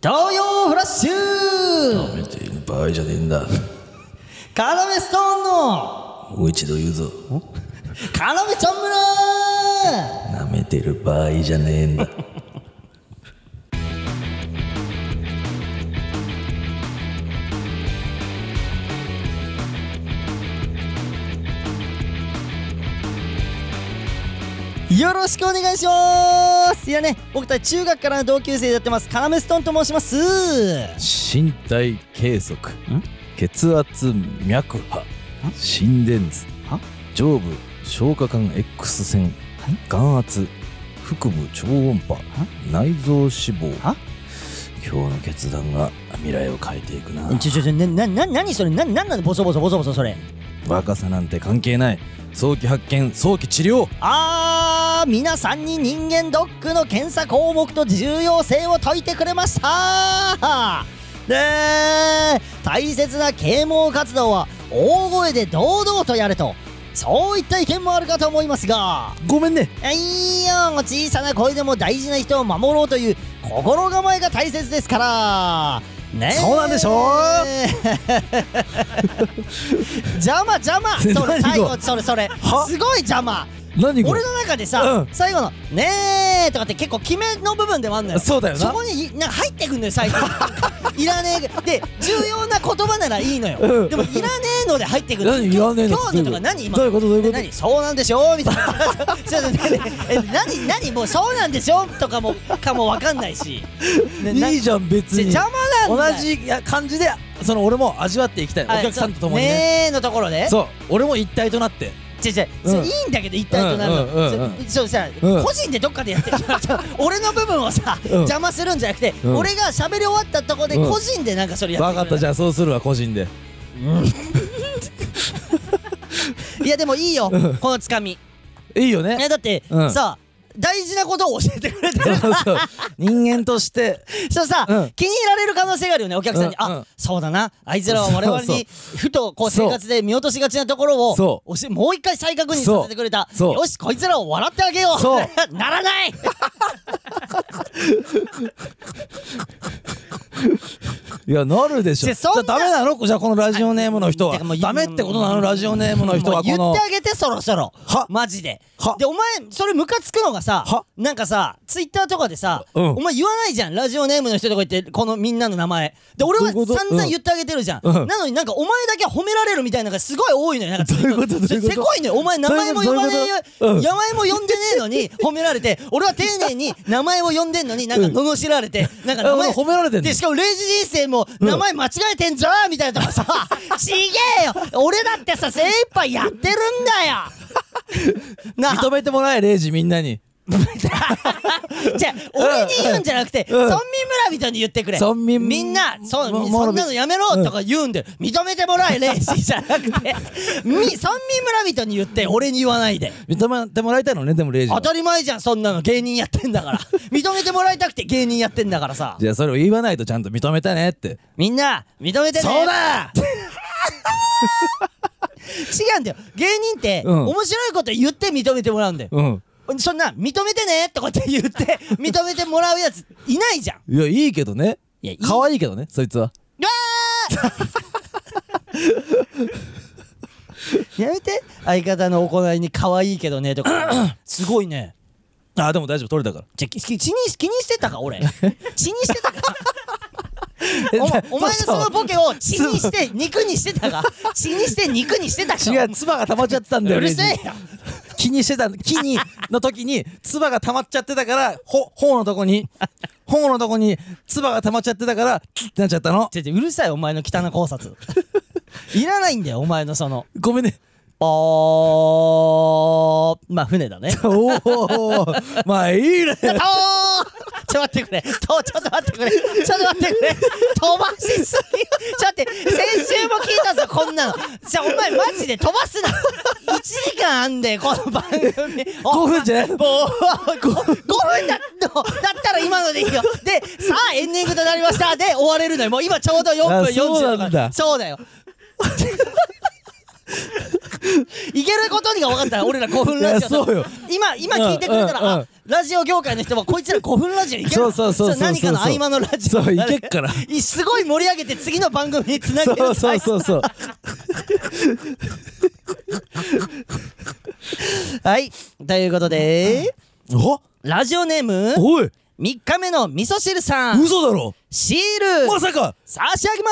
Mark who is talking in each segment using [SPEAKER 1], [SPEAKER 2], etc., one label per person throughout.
[SPEAKER 1] 東洋フラッシュ
[SPEAKER 2] 舐めている場合じゃねえんだ
[SPEAKER 1] カラメストーンの
[SPEAKER 2] もう一度言うぞ
[SPEAKER 1] カラメちゃん村
[SPEAKER 2] 舐めてる場合じゃねえんだ
[SPEAKER 1] よろしくお願いしますいやね僕たち中学からの同級生でやってますカラメストーンと申します
[SPEAKER 2] 身体計測血圧脈波心電図
[SPEAKER 1] は
[SPEAKER 2] 上部消化管 X 線
[SPEAKER 1] はい
[SPEAKER 2] 眼圧腹部超音波内臓脂肪
[SPEAKER 1] は
[SPEAKER 2] 今日の決断が未来を変えていくな
[SPEAKER 1] ちょちょちょななな何それななんなのボソボソボソボソそれ
[SPEAKER 2] 若さなんて関係ない早期発見早期治療
[SPEAKER 1] あー皆さんに人間ドックの検査項目と重要性を説いてくれましたで大切な啓蒙活動は大声で堂々とやれとそういった意見もあるかと思いますが
[SPEAKER 2] ごめんね
[SPEAKER 1] いいよ小さな声でも大事な人を守ろうという心構えが大切ですからねえ
[SPEAKER 2] そうなんでしょ
[SPEAKER 1] 邪魔邪魔それ
[SPEAKER 2] 何が
[SPEAKER 1] 最後それそれ
[SPEAKER 2] は
[SPEAKER 1] すごい邪魔
[SPEAKER 2] 何が
[SPEAKER 1] 俺の中でさ、
[SPEAKER 2] うん
[SPEAKER 1] 最後の「ねえ」とかって結構決めの部分でもあんのよ
[SPEAKER 2] そうだよ
[SPEAKER 1] そ
[SPEAKER 2] な
[SPEAKER 1] こにいなんか入ってくんのよ 最後いらねえで重要な言葉ならいいのよ、
[SPEAKER 2] うん
[SPEAKER 1] でもいらねえので入ってくる
[SPEAKER 2] 何いらねえの
[SPEAKER 1] 今日のとか何今
[SPEAKER 2] どういうことどういうこと
[SPEAKER 1] 何そうなんでしょみたいな ちょっとねえ何何もうそうなんでしょとかもかも分かんないし、ねない
[SPEAKER 2] いじゃん別に
[SPEAKER 1] 邪魔なんだよ
[SPEAKER 2] 同じいや感じでその俺も味わっていきたい、
[SPEAKER 1] はい
[SPEAKER 2] お客さんと共に
[SPEAKER 1] そう
[SPEAKER 2] ね
[SPEAKER 1] ねえのところで
[SPEAKER 2] そう俺も一体となって
[SPEAKER 1] 違う違う、
[SPEAKER 2] うん
[SPEAKER 1] それいいんだけど一体となるの、
[SPEAKER 2] うんうんうんうん
[SPEAKER 1] そそうさ、
[SPEAKER 2] うん
[SPEAKER 1] 個人でどっかでやってる俺の部分を さ、
[SPEAKER 2] ん
[SPEAKER 1] 邪魔するんじゃなくて、
[SPEAKER 2] うん
[SPEAKER 1] 俺が喋り終わったとこで
[SPEAKER 2] うん
[SPEAKER 1] 個人でなんかそれやって
[SPEAKER 2] 分かったじ
[SPEAKER 1] ゃ
[SPEAKER 2] ゃあそうするわ個人で
[SPEAKER 1] んいやでもいいよこのつかみ
[SPEAKER 2] いいよね
[SPEAKER 1] ねだって、
[SPEAKER 2] うん
[SPEAKER 1] さ大事なことを教えてくれて
[SPEAKER 2] そ
[SPEAKER 1] る
[SPEAKER 2] うそう人間として
[SPEAKER 1] そうさ、
[SPEAKER 2] うん
[SPEAKER 1] 気に入られる可能性があるよねお客さんに、
[SPEAKER 2] うんう
[SPEAKER 1] あ
[SPEAKER 2] ん
[SPEAKER 1] そうだなあいつらは我々
[SPEAKER 2] そう
[SPEAKER 1] にふとこう生活で見落としがちなところを
[SPEAKER 2] そ
[SPEAKER 1] おしもう一回再確認させてくれた
[SPEAKER 2] そうそう
[SPEAKER 1] よしこいつらを笑ってあげよう
[SPEAKER 2] そ
[SPEAKER 1] ならない
[SPEAKER 2] いやなるでし
[SPEAKER 1] じゃあ
[SPEAKER 2] ょじ
[SPEAKER 1] そ
[SPEAKER 2] ゃ
[SPEAKER 1] んな
[SPEAKER 2] あダメなのじゃあこのラジオネームの人
[SPEAKER 1] だ
[SPEAKER 2] は
[SPEAKER 1] からもう
[SPEAKER 2] ダメってことなのラジオネームの人
[SPEAKER 1] も
[SPEAKER 2] はこ
[SPEAKER 1] う言
[SPEAKER 2] の
[SPEAKER 1] ってあげてそろそろ
[SPEAKER 2] は
[SPEAKER 1] マジで
[SPEAKER 2] は
[SPEAKER 1] でお前それムカつくのがさ
[SPEAKER 2] は
[SPEAKER 1] なんかさツイッターとかでさ、
[SPEAKER 2] うん
[SPEAKER 1] お前言わないじゃんラジオネームの人とか言ってこのみんなの名前で俺は
[SPEAKER 2] どういうこと
[SPEAKER 1] 散々
[SPEAKER 2] うん
[SPEAKER 1] 言ってあげてるじゃん、
[SPEAKER 2] うん
[SPEAKER 1] なのになんかお前だけ褒められるみたいなのがすごい多いのよなんかツイート
[SPEAKER 2] どういうことどういうこと
[SPEAKER 1] せこいのよお前名前も呼ばねえよ
[SPEAKER 2] どういうことどういうことうん
[SPEAKER 1] 名前も呼んでねえのに褒められて俺は丁寧に名前を呼んでんのになんか罵られてなんか名前
[SPEAKER 2] あ俺褒められてんの
[SPEAKER 1] でしかもレイジ人生も名前間違えてんぞみたいなとか さちげえよ俺だってさ精一杯やってるんだよなあ
[SPEAKER 2] 認めてもらえレイジみんなに
[SPEAKER 1] じゃあ俺に言うんじゃなくて
[SPEAKER 2] うん
[SPEAKER 1] 村民村人に言ってくれ
[SPEAKER 2] 村民
[SPEAKER 1] みんなそう
[SPEAKER 2] も
[SPEAKER 1] そんなのやめろとか言うんで認めてもらえレイジじゃなく てみ村民村人に言って俺に言わないで
[SPEAKER 2] 認めてもらいたいのねでもレイジは
[SPEAKER 1] 当たり前じゃんそんなの芸人やってんだ から認めてもらいたくて芸人やってんだからさ
[SPEAKER 2] じゃあそれを言わないとちゃんと認めたねって
[SPEAKER 1] みんな認めてね
[SPEAKER 2] そうだ
[SPEAKER 1] 違うんだよ芸人って
[SPEAKER 2] うん
[SPEAKER 1] 面白いこと言って認めてもらうんだよ、
[SPEAKER 2] うん
[SPEAKER 1] そんな認めてねとかって言って 認めてもらうやついないじゃん
[SPEAKER 2] いやいいけどね
[SPEAKER 1] いやいい
[SPEAKER 2] 可愛いけどねそいつは
[SPEAKER 1] やめて相方の行いに可愛いけどねと かすごいね
[SPEAKER 2] あでも大丈夫取れたから
[SPEAKER 1] じゃきき気に気にしてたか 俺血にしてたかおお前のそのボケを血にして肉にして たか血にして肉にしてたか
[SPEAKER 2] 違う、唾が溜まっちゃってたんだよ。
[SPEAKER 1] うるせえよ
[SPEAKER 2] レイジ気にしてた、気に、の時に、唾が溜まっちゃってたから、ほ、頬のと こに、頬のとこに、唾が溜まっちゃってたから、キッってなっちゃったの。
[SPEAKER 1] 違う違ううるさいお前の汚考 察いらないんだよお前のその
[SPEAKER 2] ごめんね。
[SPEAKER 1] おーまあ船 だね
[SPEAKER 2] おお、まあいいね。
[SPEAKER 1] とーちょっと待ってくれ。とちょっと待ってくれ。ちょっと待ってくれ。飛ばしすぎ。ちょっと待って、先週も聞いたぞ、こんなの。じゃあ、お前マジで飛ばすな。1時間あんで、この番 組。
[SPEAKER 2] 5
[SPEAKER 1] お
[SPEAKER 2] 分じゃな
[SPEAKER 1] も
[SPEAKER 2] い
[SPEAKER 1] う 5, 分だのだったら今のでいいよでさあエンディングとなりましたで終われるのよもう今ちょうど4分
[SPEAKER 2] あ
[SPEAKER 1] 40
[SPEAKER 2] そうなんだ
[SPEAKER 1] だからそうだよ いけることにが分かった俺ら5分ラジオだ
[SPEAKER 2] いやそうよ
[SPEAKER 1] 今今聞いてくれたら、
[SPEAKER 2] うんうんうん
[SPEAKER 1] あラジオ業界の人はこいつら5分ラジオいける
[SPEAKER 2] そうそうそうそうそう
[SPEAKER 1] れ何かの合間のラジオ
[SPEAKER 2] そういけっから
[SPEAKER 1] いすごい盛り上げて次の番組につなげる
[SPEAKER 2] そうそうそうそう
[SPEAKER 1] はいということで
[SPEAKER 2] お
[SPEAKER 1] ラジオネーム
[SPEAKER 2] おい
[SPEAKER 1] 3日目の味噌汁さん
[SPEAKER 2] 嘘だろ
[SPEAKER 1] シール
[SPEAKER 2] まさか
[SPEAKER 1] 差し上げま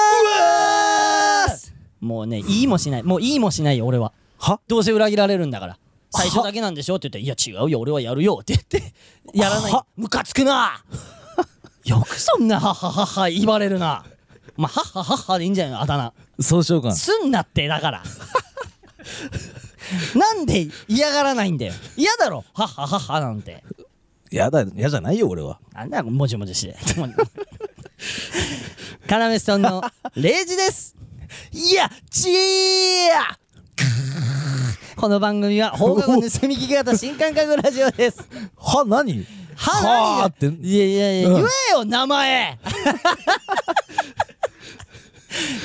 [SPEAKER 1] ーすもうねいいもしないもういいもしないよ俺は
[SPEAKER 2] は
[SPEAKER 1] どうせ裏切られるんだから最初だけなんでしょって言って「いや違うよ俺はやるよ」って言ってやらない
[SPEAKER 2] は
[SPEAKER 1] ムカつくなよくそんな「はははは」言われるなまあ「はははは」でいいんじゃないのあだ名
[SPEAKER 2] そうしようか
[SPEAKER 1] すんなってだから なんで嫌がらないんだよ嫌だろ「はははは」なんて
[SPEAKER 2] やだやじゃないよ俺は
[SPEAKER 1] なんだよもじもじして カラメストンのレイジです
[SPEAKER 2] いや
[SPEAKER 1] ちーやこの番組は放課後盗み聞き型新感覚ラジオです。
[SPEAKER 2] は何
[SPEAKER 1] は
[SPEAKER 2] はーって
[SPEAKER 1] いやいやいや、
[SPEAKER 2] うん
[SPEAKER 1] 言えよ、名 前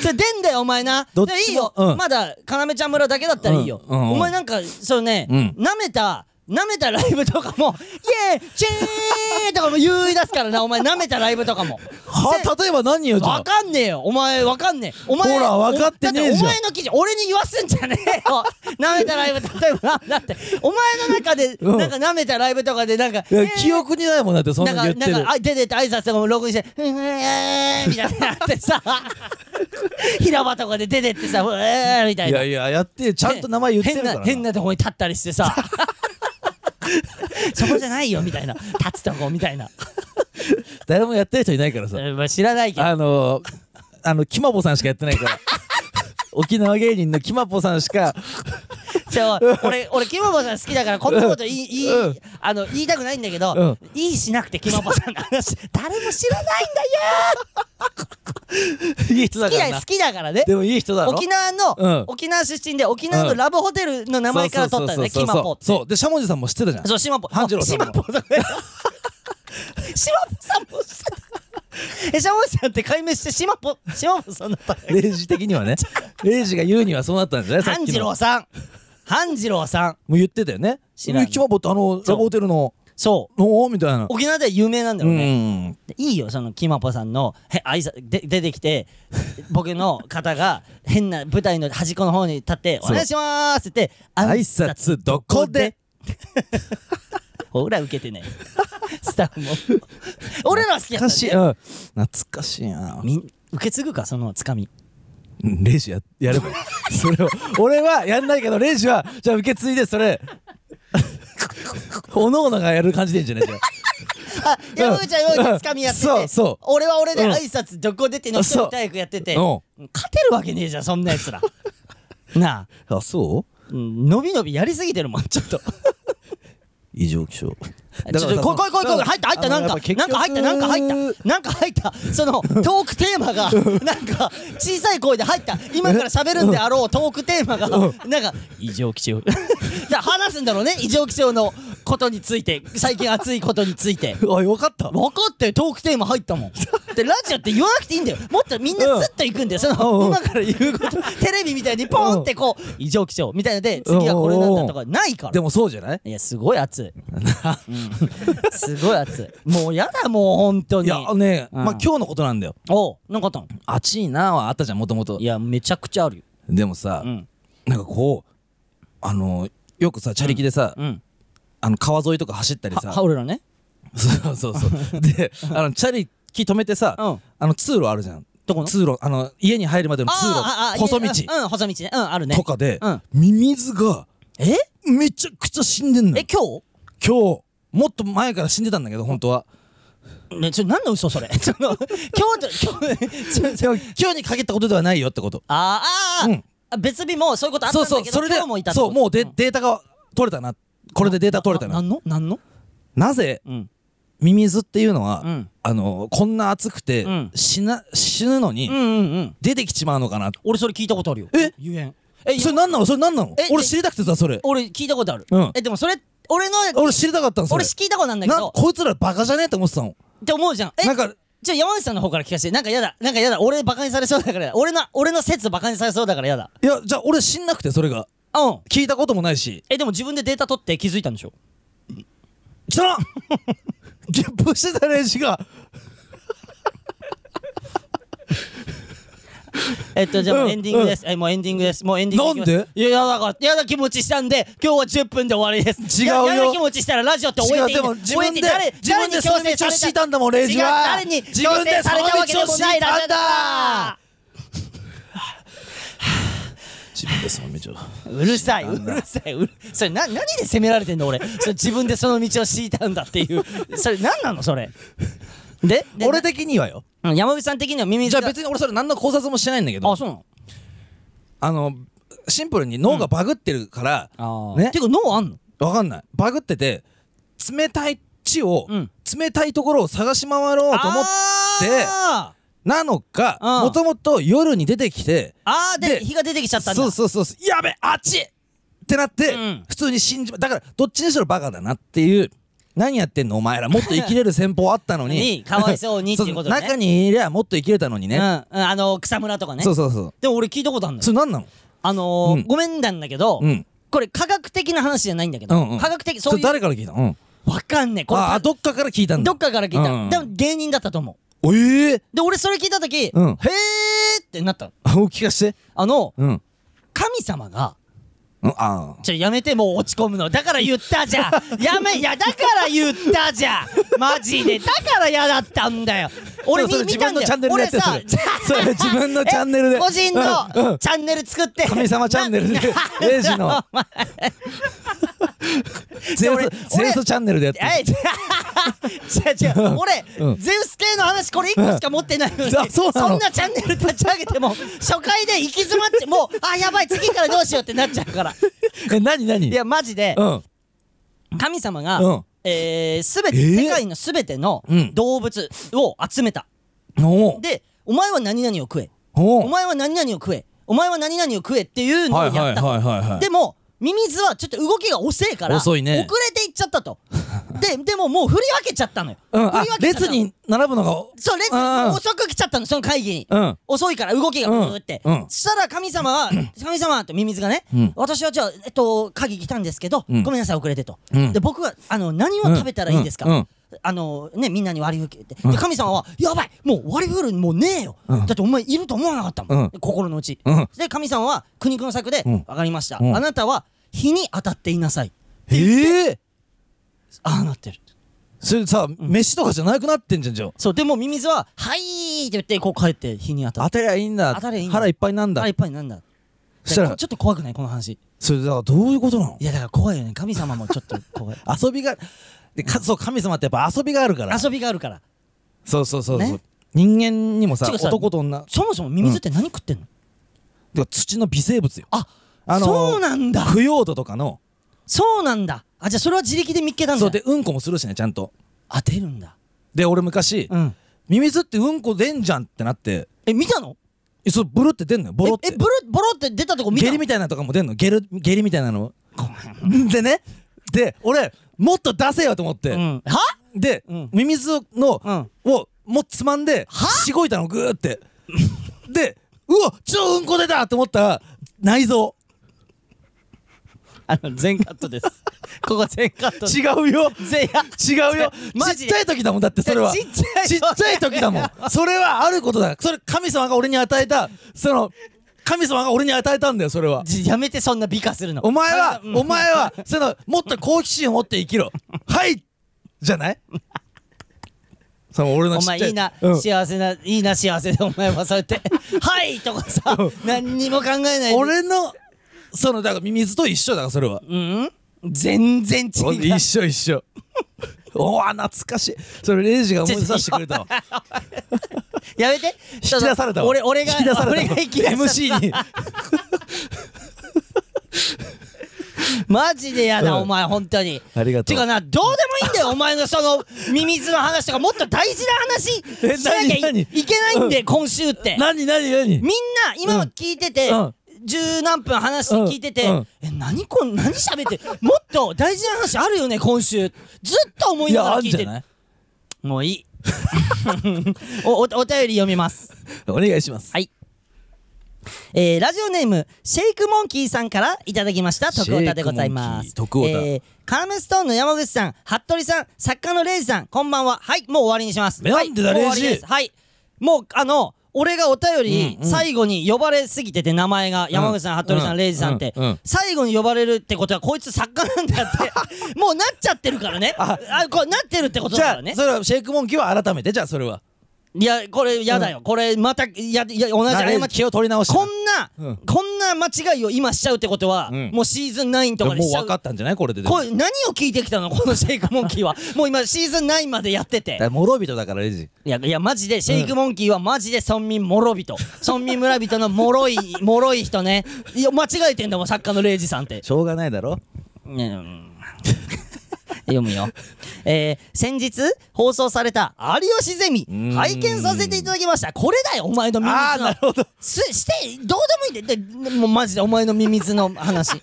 [SPEAKER 1] それ出んだよ、お前な。
[SPEAKER 2] どっちも
[SPEAKER 1] でいいよ、
[SPEAKER 2] うん
[SPEAKER 1] まだ、かなめちゃん村だけだったらいいよ。
[SPEAKER 2] うんうんうん
[SPEAKER 1] お前なんか、そうね、
[SPEAKER 2] うん
[SPEAKER 1] 舐めた、舐めたライブとかも、イエーイチーとかも言い出すからな、お前舐めたライブとかも。
[SPEAKER 2] は例えば何よじゃ
[SPEAKER 1] わ
[SPEAKER 2] あ
[SPEAKER 1] かんねえよお前わかんねえお前
[SPEAKER 2] ほらわかってねえじゃ
[SPEAKER 1] だってお
[SPEAKER 2] ん
[SPEAKER 1] 前の記事俺に言わすんじゃねえよなめたライブ例えばなだってお前の中で、
[SPEAKER 2] うん
[SPEAKER 1] なんかなめたライブとかでなんか
[SPEAKER 2] いや
[SPEAKER 1] えー
[SPEAKER 2] 記憶にないもんだってそん
[SPEAKER 1] な
[SPEAKER 2] なんの言
[SPEAKER 1] か、
[SPEAKER 2] って
[SPEAKER 1] なん
[SPEAKER 2] る
[SPEAKER 1] か、あ、出てって挨拶とかも録音して、うえーみたいになってさ、 平場とかで出てってさ、うえーみたい
[SPEAKER 2] い
[SPEAKER 1] な
[SPEAKER 2] や。いややってちゃんと名前言ってるから
[SPEAKER 1] 変な変なとこに立ったりしてさ そこじゃないよみたいな立つとこみたいな、
[SPEAKER 2] 誰もやってる人いないからさ
[SPEAKER 1] うんまあ、知らないけど
[SPEAKER 2] あのー、あの、キマポさんしかやってな いから。沖縄芸人のキマポさんしか、
[SPEAKER 1] じゃあ俺俺キマボさん好きだからこんなこと言い言い、
[SPEAKER 2] うん
[SPEAKER 1] あの言いたくないんだけど、
[SPEAKER 2] うん
[SPEAKER 1] いいしなくてキマボさ んの話誰も知らないんだよ
[SPEAKER 2] いい人だ
[SPEAKER 1] 好き
[SPEAKER 2] か
[SPEAKER 1] だ
[SPEAKER 2] らな
[SPEAKER 1] 好。きだからね
[SPEAKER 2] でもいい人だろ
[SPEAKER 1] 沖縄の、
[SPEAKER 2] うん
[SPEAKER 1] 沖縄出身で沖縄のラブホテルの名前から取ったんだね
[SPEAKER 2] そう
[SPEAKER 1] キ
[SPEAKER 2] そう
[SPEAKER 1] マ
[SPEAKER 2] そう
[SPEAKER 1] ポって
[SPEAKER 2] そう。そう。で、しゃもじさんも知ってたじゃん。
[SPEAKER 1] そう、シマポ。
[SPEAKER 2] 半次郎さ
[SPEAKER 1] シ
[SPEAKER 2] んも
[SPEAKER 1] マポだね。シマポさんも知ってた。え、シ ャモさんって解明してシマポ、シマポさんだった。
[SPEAKER 2] レイジ的に はね。レイジが言うにはそうなったんじゃないさっき
[SPEAKER 1] 半
[SPEAKER 2] の
[SPEAKER 1] 次郎さん。半次郎さん。
[SPEAKER 2] もう言ってたよね。
[SPEAKER 1] 知らん
[SPEAKER 2] うんキマポってあの、ラブホテルの、
[SPEAKER 1] そう。
[SPEAKER 2] のみたいな。
[SPEAKER 1] 沖縄では有名なんだ
[SPEAKER 2] う
[SPEAKER 1] よね。
[SPEAKER 2] ん。
[SPEAKER 1] でいいよそのキマポさんのへ挨拶で出てきて僕の方が 変な舞台の端っこの方に立って「お
[SPEAKER 2] そう
[SPEAKER 1] 願いします」って言って
[SPEAKER 2] 挨拶どこで
[SPEAKER 1] ほら受けて ねスタッフも俺らは好きや
[SPEAKER 2] 懐
[SPEAKER 1] っ
[SPEAKER 2] か
[SPEAKER 1] た
[SPEAKER 2] し
[SPEAKER 1] ん
[SPEAKER 2] い。
[SPEAKER 1] で
[SPEAKER 2] うん。懐かしいな。
[SPEAKER 1] みん受け継ぐかそのつかみ
[SPEAKER 2] うんレイジや、やればいい。 それを。俺はやんないけど、レイジは、じゃあ受け継いで、それ。 おのおのがやる感じでいいんじゃないじゃあ
[SPEAKER 1] あ山口は山口でつかみやってて
[SPEAKER 2] そうそう
[SPEAKER 1] 俺は俺で
[SPEAKER 2] うん
[SPEAKER 1] 挨拶どこでっていうのを一
[SPEAKER 2] そ
[SPEAKER 1] 人
[SPEAKER 2] う
[SPEAKER 1] 体育やってて勝
[SPEAKER 2] う
[SPEAKER 1] てるわけねえじゃんそんなやつら なあ
[SPEAKER 2] あ、そう
[SPEAKER 1] うん伸び伸びやりすぎてるもんちょっ と
[SPEAKER 2] 異常気象。
[SPEAKER 1] ちょちょ、こいこいこいこい、入った入った、
[SPEAKER 2] あの
[SPEAKER 1] なん
[SPEAKER 2] や
[SPEAKER 1] か
[SPEAKER 2] っぱ、結
[SPEAKER 1] なん
[SPEAKER 2] 局
[SPEAKER 1] か入った、なんか入った、なんか入った、そ の、トークテーマが、なんか、小さい声で入った、今から喋るんであろうトークテーマが、なんか、異常気象。 だから話すんだろうね、異常気象のことについて、最近熱いことについて。
[SPEAKER 2] あ、よかった。
[SPEAKER 1] 分かったよ、トークテーマ入ったも ん。で、ラジオって言わなくていいんだよ。もっとみんなスッと行くんだよ。その、
[SPEAKER 2] うん
[SPEAKER 1] 今から言うこと、テレビみたいにポンってこう、異常気象みたいので、次はこれなんだとか、ないから
[SPEAKER 2] で。もそうじゃない
[SPEAKER 1] いや、すごい 熱い。すごい熱い。もうやだ、もう本当
[SPEAKER 2] い
[SPEAKER 1] に。
[SPEAKER 2] や、あのね、
[SPEAKER 1] うん
[SPEAKER 2] まあ今日のことなんだよ。
[SPEAKER 1] おう、なんかあったの
[SPEAKER 2] あちいなはあったじゃん、もともと
[SPEAKER 1] い。や、めちゃくちゃあるよ。
[SPEAKER 2] でもさ
[SPEAKER 1] う、ん。
[SPEAKER 2] なんかこう、あの、よくさ、チャリキでさ、
[SPEAKER 1] うん。
[SPEAKER 2] あの、川沿いとか走ったり
[SPEAKER 1] は、
[SPEAKER 2] さ
[SPEAKER 1] は、。俺らね。
[SPEAKER 2] そうそうそう。で、あの、チャリキ止めてさ、
[SPEAKER 1] うん。
[SPEAKER 2] あの、通路あるじゃん。
[SPEAKER 1] どこの
[SPEAKER 2] 通路、あの、家に入るまでの通
[SPEAKER 1] あーあ
[SPEAKER 2] 路、
[SPEAKER 1] ー
[SPEAKER 2] 細
[SPEAKER 1] いや
[SPEAKER 2] 道
[SPEAKER 1] うん、細道ね。うん、あるね
[SPEAKER 2] と。かで
[SPEAKER 1] うん、
[SPEAKER 2] ミミズが、
[SPEAKER 1] え
[SPEAKER 2] めちゃくちゃ死んでんのよ
[SPEAKER 1] え、今
[SPEAKER 2] 今日もっと前から死んでたんだけど本 当は
[SPEAKER 1] 日ね、ちょ、何の嘘それ。 その、今日と、今日、ちょちょ
[SPEAKER 2] 今日に限ったことではないよってこと
[SPEAKER 1] あーあ
[SPEAKER 2] う
[SPEAKER 1] ー
[SPEAKER 2] ん、
[SPEAKER 1] あ別日もそういうことあった
[SPEAKER 2] そ
[SPEAKER 1] ん
[SPEAKER 2] う
[SPEAKER 1] だけ
[SPEAKER 2] そう
[SPEAKER 1] ど、
[SPEAKER 2] それで
[SPEAKER 1] 今日もいたってこ
[SPEAKER 2] そ
[SPEAKER 1] と
[SPEAKER 2] うもうで、
[SPEAKER 1] ん
[SPEAKER 2] データが取れたなこれでデータ取れた
[SPEAKER 1] な
[SPEAKER 2] なん
[SPEAKER 1] のなんの
[SPEAKER 2] なぜ
[SPEAKER 1] うん。
[SPEAKER 2] ミミズっていうのは、
[SPEAKER 1] うん
[SPEAKER 2] あのこんな暑くて、
[SPEAKER 1] うん
[SPEAKER 2] 死な死ぬのに、
[SPEAKER 1] うんうんうん。
[SPEAKER 2] 出てきちまうのかな
[SPEAKER 1] 俺それ聞いたことあるよ。
[SPEAKER 2] え
[SPEAKER 1] ゆえん。え、
[SPEAKER 2] それなんなのそれなんなの
[SPEAKER 1] え
[SPEAKER 2] 俺
[SPEAKER 1] え
[SPEAKER 2] 知りたくてさそれ
[SPEAKER 1] 俺聞いたことある。
[SPEAKER 2] うん
[SPEAKER 1] え、でもそれ、俺の、
[SPEAKER 2] 俺知りたかったのそ
[SPEAKER 1] 俺
[SPEAKER 2] れ
[SPEAKER 1] 聞いたことなんだけ
[SPEAKER 2] な
[SPEAKER 1] ど
[SPEAKER 2] こいつらバカじゃねえって思ってたの
[SPEAKER 1] って思うじゃんえ
[SPEAKER 2] なんか
[SPEAKER 1] じゃあ山内さんの方から聞かせてなんかやだなんかやだ俺バカにされそうだからやだ俺の俺の説バカにされそうだからやだ
[SPEAKER 2] いやじゃあ俺死んなくてそれが
[SPEAKER 1] うん
[SPEAKER 2] 聞いたこともないし
[SPEAKER 1] えでも自分でデータ取って気づいたんでしょ
[SPEAKER 2] 来たな ゲップしてたレジが
[SPEAKER 1] えっと、じゃあもうエンディングです。え、もうエンディングです。もうエンディングいきます
[SPEAKER 2] なんで
[SPEAKER 1] いや、やだから、嫌な気持ちしたんで、今日は10分で終わりです。
[SPEAKER 2] 違うよ
[SPEAKER 1] 嫌な気持ちしたらラジオって終
[SPEAKER 2] 違
[SPEAKER 1] え
[SPEAKER 2] う
[SPEAKER 1] ていい
[SPEAKER 2] で
[SPEAKER 1] の
[SPEAKER 2] も自分で
[SPEAKER 1] 終えて
[SPEAKER 2] 自分でその道を敷いたんだもんレイジは
[SPEAKER 1] 違う誰に
[SPEAKER 2] 自分
[SPEAKER 1] 強
[SPEAKER 2] で
[SPEAKER 1] 制されたわけでもないラジオだ
[SPEAKER 2] 自分でその道を
[SPEAKER 1] うるさいうるさいうるそれな何で責められてんの俺それ自分でその道を敷いたんだっていうそれ何なのそれでで
[SPEAKER 2] 俺的にはよ
[SPEAKER 1] うん山口さん的には耳
[SPEAKER 2] じゃ
[SPEAKER 1] が
[SPEAKER 2] あ別に俺それ何の考察もしてないんだけど
[SPEAKER 1] あそうなの
[SPEAKER 2] あのシンプルに脳がバグってるから、
[SPEAKER 1] あ
[SPEAKER 2] ね
[SPEAKER 1] てか脳あんの
[SPEAKER 2] わかんないバグってて冷たい地を、
[SPEAKER 1] うん
[SPEAKER 2] 冷たいところを探し回ろうと思っ
[SPEAKER 1] あ
[SPEAKER 2] なのか
[SPEAKER 1] うん
[SPEAKER 2] もともと夜に出てきて
[SPEAKER 1] ーあーで
[SPEAKER 2] で
[SPEAKER 1] 火が出てきちゃったんだ
[SPEAKER 2] そうそうそうそうやべあっちってなって、
[SPEAKER 1] うん
[SPEAKER 2] 普通に死んじまだからどっちにしろバカだなっていう何やってんのお前らもっと生きれる戦法あったのに
[SPEAKER 1] にか わいそうにっていうことね
[SPEAKER 2] そ中にいりゃもっと生きれたのに
[SPEAKER 1] うんう
[SPEAKER 2] ね、
[SPEAKER 1] んあの草むらとかね
[SPEAKER 2] そうそうそう
[SPEAKER 1] でも俺聞いたことあるのよ
[SPEAKER 2] それ何なの
[SPEAKER 1] あのー
[SPEAKER 2] うん
[SPEAKER 1] ごめんなんだけど、
[SPEAKER 2] うん
[SPEAKER 1] これ科学的な話じゃないんだけど、
[SPEAKER 2] うんうん
[SPEAKER 1] 科学的
[SPEAKER 2] そ
[SPEAKER 1] そう
[SPEAKER 2] れ
[SPEAKER 1] いう
[SPEAKER 2] 誰から聞いたの、うん、
[SPEAKER 1] わかんねえこれ
[SPEAKER 2] ああ
[SPEAKER 1] ど
[SPEAKER 2] どっかから聞いたんだ
[SPEAKER 1] っかから聞いた、
[SPEAKER 2] うんうん
[SPEAKER 1] でも芸人だったと思う
[SPEAKER 2] ええ
[SPEAKER 1] で俺それ聞いた時、
[SPEAKER 2] う
[SPEAKER 1] へ
[SPEAKER 2] ん
[SPEAKER 1] ーってなったの
[SPEAKER 2] あお聞かして
[SPEAKER 1] あの
[SPEAKER 2] うん
[SPEAKER 1] 神様が
[SPEAKER 2] うんあ
[SPEAKER 1] ちょやめてもう落ち込むのだから言ったじゃ んやめいやだから言ったじゃんマジでだから嫌だったんだよ俺
[SPEAKER 2] それそれ
[SPEAKER 1] み見たんだよ
[SPEAKER 2] 自分のチャンネルで
[SPEAKER 1] 俺
[SPEAKER 2] やって
[SPEAKER 1] さ
[SPEAKER 2] それそれ自分のチャンネルで
[SPEAKER 1] え 個人
[SPEAKER 2] うんう
[SPEAKER 1] の
[SPEAKER 2] ん
[SPEAKER 1] チャンネル作って
[SPEAKER 2] 神様チャンネル でレイジの
[SPEAKER 1] なお前
[SPEAKER 2] ゼウ
[SPEAKER 1] 俺
[SPEAKER 2] スゼウスチャンネルでやってる
[SPEAKER 1] えい違う違う俺、
[SPEAKER 2] うん
[SPEAKER 1] ゼウス系の話これ1個しか持ってないのに、
[SPEAKER 2] あ そうなの
[SPEAKER 1] んなチャンネル立ち上げても初回で行き詰まってもうあやばい次からどうしようってなっちゃうから
[SPEAKER 2] え何何
[SPEAKER 1] いやマジで
[SPEAKER 2] うん
[SPEAKER 1] 神様が、
[SPEAKER 2] うん
[SPEAKER 1] えー、全て、
[SPEAKER 2] えー
[SPEAKER 1] 世界の全ての
[SPEAKER 2] うん
[SPEAKER 1] 動物を集めた、
[SPEAKER 2] おう
[SPEAKER 1] でお前は何々を食え
[SPEAKER 2] お
[SPEAKER 1] お
[SPEAKER 2] う
[SPEAKER 1] 前は何々を食えお前は何々を食えっていうのを
[SPEAKER 2] は
[SPEAKER 1] や
[SPEAKER 2] い
[SPEAKER 1] ったの、
[SPEAKER 2] はいはいはいはい
[SPEAKER 1] でもミミズはちょっと動きが遅いから
[SPEAKER 2] 遅いね
[SPEAKER 1] 遅れていっちゃったとででももう振り分けちゃったのよ、
[SPEAKER 2] うん
[SPEAKER 1] 振
[SPEAKER 2] あ
[SPEAKER 1] り分けちゃった
[SPEAKER 2] 列
[SPEAKER 1] の
[SPEAKER 2] に並ぶのが
[SPEAKER 1] そう列
[SPEAKER 2] うんうん
[SPEAKER 1] 遅く来ちゃったのその会議に、
[SPEAKER 2] うん
[SPEAKER 1] 遅いから動きがブーって、
[SPEAKER 2] うんうん
[SPEAKER 1] そしたら神様は神様とミミズがね、
[SPEAKER 2] うん
[SPEAKER 1] 私はじゃあえっと会議来たんですけど、
[SPEAKER 2] うん
[SPEAKER 1] ごめんなさい遅れてと、
[SPEAKER 2] うん
[SPEAKER 1] で僕はあの何を食べたらいいですか、
[SPEAKER 2] うんうん
[SPEAKER 1] あのね、みんなに割り振るって、
[SPEAKER 2] うん
[SPEAKER 1] で神様は「やばいもう割り振るもうねえよ、
[SPEAKER 2] う
[SPEAKER 1] だ
[SPEAKER 2] ん
[SPEAKER 1] ってお前いると思わなかったもん、
[SPEAKER 2] うん
[SPEAKER 1] で心の内、
[SPEAKER 2] うん
[SPEAKER 1] で神様は苦肉の策で「
[SPEAKER 2] うん
[SPEAKER 1] 分かりました、
[SPEAKER 2] うん
[SPEAKER 1] あなたは火に当たっていなさい
[SPEAKER 2] ええ」
[SPEAKER 1] ああなってる
[SPEAKER 2] それさ飯とかじゃなくなってんじゃんじゃあ
[SPEAKER 1] そうでもミミズは「はい」って言ってこう帰って火に当たった
[SPEAKER 2] 当たりゃいいんだ
[SPEAKER 1] 当たりゃいいんだ
[SPEAKER 2] 腹いっぱいなんだ
[SPEAKER 1] あいっぱいなんだ
[SPEAKER 2] そした
[SPEAKER 1] だから
[SPEAKER 2] ら
[SPEAKER 1] ちょっと怖くないこの話
[SPEAKER 2] それだからどういうことなの
[SPEAKER 1] いやだから怖いよね神様もちょっと 怖い
[SPEAKER 2] 遊びがでかそう神様ってやっぱ遊びがあるから
[SPEAKER 1] 遊びがあるから
[SPEAKER 2] そうそうそうそ
[SPEAKER 1] ね
[SPEAKER 2] う人間にもさ
[SPEAKER 1] 違うさ
[SPEAKER 2] 男と女
[SPEAKER 1] そもそもミミズって何食ってんの、
[SPEAKER 2] でも土の微生物よ
[SPEAKER 1] あ
[SPEAKER 2] あのー
[SPEAKER 1] そうなんだ
[SPEAKER 2] 腐葉土とかの
[SPEAKER 1] そうなんだあじゃあそれは自力で見っけたんだ
[SPEAKER 2] そうでうんこもするしねちゃんと
[SPEAKER 1] 当てるんだ
[SPEAKER 2] で俺昔
[SPEAKER 1] うん
[SPEAKER 2] ミミズってうんこ出んじゃんってなって
[SPEAKER 1] え見たの
[SPEAKER 2] えそうブルって出んのよボロっ
[SPEAKER 1] ええ
[SPEAKER 2] て
[SPEAKER 1] ブロボロって出たとこ見た
[SPEAKER 2] 下
[SPEAKER 1] の
[SPEAKER 2] 痢みたいなのとかも出んの下痢下痢みたいなの でねで俺もっと出せよと思って、
[SPEAKER 1] うんは
[SPEAKER 2] で、
[SPEAKER 1] うん
[SPEAKER 2] ミミズの、をもうつまんで
[SPEAKER 1] は
[SPEAKER 2] しごいたのグーってでうわちょうんこ出たと思ったら内 臓
[SPEAKER 1] あの全カットです ここ全カット
[SPEAKER 2] 違うよ
[SPEAKER 1] 全や
[SPEAKER 2] 違うよ
[SPEAKER 1] マ
[SPEAKER 2] ち
[SPEAKER 1] ジ
[SPEAKER 2] っ
[SPEAKER 1] で
[SPEAKER 2] ちゃい時だもんだってそれは
[SPEAKER 1] ちっちゃい
[SPEAKER 2] ちっちゃい時だ もんそれはあることだそれ神様が俺に与えたその神様が俺に与えたんだよそれは
[SPEAKER 1] じやめてそんな美化するの
[SPEAKER 2] お前は、
[SPEAKER 1] うん
[SPEAKER 2] お前は、その、もっと好奇心を持って 生きろ。はいじゃないその俺
[SPEAKER 1] お
[SPEAKER 2] のちっ
[SPEAKER 1] 前
[SPEAKER 2] ちゃい。
[SPEAKER 1] いいな、
[SPEAKER 2] うん
[SPEAKER 1] 幸せないいな幸せでお前はそうや って「はい」とかさ何にも考えない
[SPEAKER 2] 俺の、その、だからミミズと一緒だから、それは。
[SPEAKER 1] うん全然違う
[SPEAKER 2] 一緒一 緒。おお懐かしい。それ、レイジが思い出させてくれたわ。
[SPEAKER 1] やめて引
[SPEAKER 2] 引き出されたわ。
[SPEAKER 1] 俺俺が
[SPEAKER 2] 引き出されたわ
[SPEAKER 1] 俺が引き出された
[SPEAKER 2] MC に。
[SPEAKER 1] マジでやだ、
[SPEAKER 2] うん
[SPEAKER 1] お前本当に
[SPEAKER 2] ありがとう
[SPEAKER 1] てかなどうでもいい んだよお前のそのミミズの話とかもっと大事な話
[SPEAKER 2] え
[SPEAKER 1] しなきゃい
[SPEAKER 2] 何何
[SPEAKER 1] いけないんで、今週って
[SPEAKER 2] 何何
[SPEAKER 1] みん
[SPEAKER 2] 何
[SPEAKER 1] な今は聞いてて、
[SPEAKER 2] うん
[SPEAKER 1] 十何分話して聞いてて、
[SPEAKER 2] うんうん
[SPEAKER 1] え何こん何喋ってるもっと大事な話あるよね今週ずっと思い
[SPEAKER 2] い
[SPEAKER 1] な
[SPEAKER 2] や、
[SPEAKER 1] が
[SPEAKER 2] あ
[SPEAKER 1] ら
[SPEAKER 2] ん
[SPEAKER 1] 聞い
[SPEAKER 2] じ
[SPEAKER 1] て
[SPEAKER 2] ゃ
[SPEAKER 1] る
[SPEAKER 2] ない
[SPEAKER 1] もうい いおおお便り読みます
[SPEAKER 2] お願いします。
[SPEAKER 1] はいえーラジオネームシェイクモンキーさんからいただきました徳太でございます
[SPEAKER 2] シェイクモンキー徳
[SPEAKER 1] えーカラムストーンの山口さん服部さん作家のレイジさんこんばんははいもう終わりにします
[SPEAKER 2] なんでだ
[SPEAKER 1] はいもう終わ
[SPEAKER 2] レイジ
[SPEAKER 1] りですはいもうあの俺がお便り
[SPEAKER 2] うんうん
[SPEAKER 1] 最後に呼ばれすぎてて名前が山口さん
[SPEAKER 2] うん
[SPEAKER 1] 服部さ
[SPEAKER 2] うん
[SPEAKER 1] んレイジさんって
[SPEAKER 2] うんうん
[SPEAKER 1] 最後に呼ばれるってことはこいつ作家なんだって もうなっちゃってるからねあこれなってるってこと
[SPEAKER 2] じ
[SPEAKER 1] だか
[SPEAKER 2] ゃ
[SPEAKER 1] ら
[SPEAKER 2] あ
[SPEAKER 1] ね
[SPEAKER 2] それはシェイクモンキーは改めてじゃあそれはい
[SPEAKER 1] やこれやだよこれまたいやいや同じ
[SPEAKER 2] な
[SPEAKER 1] 過
[SPEAKER 2] れ
[SPEAKER 1] ち
[SPEAKER 2] 気を取り直して
[SPEAKER 1] こんな、
[SPEAKER 2] うん
[SPEAKER 1] こんな間違いを今しちゃうってことは、
[SPEAKER 2] うん
[SPEAKER 1] もうシーズン9と
[SPEAKER 2] も
[SPEAKER 1] か
[SPEAKER 2] う
[SPEAKER 1] でしちゃう
[SPEAKER 2] 分かったんじゃないこれででも
[SPEAKER 1] これ何を聞いてきたのこの シェイクモンキーはもう 今シーズン9までやってて
[SPEAKER 2] だから諸人だからレジ
[SPEAKER 1] いやいやマジでシェイクモンキーはマジで村民諸人村民村人の諸 い諸い人ねいや間違えてんだもん作家のレイジさんって
[SPEAKER 2] しょうがないだろ
[SPEAKER 1] ねうん読むよ、えー先日放送された「有吉ゼミ」
[SPEAKER 2] ーん
[SPEAKER 1] 拝見させていただきましたこれだよお前の耳
[SPEAKER 2] ああなるほど
[SPEAKER 1] すしてどうでもいいんだよでもうマジでお前のミミズの話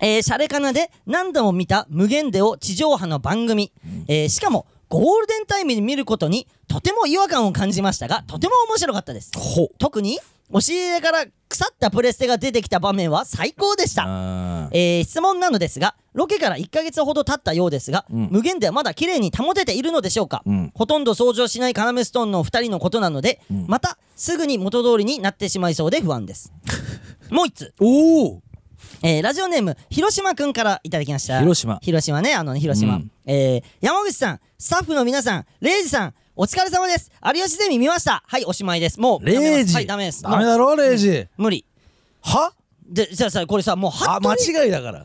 [SPEAKER 1] えー、シャレカナで何度も見た「無限で」を地上波の番組、えーしかもゴールデンタイムに見ることにとても違和感を感じましたがとても面白かったです
[SPEAKER 2] ほ
[SPEAKER 1] 特に押し入れから腐ったプレステが出てきた場面は最高でした
[SPEAKER 2] あー
[SPEAKER 1] えー質問なのですがロケから1ヶ月ほど経ったようですが、
[SPEAKER 2] うん
[SPEAKER 1] 無限ではまだ綺麗に保てているのでしょうか、
[SPEAKER 2] うん
[SPEAKER 1] ほとんど掃除をしないカナメストーンのお二人のことなので、
[SPEAKER 2] ん
[SPEAKER 1] またすぐに元通りになってしまいそうで不安です もう一つ、
[SPEAKER 2] おお
[SPEAKER 1] えーラジオネーム広島くんからいただきました
[SPEAKER 2] 広島
[SPEAKER 1] 広島ねあのね広島、
[SPEAKER 2] うん
[SPEAKER 1] えー山口さんスタッフの皆さんレイジさんお疲れ様です有吉ゼミ見ましたはいおしまいですもうダメです
[SPEAKER 2] レイジ
[SPEAKER 1] はいダメです
[SPEAKER 2] ダメだろレイジ
[SPEAKER 1] 無理
[SPEAKER 2] は
[SPEAKER 1] でじゃあさこれさもう
[SPEAKER 2] あ
[SPEAKER 1] 服部
[SPEAKER 2] 間違いだから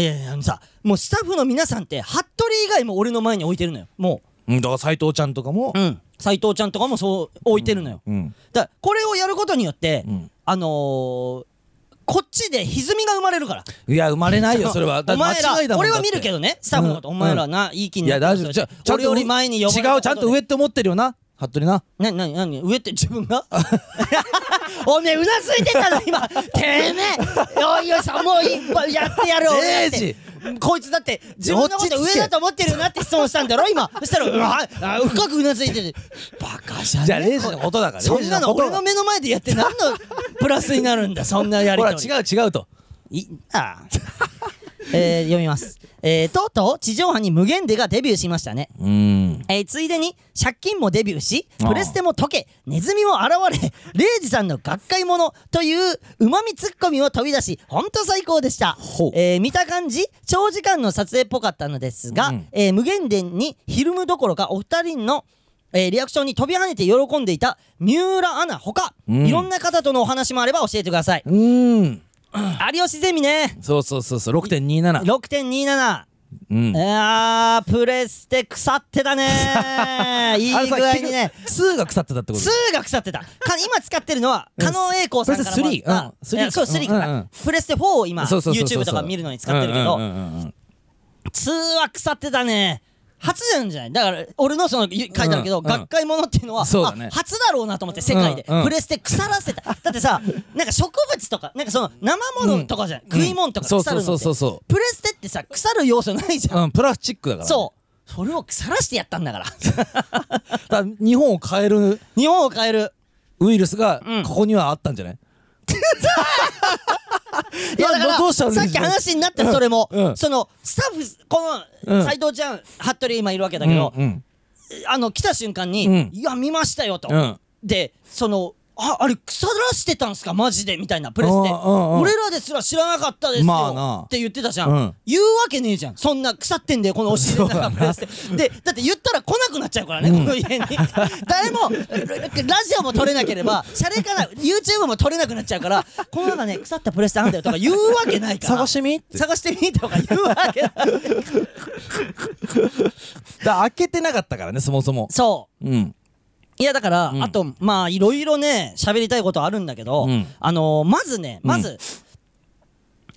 [SPEAKER 1] いやいやあのさもうスタッフの皆さんって服部以外も俺の前に置いてるのよも
[SPEAKER 2] うんだから斎藤ちゃんとかも
[SPEAKER 1] ううん斎藤ちゃんとかもそう置いてるのよ、
[SPEAKER 2] うん
[SPEAKER 1] だからこれをやることによって、
[SPEAKER 2] うん
[SPEAKER 1] あのーこっちで歪みが生まれるから
[SPEAKER 2] いや生まれないよそれはだ
[SPEAKER 1] お
[SPEAKER 2] って
[SPEAKER 1] 前ら
[SPEAKER 2] 間違いだもん
[SPEAKER 1] 俺は
[SPEAKER 2] だって
[SPEAKER 1] 見るけどねスタッフのこと、
[SPEAKER 2] うん
[SPEAKER 1] お前らないい気に
[SPEAKER 2] いや大丈夫じゃあちゃん
[SPEAKER 1] 俺
[SPEAKER 2] と
[SPEAKER 1] より前に呼ばれ
[SPEAKER 2] 違
[SPEAKER 1] た
[SPEAKER 2] うちゃんと上って思ってるよな服部な
[SPEAKER 1] なななに上って自分が おめえうなずいてたの今てめえおいよしもう一本やってやる俺だっ
[SPEAKER 2] レイ
[SPEAKER 1] てこいつだって自分のこと
[SPEAKER 2] 落ち
[SPEAKER 1] 上
[SPEAKER 2] 着け
[SPEAKER 1] だと思ってるよなって質問したんだろ今そしたらうわあ深くうなずいててバカじゃね
[SPEAKER 2] じゃあレイジのことだから
[SPEAKER 1] そんなの俺の目の前でやって何のプラスになるんだそんなやり
[SPEAKER 2] ほら
[SPEAKER 1] と
[SPEAKER 2] 違
[SPEAKER 1] り
[SPEAKER 2] う違うと
[SPEAKER 1] いいなあ えー読みます、えー、とうとう地上波に無限でがデビューしましたね
[SPEAKER 2] うん
[SPEAKER 1] えーついでに借金もデビューし
[SPEAKER 2] ああ
[SPEAKER 1] プレステも解けネズミも現れレイジさんの学会ものといううまみツッコミを飛び出しほんと最高でした
[SPEAKER 2] ほう、
[SPEAKER 1] えー見た感じ長時間の撮影っぽかったのですが、
[SPEAKER 2] うん
[SPEAKER 1] えー無限電にひるむどころかお二人のえーリアクションに飛び跳ねて喜んでいた三浦アナほか、
[SPEAKER 2] うん
[SPEAKER 1] いろんな方とのお話もあれば教えてください、
[SPEAKER 2] うん
[SPEAKER 1] 有吉ゼミね
[SPEAKER 2] そうそうそうそう6.27
[SPEAKER 1] 6.27
[SPEAKER 2] うん
[SPEAKER 1] いやープレステ腐ってたね ーいい具合にね
[SPEAKER 2] 2が腐ってたってこと
[SPEAKER 1] 2が腐ってたか今使ってるのは狩野英孝さんからもらった
[SPEAKER 2] プレス
[SPEAKER 1] い
[SPEAKER 2] テ3うん
[SPEAKER 1] やそう3か
[SPEAKER 2] うんうんう
[SPEAKER 1] なんプレステ4を今
[SPEAKER 2] そうそうそうそう
[SPEAKER 1] YouTube とか見るのに使ってるけ
[SPEAKER 2] うんう
[SPEAKER 1] ど
[SPEAKER 2] んうんうん
[SPEAKER 1] 2は腐ってたね初じゃんじゃないだから俺のそのゆ書いてあるけど、
[SPEAKER 2] うんうん
[SPEAKER 1] 学会ものっていうのは、
[SPEAKER 2] そうだね
[SPEAKER 1] あ初だろうなと思って世界で、
[SPEAKER 2] うんうん
[SPEAKER 1] プレステ腐らせただって さなんか植物とかなんかその生物とかじゃん、食い物とか
[SPEAKER 2] そう
[SPEAKER 1] 腐
[SPEAKER 2] そ
[SPEAKER 1] るの
[SPEAKER 2] う
[SPEAKER 1] って、
[SPEAKER 2] そうそうそ
[SPEAKER 1] プレステってさ腐る要素ないじゃん、
[SPEAKER 2] ううんプラスチックだから
[SPEAKER 1] そうそれを腐らしてやったんだから
[SPEAKER 2] うだから日本を変える
[SPEAKER 1] 日本を変える
[SPEAKER 2] ウイルスが
[SPEAKER 1] うん
[SPEAKER 2] ここにはあったんじゃない
[SPEAKER 1] いやだから
[SPEAKER 2] などうしたの
[SPEAKER 1] さっき話になったそれも、
[SPEAKER 2] うんうん
[SPEAKER 1] そのスタッフこ
[SPEAKER 2] う
[SPEAKER 1] の
[SPEAKER 2] ん
[SPEAKER 1] 斎藤ちゃん服部今いるわけだ
[SPEAKER 2] う
[SPEAKER 1] け
[SPEAKER 2] ん
[SPEAKER 1] ど、
[SPEAKER 2] うん
[SPEAKER 1] あの来た瞬間に「
[SPEAKER 2] うん
[SPEAKER 1] いや見ましたよ」と、
[SPEAKER 2] うん
[SPEAKER 1] でその「ああれ腐らしてたんすかマジで」みたいなプレスで「
[SPEAKER 2] うんうんうん
[SPEAKER 1] 俺らですら知らなかったですよ」
[SPEAKER 2] まあな
[SPEAKER 1] って言ってたじゃん、
[SPEAKER 2] うん
[SPEAKER 1] 言うわけねえじゃんそんな腐ってんだよこのお尻の中プレスででだって言ったら来なくなっちゃうからね、この家に誰もラジオも撮れなければシャレかな YouTube も撮れなくなっちゃうからこの中ね腐ったプレスであんだよとか言うわけないから
[SPEAKER 2] 探してみって
[SPEAKER 1] 探してみとか言うわけない
[SPEAKER 2] だから開けてなかったからねそもそも
[SPEAKER 1] そう
[SPEAKER 2] うん
[SPEAKER 1] いやだから、
[SPEAKER 2] うん
[SPEAKER 1] あとまあいろいろね喋りたいことあるんだけど、
[SPEAKER 2] うん
[SPEAKER 1] あのー、まずねまず、
[SPEAKER 2] う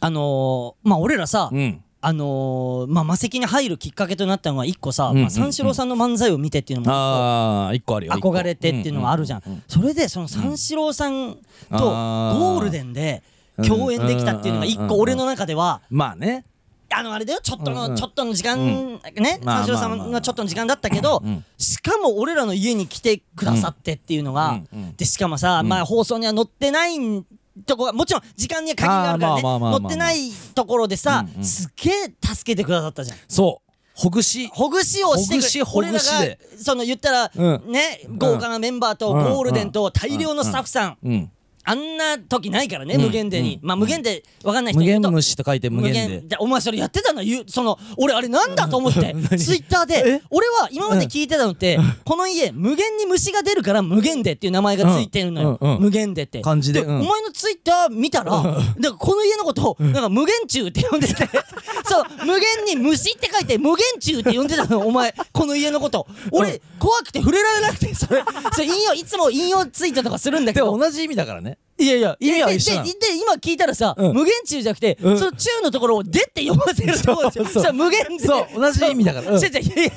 [SPEAKER 1] あのー、まあ俺らさ、
[SPEAKER 2] うん
[SPEAKER 1] あのー、まあ魔石に入るきっかけとなったのは一個さ、
[SPEAKER 2] うんうんうん
[SPEAKER 1] まあ、三四郎さんの漫才を見てっていうのも
[SPEAKER 2] ああ一個あるよ一個
[SPEAKER 1] 憧れてっていうのがあるじゃん、
[SPEAKER 2] ううう
[SPEAKER 1] それでその三四郎さんと
[SPEAKER 2] あー
[SPEAKER 1] ゴールデンで共演できたっていうのが一
[SPEAKER 2] うんうんうん
[SPEAKER 1] 個
[SPEAKER 2] うん
[SPEAKER 1] 俺の中では
[SPEAKER 2] まあね
[SPEAKER 1] あのあれだよちょっとの、
[SPEAKER 2] うんうん
[SPEAKER 1] ちょっとの時間、
[SPEAKER 2] うん
[SPEAKER 1] ね
[SPEAKER 2] まあ
[SPEAKER 1] 三四郎さ
[SPEAKER 2] まあ
[SPEAKER 1] ん
[SPEAKER 2] まあ
[SPEAKER 1] のちょっとの時間だったけど、
[SPEAKER 2] うん
[SPEAKER 1] しかも俺らの家に来てくださってっていうのが、
[SPEAKER 2] うんうん
[SPEAKER 1] でしかもさ、まあ放送には載ってないんとこがもちろん時間には限りがあるからね
[SPEAKER 2] あーまあまあまあまあ
[SPEAKER 1] 載ってないところでさ、
[SPEAKER 2] うんうん
[SPEAKER 1] すっげえ助けてくださったじゃん。
[SPEAKER 2] そうほぐし
[SPEAKER 1] ほぐしをしてく
[SPEAKER 2] ほぐし
[SPEAKER 1] 俺ら
[SPEAKER 2] ほぐしで
[SPEAKER 1] がその言ったら、
[SPEAKER 2] うん
[SPEAKER 1] ね豪華なメンバーと
[SPEAKER 2] うん
[SPEAKER 1] ゴールデンと大量のスタッフさん、
[SPEAKER 2] うん
[SPEAKER 1] あんな時ないからね、
[SPEAKER 2] うん
[SPEAKER 1] 無限でに、
[SPEAKER 2] うん
[SPEAKER 1] まあ無限でわかんない人
[SPEAKER 2] 無
[SPEAKER 1] いる
[SPEAKER 2] 限
[SPEAKER 1] と
[SPEAKER 2] 虫と書いて無限で
[SPEAKER 1] じゃお前それやってたのゆその俺あれなんだと思って
[SPEAKER 2] うん何
[SPEAKER 1] ツイッターで
[SPEAKER 2] え
[SPEAKER 1] 俺は今まで聞いてたのってこの家無限に虫が出るから無限でっていう名前がついてるのよ
[SPEAKER 2] うんうんうん
[SPEAKER 1] 無限でって
[SPEAKER 2] 漢字で
[SPEAKER 1] お
[SPEAKER 2] うん
[SPEAKER 1] 前のツイッター見たらなんかこの家のことをなんか無限中って呼んで てそう無限に虫って書いて無限中って呼んでたのお前この家のこと俺怖くて触れられなくてそれそれ引用いつも引用ツイートとかするんだけ
[SPEAKER 2] で
[SPEAKER 1] ど
[SPEAKER 2] も同じ意味だからねいやいや意味は
[SPEAKER 1] で
[SPEAKER 2] 一緒なの
[SPEAKER 1] でで今聞いたらさ、
[SPEAKER 2] うん
[SPEAKER 1] 無限中じゃなくて、
[SPEAKER 2] うん
[SPEAKER 1] その中のところを「で」って読ませるところでしょ
[SPEAKER 2] そうそう
[SPEAKER 1] さ無限で
[SPEAKER 2] そう同じ意味だから
[SPEAKER 1] そう
[SPEAKER 2] うん
[SPEAKER 1] 違う違ういや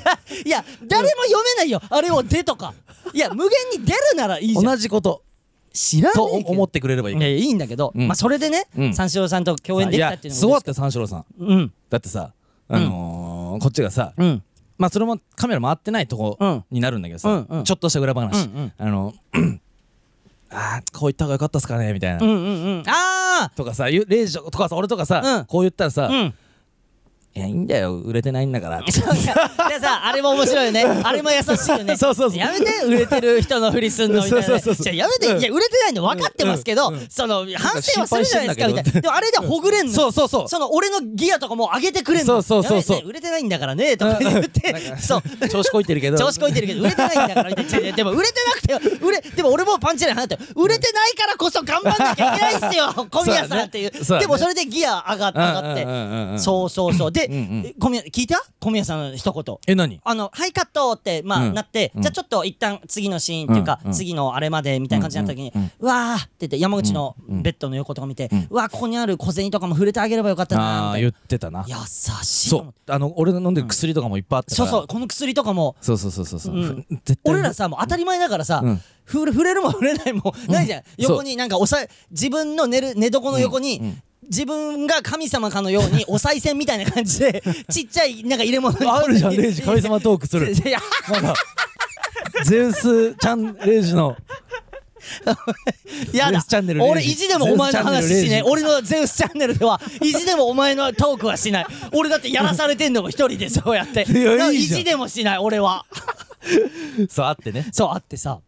[SPEAKER 1] いや誰も読めないよ、あれを「で」とかいや無限に出るならいいじゃん
[SPEAKER 2] 同じこと
[SPEAKER 1] 知ら
[SPEAKER 2] と
[SPEAKER 1] ねえけど
[SPEAKER 2] 思ってくれればいい
[SPEAKER 1] いやいいんだけど、
[SPEAKER 2] うん
[SPEAKER 1] まあそれでね、
[SPEAKER 2] うん
[SPEAKER 1] 三四郎さんと共演できたっていうの
[SPEAKER 2] すご
[SPEAKER 1] も
[SPEAKER 2] かったよ三四郎さん
[SPEAKER 1] うん
[SPEAKER 2] だってさあのーこっちがさ
[SPEAKER 1] うん
[SPEAKER 2] まあそれもカメラ回ってないとこ
[SPEAKER 1] うん
[SPEAKER 2] になるんだけ
[SPEAKER 1] う
[SPEAKER 2] ど
[SPEAKER 1] ん
[SPEAKER 2] さ
[SPEAKER 1] うん
[SPEAKER 2] ちょっとした裏話
[SPEAKER 1] うんうん
[SPEAKER 2] あの あーこう言った方が良かったっすかねみたい
[SPEAKER 1] うん
[SPEAKER 2] な
[SPEAKER 1] うんうんあ
[SPEAKER 2] とかさゆレイジとかさ俺とか
[SPEAKER 1] うん
[SPEAKER 2] さこう言ったら
[SPEAKER 1] あ
[SPEAKER 2] さ
[SPEAKER 1] うん
[SPEAKER 2] いやいいんだよ売れてないんだからって
[SPEAKER 1] そういやでさあれも面白いよねあれも優しいよね
[SPEAKER 2] そうそうそう
[SPEAKER 1] やめて売れてる人のふりすんのみたいな
[SPEAKER 2] そう
[SPEAKER 1] ね
[SPEAKER 2] そうそうそう
[SPEAKER 1] じゃあやめて
[SPEAKER 2] う
[SPEAKER 1] い
[SPEAKER 2] ん
[SPEAKER 1] や売れてないの分かってますけど、
[SPEAKER 2] うんうん
[SPEAKER 1] その反省はするじゃないですかみたいな
[SPEAKER 2] 心配してんだけど
[SPEAKER 1] でもあれではほぐれんの
[SPEAKER 2] そうそうそう
[SPEAKER 1] その俺のギアとかも上げてくれん
[SPEAKER 2] そ
[SPEAKER 1] の
[SPEAKER 2] うそうそうそう
[SPEAKER 1] やめて売れてないんだからねとか言って、そう
[SPEAKER 2] 調子こいてるけど
[SPEAKER 1] 調子こいてるけど売れてないんだからみたいないやいやでも売れてなくて売れでも俺もパンチライン放って売れてないからこそ頑張んなきゃいけないんす よ小宮さんっていう
[SPEAKER 2] そうだね
[SPEAKER 1] でもそれでギア上が上がって、
[SPEAKER 2] うんうんうんうん
[SPEAKER 1] そうそうそうで、
[SPEAKER 2] んうん
[SPEAKER 1] 小宮聞いた小宮さんの一言
[SPEAKER 2] え何
[SPEAKER 1] あの、はい、カットって、まあ、
[SPEAKER 2] うん
[SPEAKER 1] なって、
[SPEAKER 2] うん
[SPEAKER 1] じゃあちょっと一旦次のシーンっていうか、
[SPEAKER 2] うんうん
[SPEAKER 1] 次のあれまでみたいな感じになった時に、
[SPEAKER 2] う
[SPEAKER 1] うん
[SPEAKER 2] うん
[SPEAKER 1] わーって言って、山口の
[SPEAKER 2] うんうん
[SPEAKER 1] ベッドの横とか見て、う
[SPEAKER 2] うん
[SPEAKER 1] わー、ここにある小銭とかも触れてあげればよかったな
[SPEAKER 2] あ
[SPEAKER 1] ー
[SPEAKER 2] あ
[SPEAKER 1] み
[SPEAKER 2] 言ってたな
[SPEAKER 1] たいな。優しいと
[SPEAKER 2] そ
[SPEAKER 1] 思っ。
[SPEAKER 2] うあの俺の飲んでる薬とかもいっぱいあってた
[SPEAKER 1] そ
[SPEAKER 2] か
[SPEAKER 1] う
[SPEAKER 2] ら
[SPEAKER 1] そう、この薬とかも、
[SPEAKER 2] そうそうそうそうそう、
[SPEAKER 1] うん
[SPEAKER 2] 絶対
[SPEAKER 1] 俺らさ、もう当たり前だからさ、
[SPEAKER 2] うん
[SPEAKER 1] 触れ触れるも触れないもないじゃん。横になんかおさえ、自分の寝る、寝床の横に、
[SPEAKER 2] うんうん
[SPEAKER 1] 自分が神様かのようにお賽銭みたいな感じ でちっちゃいなんか入れ物に
[SPEAKER 2] あるじゃんレイジ神様トーク する
[SPEAKER 1] いや
[SPEAKER 2] なんかゼウスちゃんレイジの
[SPEAKER 1] や
[SPEAKER 2] ゼ
[SPEAKER 1] だ
[SPEAKER 2] ウスチャンネルレイジ
[SPEAKER 1] 俺意地でもお前の話しない
[SPEAKER 2] ゼウスチャンネル
[SPEAKER 1] 俺
[SPEAKER 2] レイジ
[SPEAKER 1] のゼウスチャンネル では意地でもお前のトークはしない俺だってやらされてんのも一人でそうやって
[SPEAKER 2] いやいいじゃん
[SPEAKER 1] なんか意地でもしない俺は
[SPEAKER 2] そうあってね
[SPEAKER 1] そうあってさ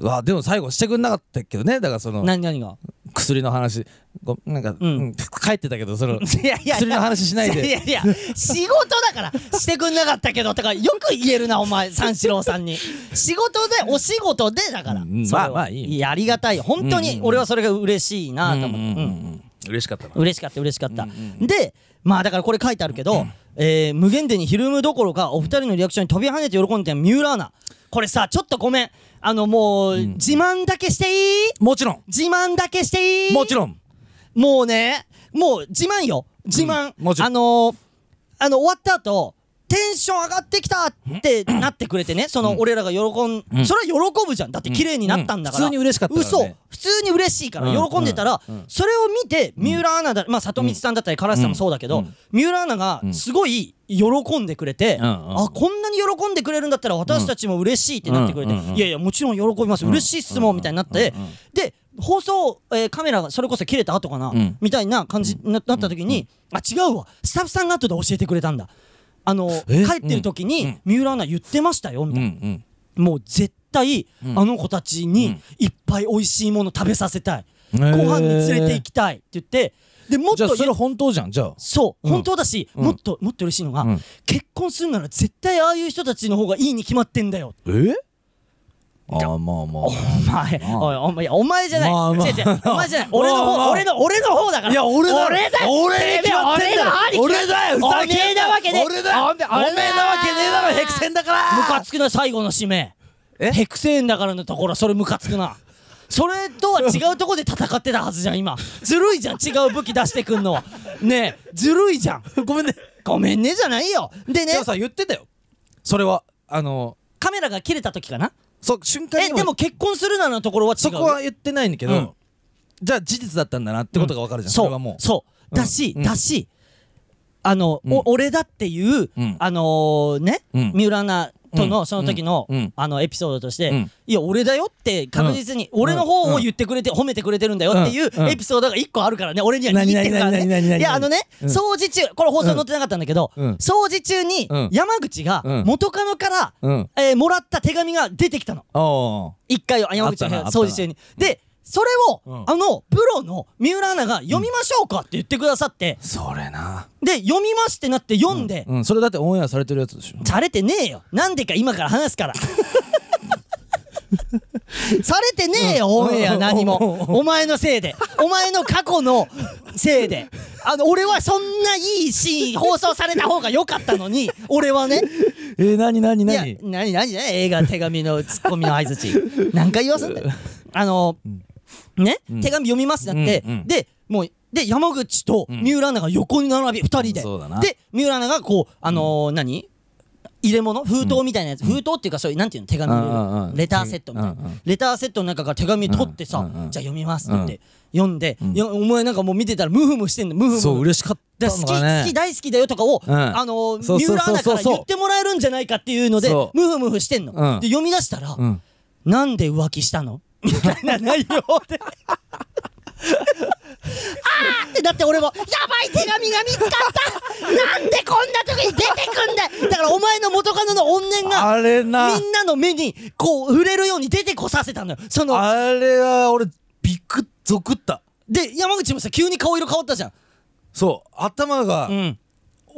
[SPEAKER 2] わあでも最後してくんなかったけどねだからその
[SPEAKER 1] 何何が
[SPEAKER 2] 薬の話ごなんか、
[SPEAKER 1] ん
[SPEAKER 2] うん帰ってたけどそ
[SPEAKER 1] い
[SPEAKER 2] の
[SPEAKER 1] やいやいや
[SPEAKER 2] 薬の話しないで
[SPEAKER 1] いやいや仕事だからしてくんなかったけどとかよく言えるなお前三四郎さんに仕事でお仕事でだから、
[SPEAKER 2] うんうん
[SPEAKER 1] それは
[SPEAKER 2] まあまあいいよ
[SPEAKER 1] やありがたいよ本当に俺はそれが嬉しいなと思って、
[SPEAKER 2] うんうんう
[SPEAKER 1] うん
[SPEAKER 2] ん嬉しかったな
[SPEAKER 1] 嬉しかった嬉しかった、でまあだからこれ書いてあるけど、えー無限でにひるむどころかお二人のリアクションに飛び跳ねて喜んでた三浦アナこれさちょっとごめんあのもう、自慢だけしていい
[SPEAKER 2] もちろん
[SPEAKER 1] 自慢だけしていい
[SPEAKER 2] もちろん
[SPEAKER 1] もうねもう自慢よ自慢、
[SPEAKER 2] うんもちろん
[SPEAKER 1] あのーあの終わった後テンション上がってきたってなってくれてね、その俺らが喜ん、
[SPEAKER 2] ん
[SPEAKER 1] それは喜ぶじゃん。だって綺麗になったんだから。
[SPEAKER 2] うんうん普通に嬉しかったからね
[SPEAKER 1] 嘘。普通に嬉しいから、
[SPEAKER 2] うん
[SPEAKER 1] 喜んでたら、それを見て、三浦アナだ、まあ、里光さんだったり、唐橋さんもそうだけど、
[SPEAKER 2] うん
[SPEAKER 1] 三浦アナがすごい喜んでくれて、
[SPEAKER 2] うんうん
[SPEAKER 1] あ、こんなに喜んでくれるんだったら私たちも嬉しいってなってくれて、
[SPEAKER 2] うんうんうん
[SPEAKER 1] いやいや、もちろん喜びます。嬉しいっすもん、みたいになって、で、放送、えーカメラがそれこそ切れた後かな、
[SPEAKER 2] ん
[SPEAKER 1] みたいな感じにななった時に、あ、違うわ。スタッフさんが後で教えてくれたんだ。あの、
[SPEAKER 2] え
[SPEAKER 1] 帰ってる時に、
[SPEAKER 2] うん
[SPEAKER 1] 三浦アナ言ってましたよ、み
[SPEAKER 2] う
[SPEAKER 1] たいな。
[SPEAKER 2] ん
[SPEAKER 1] もう絶対、
[SPEAKER 2] ん
[SPEAKER 1] あの子たちにいっぱい美味しいもの食べさせたい、
[SPEAKER 2] へ
[SPEAKER 1] ご飯
[SPEAKER 2] ー
[SPEAKER 1] に連れて行きたいって言ってでもっ
[SPEAKER 2] うんじゃあ
[SPEAKER 1] と
[SPEAKER 2] それ本当じゃんじゃあ
[SPEAKER 1] そう、
[SPEAKER 2] うん
[SPEAKER 1] 本当だし、
[SPEAKER 2] ん
[SPEAKER 1] もっともっと嬉しいのが、
[SPEAKER 2] うん
[SPEAKER 1] 結婚するなら絶対ああいう人たちの方がいいに決まってんだよ
[SPEAKER 2] えああまあまあ
[SPEAKER 1] お前おいお前いやお前じゃない、
[SPEAKER 2] まあまあ
[SPEAKER 1] 違う違うお前じゃない俺の方、
[SPEAKER 2] まあまあ
[SPEAKER 1] 俺の俺の方だから
[SPEAKER 2] いや俺だ
[SPEAKER 1] 俺だ
[SPEAKER 2] 俺に決まってんだ
[SPEAKER 1] よ
[SPEAKER 2] よ俺だよふざけ
[SPEAKER 1] おめえ
[SPEAKER 2] んな
[SPEAKER 1] なわけねえ
[SPEAKER 2] 俺だよ
[SPEAKER 1] おめえ俺だよ
[SPEAKER 2] おめえなわけねえだろヘクセンだから
[SPEAKER 1] ムカつくな最後の締め
[SPEAKER 2] え
[SPEAKER 1] ヘクセンだからのところそれムカつくなそれとは違うとこで戦ってたはずじゃん今ずるいじゃん違う武器出してくんのはねえずるいじゃん
[SPEAKER 2] ごめんね
[SPEAKER 1] ごめんねじゃないよでね
[SPEAKER 2] でもさ言ってたよそれはあの
[SPEAKER 1] カメラが切れた時かな
[SPEAKER 2] そう瞬間に
[SPEAKER 1] えでも結婚するならのところは違う
[SPEAKER 2] そこは言ってないんだけど、
[SPEAKER 1] うん
[SPEAKER 2] じゃあ事実だったんだなってことがわかるじゃん、それ
[SPEAKER 1] そ
[SPEAKER 2] はも
[SPEAKER 1] う
[SPEAKER 2] う
[SPEAKER 1] そう
[SPEAKER 2] うん
[SPEAKER 1] だし
[SPEAKER 2] うん
[SPEAKER 1] だしあの、
[SPEAKER 2] うん
[SPEAKER 1] お俺だっていう、
[SPEAKER 2] うん
[SPEAKER 1] あのーね、
[SPEAKER 2] うん
[SPEAKER 1] 三浦アナと
[SPEAKER 2] う
[SPEAKER 1] の
[SPEAKER 2] ん
[SPEAKER 1] その時の、
[SPEAKER 2] うんうん
[SPEAKER 1] あのエピソードとして、
[SPEAKER 2] うん
[SPEAKER 1] いや俺だよって確実に俺の方を言ってくれて、褒めてくれてるんだよっていう
[SPEAKER 2] うんうん
[SPEAKER 1] エピソードが一個あるからね俺には握ってるから
[SPEAKER 2] 何々何々何々
[SPEAKER 1] ねいやあのね、
[SPEAKER 2] うん
[SPEAKER 1] 掃除中これ放送載ってなかったんだけど、
[SPEAKER 2] うん
[SPEAKER 1] 掃除中に
[SPEAKER 2] うん
[SPEAKER 1] 山口が
[SPEAKER 2] うん
[SPEAKER 1] 元カノから、
[SPEAKER 2] うん。
[SPEAKER 1] えーもらった手紙が出てきたの。
[SPEAKER 2] おー。
[SPEAKER 1] 一回は山口の部屋
[SPEAKER 2] あったな
[SPEAKER 1] 掃除中に。で、それ
[SPEAKER 2] う
[SPEAKER 1] を、
[SPEAKER 2] ん
[SPEAKER 1] あの、プロの三浦アナが読みましょうかって言ってくださって、
[SPEAKER 2] それな。
[SPEAKER 1] で、読みますってなって読んで、
[SPEAKER 2] うん、それだってオンエアされてるやつ でしょ。
[SPEAKER 1] されてねえよ。なんでか今から話す から。されてねえよ、オンエア何も。お前のせいで。お前の過去のせいで。 あの、俺はそんないいシーン放送された方が良かったのに、俺はね。
[SPEAKER 2] えー、なになに
[SPEAKER 1] い
[SPEAKER 2] な
[SPEAKER 1] や
[SPEAKER 2] に、
[SPEAKER 1] 何、何、何、映画、手紙のツッコミの相 づち。何回言わすんだよ。あの、ね、手紙読みますだって、
[SPEAKER 2] うんうん
[SPEAKER 1] で、もう、で、山口と三浦アナが横に並び、二人で。
[SPEAKER 2] そうだな
[SPEAKER 1] で、三浦アナがこう、あのー何入れ物封筒みたいなやつ、封筒っていうかそういうなんていうの手紙入れる
[SPEAKER 2] うんうんうん
[SPEAKER 1] レターセットみたいな、
[SPEAKER 2] うんうん
[SPEAKER 1] レターセットの中から手紙取ってさ、
[SPEAKER 2] うんうんうん
[SPEAKER 1] じゃあ読みますって言って、読んで、いやお前なんかもう見てたらムフムしてんのムフム
[SPEAKER 2] そう、嬉しかっ
[SPEAKER 1] だ
[SPEAKER 2] た
[SPEAKER 1] から好
[SPEAKER 2] の
[SPEAKER 1] き、
[SPEAKER 2] がね。
[SPEAKER 1] 好き大好きだよとかを、
[SPEAKER 2] うん
[SPEAKER 1] あのー
[SPEAKER 2] そう
[SPEAKER 1] 三
[SPEAKER 2] そう
[SPEAKER 1] 浦ア
[SPEAKER 2] そう
[SPEAKER 1] ナか
[SPEAKER 2] そう
[SPEAKER 1] ら言ってもらえるんじゃないかっていうので
[SPEAKER 2] そう
[SPEAKER 1] ムフムフしてんの、
[SPEAKER 2] うん
[SPEAKER 1] で読み出したら、
[SPEAKER 2] うん。
[SPEAKER 1] なんで浮気したのみたいな内容であーってだって俺もやばい手紙が見つかったなんでこんな時に出てくんだよだからお前の元カノの怨念が
[SPEAKER 2] あれな。
[SPEAKER 1] みんなの目にこう触れるように出てこさせたのよその
[SPEAKER 2] あれは俺、ビックゾクった。
[SPEAKER 1] で山口もさ急に顔色変わったじゃん
[SPEAKER 2] そう、頭が、
[SPEAKER 1] うん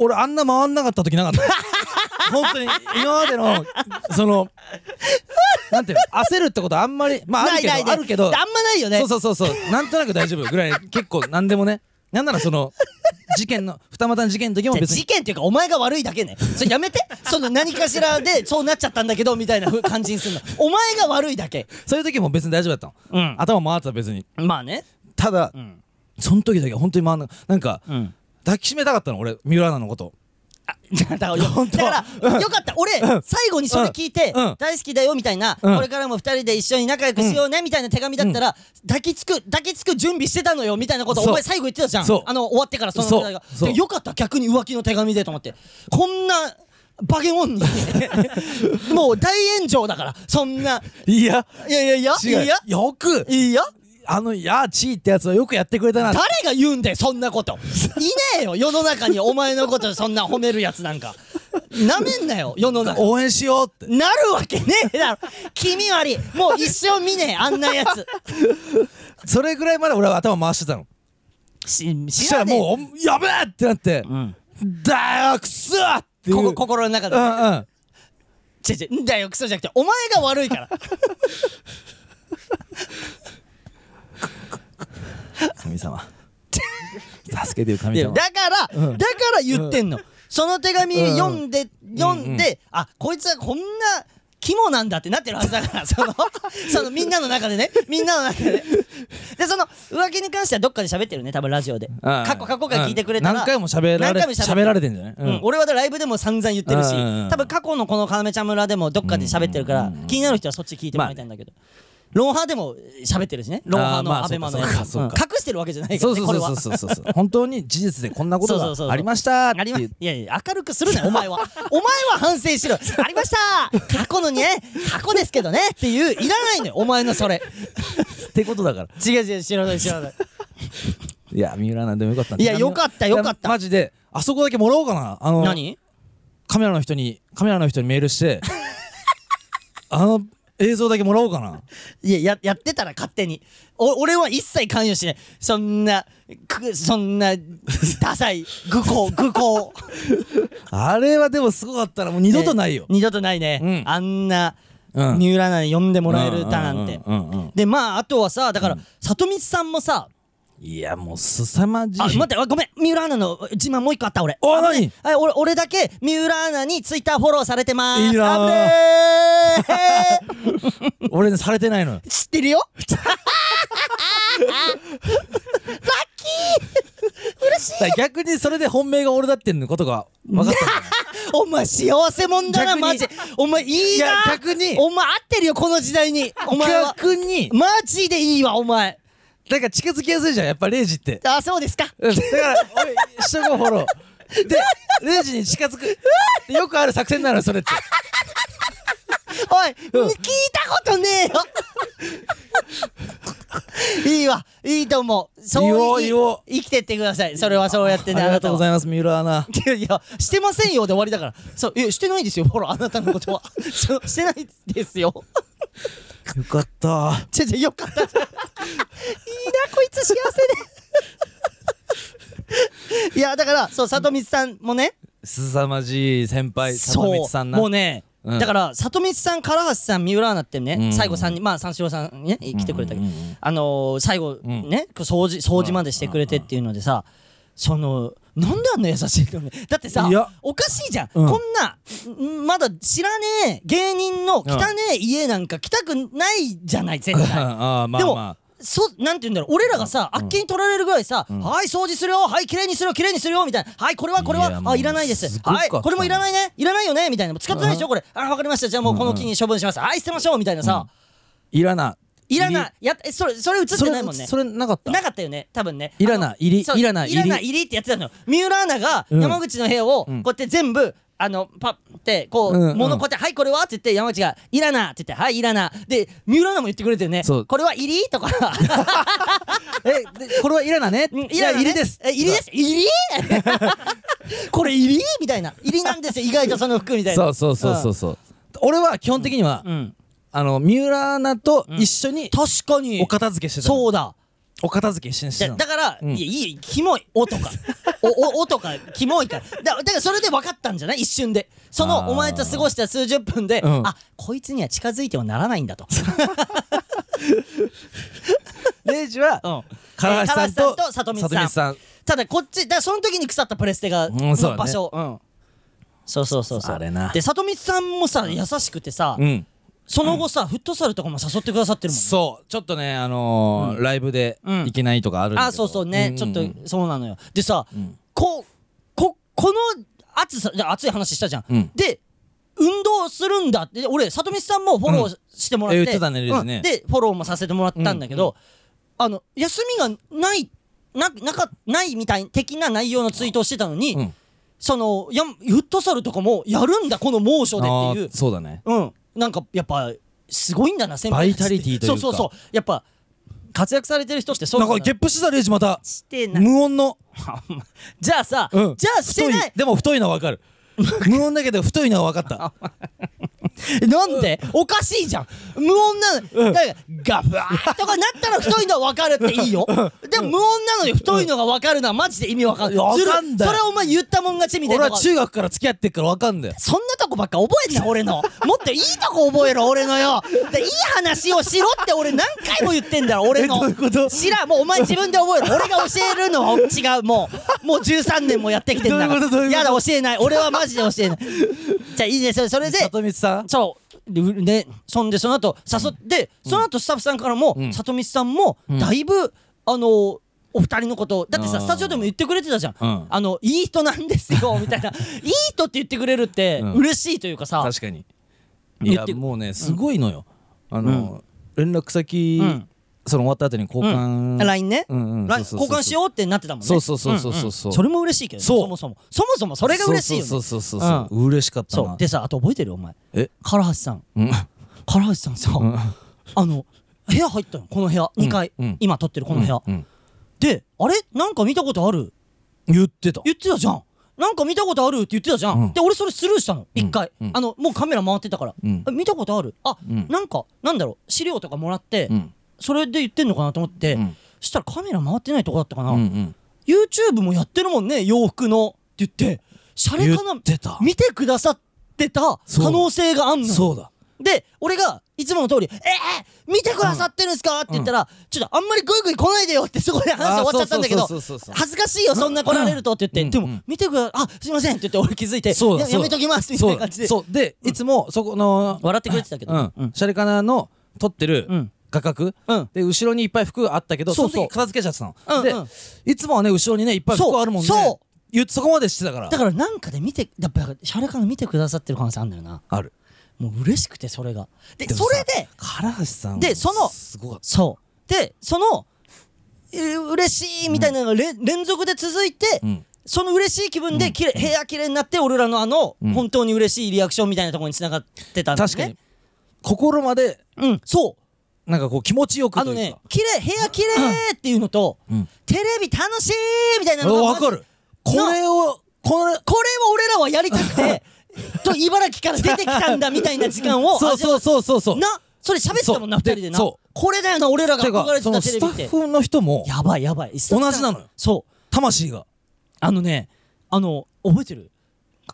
[SPEAKER 2] 俺あんな回んなかった時な かった。本当に、今までの、その、なんていうの、焦るってことあんまり、まああるけど、
[SPEAKER 1] ないないない
[SPEAKER 2] あるけど、
[SPEAKER 1] あんまないよね
[SPEAKER 2] そうそうそうそう、なんとなく大丈夫ぐらい、結構なんで もね。なんならその、事件の、二股の事件の時も
[SPEAKER 1] じゃあ
[SPEAKER 2] 別に
[SPEAKER 1] 事件っていうかお前が悪いだけねそれやめ てその何かしらでそうなっちゃったんだけどみたいなふう感じにするのお前が悪いだけ
[SPEAKER 2] そういう時も別に大丈夫だったの、
[SPEAKER 1] うん
[SPEAKER 2] 頭回ってた別に
[SPEAKER 1] まあね
[SPEAKER 2] ただ、
[SPEAKER 1] ん
[SPEAKER 2] その時だけは本当に回んななんか、
[SPEAKER 1] うん
[SPEAKER 2] 抱きしめたかったの俺三浦アナのこと
[SPEAKER 1] だからよ
[SPEAKER 2] 本当
[SPEAKER 1] だからよかった俺最後にそれ聞いて
[SPEAKER 2] うんうん
[SPEAKER 1] 大好きだよみたいなこ
[SPEAKER 2] うん
[SPEAKER 1] れからも二人で一緒に仲良くしようねみたいな手紙だったら抱きつく抱きつく準備してたのよみたいなことお
[SPEAKER 2] そう
[SPEAKER 1] 前最後言ってたじゃん
[SPEAKER 2] そう
[SPEAKER 1] あの終わってからそのくだりが
[SPEAKER 2] そうそう
[SPEAKER 1] でよかった逆に浮気の手紙でと思ってこんなバゲモン にもう大炎上だからそんない
[SPEAKER 2] や
[SPEAKER 1] いやいやいや
[SPEAKER 2] 違う
[SPEAKER 1] いや
[SPEAKER 2] よく
[SPEAKER 1] いいよ
[SPEAKER 2] あのヤーチーってやつはよくやってくれたな
[SPEAKER 1] 誰が言うんだよそんなこといねえよ世の中にお前のことそんな褒めるやつなんかなめんなよ世の中
[SPEAKER 2] 応援しようって
[SPEAKER 1] なるわけねえだろ気味悪いもう一生見ねえあんなやつ
[SPEAKER 2] それぐらいまで俺は頭回してたの
[SPEAKER 1] し
[SPEAKER 2] そし
[SPEAKER 1] 知
[SPEAKER 2] た
[SPEAKER 1] ら
[SPEAKER 2] ら
[SPEAKER 1] ねえ
[SPEAKER 2] もうおやべえってなって、
[SPEAKER 1] ん
[SPEAKER 2] だよくそーっていう
[SPEAKER 1] ここ心の中
[SPEAKER 2] う
[SPEAKER 1] で、
[SPEAKER 2] んうん
[SPEAKER 1] ちちんだよクソじゃなくてお前が悪いから
[SPEAKER 2] 神様 助けてよ神
[SPEAKER 1] いや
[SPEAKER 2] 様
[SPEAKER 1] だから、だから言ってんの、その手紙
[SPEAKER 2] うん
[SPEAKER 1] 読んで、読んで、あこいつはこんな肝なんだってなってるはずだから そのそのみんなの中でねみんなの中 でねでその浮気に関してはどっかで喋ってるね多分ラジオで
[SPEAKER 2] うん
[SPEAKER 1] 過去過去から聞いてくれたら、
[SPEAKER 2] うん何回も喋ら
[SPEAKER 1] 何
[SPEAKER 2] れ
[SPEAKER 1] 回も喋って
[SPEAKER 2] 喋られてんじゃない、
[SPEAKER 1] うん、俺はライブでも散々言ってるし、
[SPEAKER 2] うんうんうん
[SPEAKER 1] 多分過去のこの要ちゃん村でもどっかで喋ってるから、気になる人はそっち聞いてもらいたいんだけど、ロンハーでも喋ってるしねロンハー
[SPEAKER 2] あーま
[SPEAKER 1] の
[SPEAKER 2] あ
[SPEAKER 1] アベマのや
[SPEAKER 2] そうか
[SPEAKER 1] つ、
[SPEAKER 2] そう
[SPEAKER 1] うん
[SPEAKER 2] か
[SPEAKER 1] 隠してるわけじゃないか
[SPEAKER 2] そ
[SPEAKER 1] ら
[SPEAKER 2] う
[SPEAKER 1] ね
[SPEAKER 2] そう
[SPEAKER 1] これは
[SPEAKER 2] そうそうそうそう本当に事実でこんなこ
[SPEAKER 1] そう
[SPEAKER 2] と
[SPEAKER 1] そうそうそう
[SPEAKER 2] がありました
[SPEAKER 1] あ
[SPEAKER 2] って
[SPEAKER 1] りま
[SPEAKER 2] い
[SPEAKER 1] いうやいや明るくするなよお前はお前は反省 しろありました過去のね過去ですけどねっていういらないのよお前のそれ
[SPEAKER 2] ってことだから
[SPEAKER 1] 違う違う知らない知らない
[SPEAKER 2] いや三浦なんでもよかった
[SPEAKER 1] いやよかったよかった
[SPEAKER 2] いやマジであそこだけもらおうかなあの
[SPEAKER 1] 何
[SPEAKER 2] カメラの人にカメラの人にメールして あの映像だけもらおうかない
[SPEAKER 1] やややってたら勝手にお俺は一切関与しないそんなくそんなダサい愚行 愚行
[SPEAKER 2] あれはでもすごかったらもう二度とないよ、
[SPEAKER 1] 二度とないね、
[SPEAKER 2] うん
[SPEAKER 1] あんな
[SPEAKER 2] うん
[SPEAKER 1] 三浦奈に呼んでもらえる歌なんて、
[SPEAKER 2] うんうんうんうん
[SPEAKER 1] でまああとはさだから、里光さんもさ
[SPEAKER 2] いやもう凄まじい
[SPEAKER 1] あ、待って、あごめん。三浦アナの自慢もう一個あった、俺。
[SPEAKER 2] お
[SPEAKER 1] 危ねえあ俺、俺だけ、三浦アナにツイッターフォローされてまーす。
[SPEAKER 2] いいなー
[SPEAKER 1] あぶねー
[SPEAKER 2] 俺ねされてな いのよ
[SPEAKER 1] 知ってるよラッキー嬉しい
[SPEAKER 2] だから逆にそれで本命が俺だってんのことが分かったんだよ
[SPEAKER 1] お前幸せもんだな、
[SPEAKER 2] 逆に
[SPEAKER 1] マジ。お前いい
[SPEAKER 2] い
[SPEAKER 1] な
[SPEAKER 2] や逆に
[SPEAKER 1] お前合ってるよ、この時代に。 お前は。
[SPEAKER 2] 逆に
[SPEAKER 1] マジでいいわ、お前。
[SPEAKER 2] なんか近づきやすいじゃんやっぱレイジって
[SPEAKER 1] あ、そうですか。
[SPEAKER 2] だから俺一緒がフォローで、レジに近づく。でよくある作戦なの、それって。
[SPEAKER 1] おい、
[SPEAKER 2] うん
[SPEAKER 1] 聞いたことねえよ いいわいいと思うそう
[SPEAKER 2] 言おう
[SPEAKER 1] い
[SPEAKER 2] 言おう
[SPEAKER 1] 生きてってくださいそれはそうやってね
[SPEAKER 2] ありがとうござ
[SPEAKER 1] い
[SPEAKER 2] います、三浦ア
[SPEAKER 1] ま
[SPEAKER 2] ナ。
[SPEAKER 1] すいやいやしてませんよで終わりだからそういやしてないですよほらあなたのこと はそうしてないですよ
[SPEAKER 2] よかった。
[SPEAKER 1] ちょちょよかったいいなこいつ幸せでいやだからそう里光さんもね、
[SPEAKER 2] 凄まじい先輩、里
[SPEAKER 1] そう
[SPEAKER 2] 光さんな。
[SPEAKER 1] もうね、
[SPEAKER 2] うん
[SPEAKER 1] だから里光さん唐橋さん三浦アナってね、
[SPEAKER 2] うん
[SPEAKER 1] 最後3人まあ三四郎さんね来てくれたけど、
[SPEAKER 2] うんうんうん
[SPEAKER 1] あのー最後
[SPEAKER 2] ん
[SPEAKER 1] ね、こう掃除掃除までしてくれてっていうのでさ、そのなんであんな優しいのねだってさ
[SPEAKER 2] いや
[SPEAKER 1] おかしいじゃん、
[SPEAKER 2] うん
[SPEAKER 1] こんなんまだ知らねえ芸人の汚え家なんか来たくないじゃない絶
[SPEAKER 2] うん
[SPEAKER 1] 対。
[SPEAKER 2] ああ、ま
[SPEAKER 1] で
[SPEAKER 2] あ
[SPEAKER 1] も、
[SPEAKER 2] ま
[SPEAKER 1] そなんて言うんだろう俺らがさ、あっけに取られるぐらいさ「はい掃除するよはい綺麗にするよ綺麗にするよ」みたいな「はいこれはこれ
[SPEAKER 2] いや
[SPEAKER 1] は
[SPEAKER 2] もう
[SPEAKER 1] あいらないです
[SPEAKER 2] すごかっ
[SPEAKER 1] は
[SPEAKER 2] た
[SPEAKER 1] いこれもいらないねいらないよね」みたいな「使ってないでしょこれあわかりましたじゃあもうこの木に処分しますはい捨てましょう」みたいなさ
[SPEAKER 2] あ、いらな。
[SPEAKER 1] 「いらない」やえそれそれ映っ
[SPEAKER 2] そ
[SPEAKER 1] て
[SPEAKER 2] れ
[SPEAKER 1] ないもんね
[SPEAKER 2] それなかった。
[SPEAKER 1] なかったよね多分ね
[SPEAKER 2] いらない、入
[SPEAKER 1] そう
[SPEAKER 2] り、いらない、
[SPEAKER 1] いらない
[SPEAKER 2] り。
[SPEAKER 1] 入りってやってたのよ三浦アナが
[SPEAKER 2] うん
[SPEAKER 1] 山口の部屋をこ
[SPEAKER 2] う
[SPEAKER 1] うんやって全部、あのパッてこう、
[SPEAKER 2] うんうん
[SPEAKER 1] 物こうやって「はいこれは?」って言って山口が「いらな」って言って「はいいらな」で三浦アナも言ってくれてよね「
[SPEAKER 2] そう
[SPEAKER 1] これは入り?」とか
[SPEAKER 2] え、でこれはいらなね。
[SPEAKER 1] うん
[SPEAKER 2] いや、
[SPEAKER 1] なね
[SPEAKER 2] 入りです。
[SPEAKER 1] え入りです。入りこれ入り みたいな。入りなんですよ。意外とその服みたいな。
[SPEAKER 2] そうそうそうそうそう。俺は基本的には
[SPEAKER 1] う、ん。
[SPEAKER 2] あの、三浦アナと一緒に
[SPEAKER 1] 確かに。
[SPEAKER 2] お片付けしてたの。
[SPEAKER 1] そうだ。
[SPEAKER 2] お片付けして
[SPEAKER 1] じ
[SPEAKER 2] た
[SPEAKER 1] ゃ
[SPEAKER 2] の
[SPEAKER 1] だ。から、
[SPEAKER 2] うん
[SPEAKER 1] いや、いい、キモい。お とか。お、お、おとか、キモいから。だだからそれで分かったんじゃない一瞬で。そ
[SPEAKER 2] あ
[SPEAKER 1] の、
[SPEAKER 2] ー
[SPEAKER 1] お前と過ごした数十分で、
[SPEAKER 2] うん
[SPEAKER 1] あ、こいつには近づいてはならないんだと。
[SPEAKER 2] レイジは、
[SPEAKER 1] うん。
[SPEAKER 2] 唐橋さん
[SPEAKER 1] 唐橋
[SPEAKER 2] と
[SPEAKER 1] さんと里見さん
[SPEAKER 2] 里見ん
[SPEAKER 1] ただこっちだからその時に腐ったプレステが、
[SPEAKER 2] んそうだ
[SPEAKER 1] の
[SPEAKER 2] ね
[SPEAKER 1] 場所、うん、そうそうそうそう
[SPEAKER 2] あれな
[SPEAKER 1] で里光さんもさ優しくてさ、
[SPEAKER 2] うん
[SPEAKER 1] その後さ、フットサルとかも誘ってくださってるもんね
[SPEAKER 2] そうちょっとねあのーライブで
[SPEAKER 1] うん
[SPEAKER 2] 行けないとかあるんだけど
[SPEAKER 1] あそうそうね、
[SPEAKER 2] ん
[SPEAKER 1] ちょっ
[SPEAKER 2] う
[SPEAKER 1] と
[SPEAKER 2] ん
[SPEAKER 1] そうなのよでさ、こここの暑さじゃあ暑い話したじゃん、
[SPEAKER 2] うん
[SPEAKER 1] で運動するんだってで俺里見さんもフォロ
[SPEAKER 2] う
[SPEAKER 1] ーしてもらって、
[SPEAKER 2] え言ってたねですね
[SPEAKER 1] うんでフォローもさせてもらったんだけど、あの休みがないななかないみたい的な内容のツイートをしてたのに、
[SPEAKER 2] うん
[SPEAKER 1] そのやフットサルとかもやるんだこの猛暑でっていう
[SPEAKER 2] あーそうだね
[SPEAKER 1] うん、なんかやっぱすごいんだな先輩
[SPEAKER 2] バイタリティという
[SPEAKER 1] そ
[SPEAKER 2] か
[SPEAKER 1] うそうそうやっぱ活躍されてる人ってそう
[SPEAKER 2] なん
[SPEAKER 1] だ
[SPEAKER 2] かゲップしてたレイジまた
[SPEAKER 1] してない
[SPEAKER 2] 無音の
[SPEAKER 1] じゃあさ、
[SPEAKER 2] うん
[SPEAKER 1] じゃあして
[SPEAKER 2] 太い
[SPEAKER 1] ない
[SPEAKER 2] でも太いのは分かる無音だけど太いのは分かった
[SPEAKER 1] なんで、おかしいじゃん無音なの、だからガブワーとかなったら太いのは分かるっていいよ、でも無音なのに太いのが分かるのはマジで意味分かん
[SPEAKER 2] いや
[SPEAKER 1] ない
[SPEAKER 2] わかんない
[SPEAKER 1] それお前言ったもん勝ちみたい
[SPEAKER 2] 俺
[SPEAKER 1] な
[SPEAKER 2] は中学から付き合ってっから分かんだよ
[SPEAKER 1] そんなとこばっか覚えんな俺のもっといいとこ覚えろ俺のよでいい話をしろって俺何回も言ってんだろ俺の
[SPEAKER 2] えどういうこと
[SPEAKER 1] 知らんもうお前自分で覚えろ俺が教えるのは違うもうもう13年もやってきてんだから
[SPEAKER 2] どういうことどういうこと
[SPEAKER 1] やだ教えない俺はマジで教えないじゃあいいですよそれで
[SPEAKER 2] 里光さん
[SPEAKER 1] そうでうねそんでその後誘って、その後スタッフさんからも、
[SPEAKER 2] うん
[SPEAKER 1] 里光さんもだいぶ、あのお二人のことだってさ
[SPEAKER 2] あー
[SPEAKER 1] スタジオでも言ってくれてたじゃん、
[SPEAKER 2] うん
[SPEAKER 1] あのいい人なんです よみたいないい人って言ってくれるって
[SPEAKER 2] うん
[SPEAKER 1] 嬉しいというかさ、
[SPEAKER 2] 確かにい
[SPEAKER 1] 言っ
[SPEAKER 2] や
[SPEAKER 1] て
[SPEAKER 2] もうねすごいのよあの連絡先
[SPEAKER 1] うん
[SPEAKER 2] その終わった後に交
[SPEAKER 1] うん
[SPEAKER 2] 換
[SPEAKER 1] LINE ね、
[SPEAKER 2] うんうん
[SPEAKER 1] LINE
[SPEAKER 2] そうそうそう
[SPEAKER 1] 交換しようってなってたもんね
[SPEAKER 2] そうそうそうそうそうそうん
[SPEAKER 1] んそれも嬉しいけどね、
[SPEAKER 2] そう
[SPEAKER 1] そもそもそもそもそれが嬉しいよね
[SPEAKER 2] そうそうそうそうそう嬉しかった
[SPEAKER 1] そう
[SPEAKER 2] な
[SPEAKER 1] でさあと覚えてるお前
[SPEAKER 2] え
[SPEAKER 1] 唐橋さん
[SPEAKER 2] うん
[SPEAKER 1] 唐橋さんさ、
[SPEAKER 2] うん
[SPEAKER 1] あの部屋入ったのこの部屋2階、
[SPEAKER 2] うん
[SPEAKER 1] 今撮ってるこの部屋、
[SPEAKER 2] うんうん
[SPEAKER 1] であれなんか見たことある
[SPEAKER 2] 言ってた
[SPEAKER 1] 言ってたじゃんなんか見たことあるって言ってたじゃん、
[SPEAKER 2] うん
[SPEAKER 1] で俺それスルーしたの一回、
[SPEAKER 2] うん
[SPEAKER 1] あのもうカメラ回ってたから、
[SPEAKER 2] うん
[SPEAKER 1] あ見たことあるあ、
[SPEAKER 2] うん
[SPEAKER 1] なんかなんだろう資料とかもらって、
[SPEAKER 2] うん
[SPEAKER 1] それで言ってんのかなと思って、
[SPEAKER 2] うん
[SPEAKER 1] そしたらカメラ回ってないとこだったかな、
[SPEAKER 2] うんうん
[SPEAKER 1] YouTube もやってるもんね洋服のって言ってシャレかな
[SPEAKER 2] 言ってた
[SPEAKER 1] 見てくださってた可能性があんのよ
[SPEAKER 2] そうだ
[SPEAKER 1] で俺がいつもの通り「えー、見てくださってるんですか?」って言ったら、ちょっとあんまりグイグイ来ないでよ」ってそこで話終わっちゃったんだけど
[SPEAKER 2] あそうそうそうそうそうそう
[SPEAKER 1] 恥ずかしいよそんな来られるとって言って、
[SPEAKER 2] うん
[SPEAKER 1] で
[SPEAKER 2] う
[SPEAKER 1] も
[SPEAKER 2] ん
[SPEAKER 1] 「見てくだあすいません」って言って俺気づいて
[SPEAKER 2] そうだ
[SPEAKER 1] や
[SPEAKER 2] そうだ
[SPEAKER 1] やめときます」みたい
[SPEAKER 2] そ
[SPEAKER 1] な
[SPEAKER 2] う
[SPEAKER 1] 感
[SPEAKER 2] だ
[SPEAKER 1] じで
[SPEAKER 2] そうでいつもそこの
[SPEAKER 1] 笑ってくれてたけど
[SPEAKER 2] うん
[SPEAKER 1] うん
[SPEAKER 2] シャレカナの撮ってる
[SPEAKER 1] うん
[SPEAKER 2] 画角
[SPEAKER 1] うん
[SPEAKER 2] で後ろにいっぱい服あったけど
[SPEAKER 1] そ
[SPEAKER 2] そうの
[SPEAKER 1] そう
[SPEAKER 2] 時片付けちゃってた
[SPEAKER 1] うん
[SPEAKER 2] ので
[SPEAKER 1] うん
[SPEAKER 2] いつもはね後ろにねいっぱい服あるもんね
[SPEAKER 1] そうそう
[SPEAKER 2] 言ってそこまでしてたから
[SPEAKER 1] だからなんかで見てやっぱシャレから見てくださってる可能性あるんだよな
[SPEAKER 2] ある
[SPEAKER 1] もう嬉しくてそれがで
[SPEAKER 2] でも
[SPEAKER 1] そ
[SPEAKER 2] さ
[SPEAKER 1] れで
[SPEAKER 2] 唐橋さん
[SPEAKER 1] でその
[SPEAKER 2] すごかった
[SPEAKER 1] そうでそのえー嬉しいみたいなのがれ、連続で続いて、
[SPEAKER 2] うん
[SPEAKER 1] その嬉しい気分できれ、部屋きれいになって俺らのあの、
[SPEAKER 2] うん
[SPEAKER 1] 本当に嬉しいリアクションみたいなところにつながってたんだね
[SPEAKER 2] 確かに心まで
[SPEAKER 1] うんそう
[SPEAKER 2] なんかこう気持ちよく
[SPEAKER 1] あ
[SPEAKER 2] とい
[SPEAKER 1] の
[SPEAKER 2] うか
[SPEAKER 1] ねきれい部屋きれいっていうのと、
[SPEAKER 2] うん
[SPEAKER 1] テレビ楽しいみたいなのが
[SPEAKER 2] わか
[SPEAKER 1] まず
[SPEAKER 2] るこれをこ
[SPEAKER 1] これ
[SPEAKER 2] れ
[SPEAKER 1] を俺らはやりたく てと茨城から出てきたんだみたいな時間を
[SPEAKER 2] そうそうそうそうそう
[SPEAKER 1] なそれ喋ってたもんな二
[SPEAKER 2] そう
[SPEAKER 1] 人でな
[SPEAKER 2] そ
[SPEAKER 1] こ
[SPEAKER 2] う
[SPEAKER 1] れだよな俺らが
[SPEAKER 2] てか
[SPEAKER 1] 憧れて
[SPEAKER 2] そ
[SPEAKER 1] た
[SPEAKER 2] の
[SPEAKER 1] テ
[SPEAKER 2] ス
[SPEAKER 1] レ
[SPEAKER 2] タ
[SPEAKER 1] ビって
[SPEAKER 2] ッフの人も
[SPEAKER 1] やばいやばい同
[SPEAKER 2] 同じなのよ
[SPEAKER 1] そう
[SPEAKER 2] 魂が
[SPEAKER 1] あのねあの覚えてる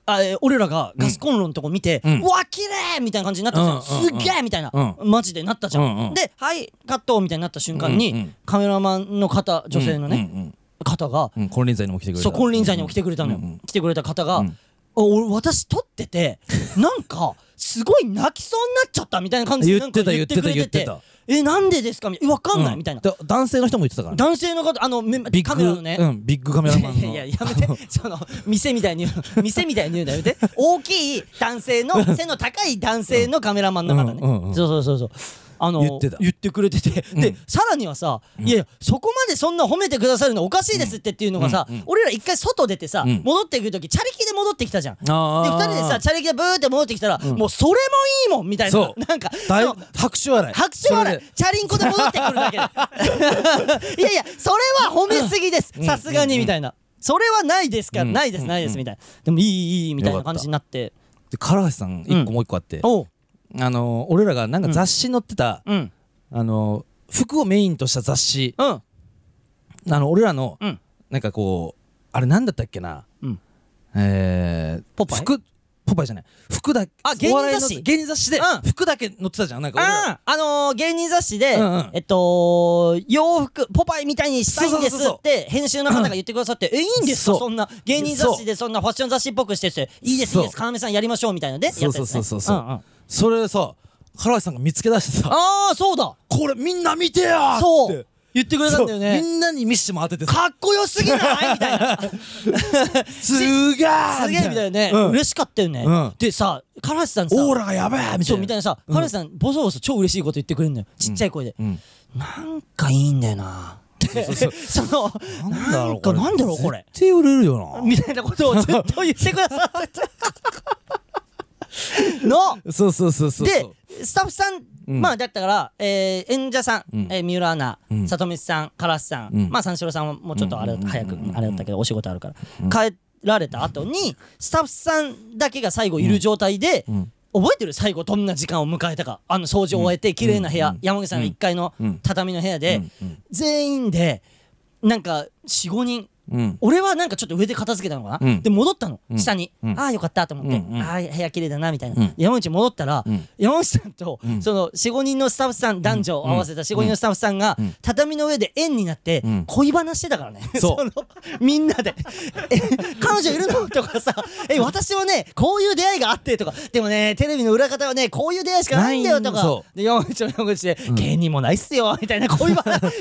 [SPEAKER 1] あえー俺らがガスコンロのとこ見て「
[SPEAKER 2] うん
[SPEAKER 1] うわ綺麗みたいな感じになったじゃん、
[SPEAKER 2] うんうんうん
[SPEAKER 1] すっげえみたいな、
[SPEAKER 2] う
[SPEAKER 1] マジでなったじゃん、
[SPEAKER 2] うんうん
[SPEAKER 1] で「はいカット」みたいになった瞬間に、
[SPEAKER 2] うんうん
[SPEAKER 1] カメラマンの方女性のね、
[SPEAKER 2] うんうん
[SPEAKER 1] 方が
[SPEAKER 2] うん、うん金輪際にも来てくれた
[SPEAKER 1] そう金輪際にも来てくれたのよ、
[SPEAKER 2] うんうん
[SPEAKER 1] 来てくれた方が、
[SPEAKER 2] うん
[SPEAKER 1] あ俺私撮って てなんかすごい泣きそうになっちゃったみたいな感じで
[SPEAKER 2] 言ってた
[SPEAKER 1] なんかくれ
[SPEAKER 2] 言ってた言って
[SPEAKER 1] えなんでですかみたいなわかんない、みたいな
[SPEAKER 2] で男性の人も言ってたからね
[SPEAKER 1] 男性の方あのめ
[SPEAKER 2] ビッグ
[SPEAKER 1] カメラのね、
[SPEAKER 2] うん、ビッグカメラマン
[SPEAKER 1] い
[SPEAKER 2] の
[SPEAKER 1] やいややめてその店みたいに言う店みたいに言うのやめて 大きい男性の背の高い男性のカメラマンの方ね、
[SPEAKER 2] うんうんうん
[SPEAKER 1] そうそうそうそうあの
[SPEAKER 2] 言ってた
[SPEAKER 1] くれてて、
[SPEAKER 2] ん
[SPEAKER 1] でさらにはさ、いやいやそこまでそんな褒めてくださるのおかしいですってっていうのがさ、
[SPEAKER 2] うんうんうん
[SPEAKER 1] 俺ら一回外出てさ、
[SPEAKER 2] うん
[SPEAKER 1] 戻ってくる時チャリキで戻ってきたじゃんで
[SPEAKER 2] あー
[SPEAKER 1] 2人でさチャリキでブーって戻ってきたら、もうそれもいいもんみたいな
[SPEAKER 2] そう
[SPEAKER 1] なんか
[SPEAKER 2] だい
[SPEAKER 1] その
[SPEAKER 2] 拍手 笑い
[SPEAKER 1] 拍手笑
[SPEAKER 2] それ
[SPEAKER 1] い
[SPEAKER 2] で
[SPEAKER 1] チャリンコで戻ってくるだけで いやいやそれは褒めすぎですさすがにみたいなそれはないですから
[SPEAKER 2] うん
[SPEAKER 1] ないですないですみたいなでもいいいいいいみたいな感じになって
[SPEAKER 2] で唐橋さん一個もう一個あって、
[SPEAKER 1] おう
[SPEAKER 2] あのー俺らがなんか雑誌に載ってた、
[SPEAKER 1] うん
[SPEAKER 2] あのー服をメインとした雑誌
[SPEAKER 1] うん
[SPEAKER 2] あの俺らの、
[SPEAKER 1] うん
[SPEAKER 2] なんかこうあれなんだったっけな、
[SPEAKER 1] うん
[SPEAKER 2] えー、
[SPEAKER 1] ポパイ
[SPEAKER 2] 服ポパイじゃない服だ
[SPEAKER 1] あ芸人雑誌
[SPEAKER 2] お笑いの芸人雑誌で、
[SPEAKER 1] うん
[SPEAKER 2] 服だけ載ってたじゃんなんか俺ら
[SPEAKER 1] あーあのー芸人雑誌で
[SPEAKER 2] うんうん
[SPEAKER 1] えっと洋服ポパイみたいにしたいんです
[SPEAKER 2] そうそうそ
[SPEAKER 1] っ
[SPEAKER 2] うそう
[SPEAKER 1] て編集の方が言ってくださってえいいんです
[SPEAKER 2] そ
[SPEAKER 1] か
[SPEAKER 2] う
[SPEAKER 1] そんな芸人雑誌でそんなファッション雑誌っぽくしてっていいですいいです
[SPEAKER 2] そう
[SPEAKER 1] 要さんやりましょうみたいなでやった
[SPEAKER 2] そ
[SPEAKER 1] や
[SPEAKER 2] う
[SPEAKER 1] つね
[SPEAKER 2] そうそうそうそうん
[SPEAKER 1] んあ
[SPEAKER 2] それさ唐橋さんが見つけ出してさ
[SPEAKER 1] あそうだ
[SPEAKER 2] 「これみんな見てよ!」
[SPEAKER 1] そ
[SPEAKER 2] っ
[SPEAKER 1] う
[SPEAKER 2] て
[SPEAKER 1] 言ってくれたんだよね
[SPEAKER 2] そうみんなに見せても当ててさ
[SPEAKER 1] かっこよすぎないみた いな
[SPEAKER 2] 「すげー!」
[SPEAKER 1] すげえみたいなね、
[SPEAKER 2] うん
[SPEAKER 1] 嬉しかったよね、
[SPEAKER 2] うん
[SPEAKER 1] でさ唐橋さんさ
[SPEAKER 2] オーラがやべえみたいな
[SPEAKER 1] そうみたいなさ
[SPEAKER 2] うん
[SPEAKER 1] 唐橋さん、ボソボソ超嬉しいこと言ってくれるのよちっちゃい声で、
[SPEAKER 2] うん
[SPEAKER 1] なんかいいんだよな その
[SPEAKER 2] なんだろう
[SPEAKER 1] か
[SPEAKER 2] これ
[SPEAKER 1] なんだろうこれ
[SPEAKER 2] 絶対売れるよ
[SPEAKER 1] みたいなことをずっと言ってくださ ってたの
[SPEAKER 2] なそうそうそうそうそう
[SPEAKER 1] でスタッフさん、
[SPEAKER 2] うん
[SPEAKER 1] まあだったから、えー演者さん、
[SPEAKER 2] うん
[SPEAKER 1] えー三浦アナ、
[SPEAKER 2] うん
[SPEAKER 1] 里光さん唐橋さん、
[SPEAKER 2] うん
[SPEAKER 1] まあ三四郎さんはもうちょっとあれ、
[SPEAKER 2] うん
[SPEAKER 1] 早く
[SPEAKER 2] うん
[SPEAKER 1] あれだったけどお仕事あるから、帰られた後にスタッフさんだけが最後いる状態で、
[SPEAKER 2] うん
[SPEAKER 1] 覚えてる最後どんな時間を迎えたかあの掃除を終えて綺麗な部屋、
[SPEAKER 2] うん
[SPEAKER 1] 山口さんが1階の
[SPEAKER 2] うん
[SPEAKER 1] 畳の部屋で、
[SPEAKER 2] うんうん
[SPEAKER 1] 全員でなんか45人
[SPEAKER 2] うん
[SPEAKER 1] 俺はなんかちょっと上で片付けたのかな、
[SPEAKER 2] うん
[SPEAKER 1] で戻ったの、
[SPEAKER 2] うん
[SPEAKER 1] 下に、
[SPEAKER 2] うん
[SPEAKER 1] ああよかったと思って、
[SPEAKER 2] うんうん
[SPEAKER 1] ああ部屋綺麗だなみたいな、
[SPEAKER 2] うん
[SPEAKER 1] 山口戻ったら、
[SPEAKER 2] うん
[SPEAKER 1] 山口さんと、
[SPEAKER 2] うん
[SPEAKER 1] その45人のスタッフさん男女合わせた45人のスタッフさんが、
[SPEAKER 2] うん
[SPEAKER 1] 畳の上で円になって、
[SPEAKER 2] うん
[SPEAKER 1] 恋話してたからね
[SPEAKER 2] そう
[SPEAKER 1] のみんな でえ彼女いるのとかさえ私はねこういう出会いがあってとかでもねテレビの裏方はねこういう出会いしかないんだよと
[SPEAKER 2] ないん
[SPEAKER 1] か
[SPEAKER 2] そ
[SPEAKER 1] で山口も山口で、芸人もないっすよみたいな恋話恋話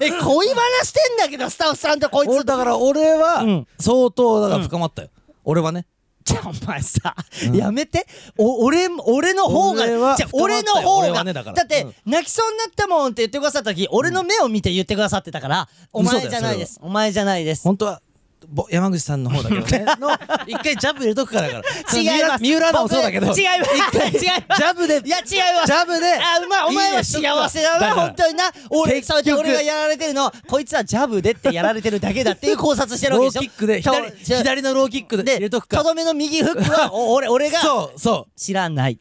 [SPEAKER 1] え恋話してんだけどスタッフさんとこいつ
[SPEAKER 2] 俺だから俺
[SPEAKER 1] うん
[SPEAKER 2] は相当だから深まったよ俺はね
[SPEAKER 1] じゃあお前さ、やめてお俺も俺の方が
[SPEAKER 2] 俺は
[SPEAKER 1] じゃあ
[SPEAKER 2] 深ま
[SPEAKER 1] 俺
[SPEAKER 2] ったよ
[SPEAKER 1] の方
[SPEAKER 2] 俺
[SPEAKER 1] が
[SPEAKER 2] はねだから
[SPEAKER 1] って、
[SPEAKER 2] うん
[SPEAKER 1] 泣きそうになったもんって言ってくださった時俺の目を見て言ってくださってたから、お前じゃないですお前じゃないです
[SPEAKER 2] 本当はぼ山口さんの方だけど ねの一回ジャブ入れとくからだから
[SPEAKER 1] 違います
[SPEAKER 2] 三浦アナもそうだけど
[SPEAKER 1] 僕違います
[SPEAKER 2] 一
[SPEAKER 1] 違
[SPEAKER 2] 回
[SPEAKER 1] います
[SPEAKER 2] ジャブで
[SPEAKER 1] いや違います
[SPEAKER 2] ジャブで
[SPEAKER 1] あうまいお前は幸せだな本当にな俺
[SPEAKER 2] 結局
[SPEAKER 1] そうやって俺がやられてるのこいつはジャブでってやられてるだけだっていう考察してるわ
[SPEAKER 2] ロ
[SPEAKER 1] けで
[SPEAKER 2] ー
[SPEAKER 1] しょ
[SPEAKER 2] キックで左
[SPEAKER 1] とじゃあ
[SPEAKER 2] 左のローキックで入
[SPEAKER 1] で
[SPEAKER 2] れと
[SPEAKER 1] と
[SPEAKER 2] くか
[SPEAKER 1] どめの右フックはお俺俺が
[SPEAKER 2] そうそう
[SPEAKER 1] 知らない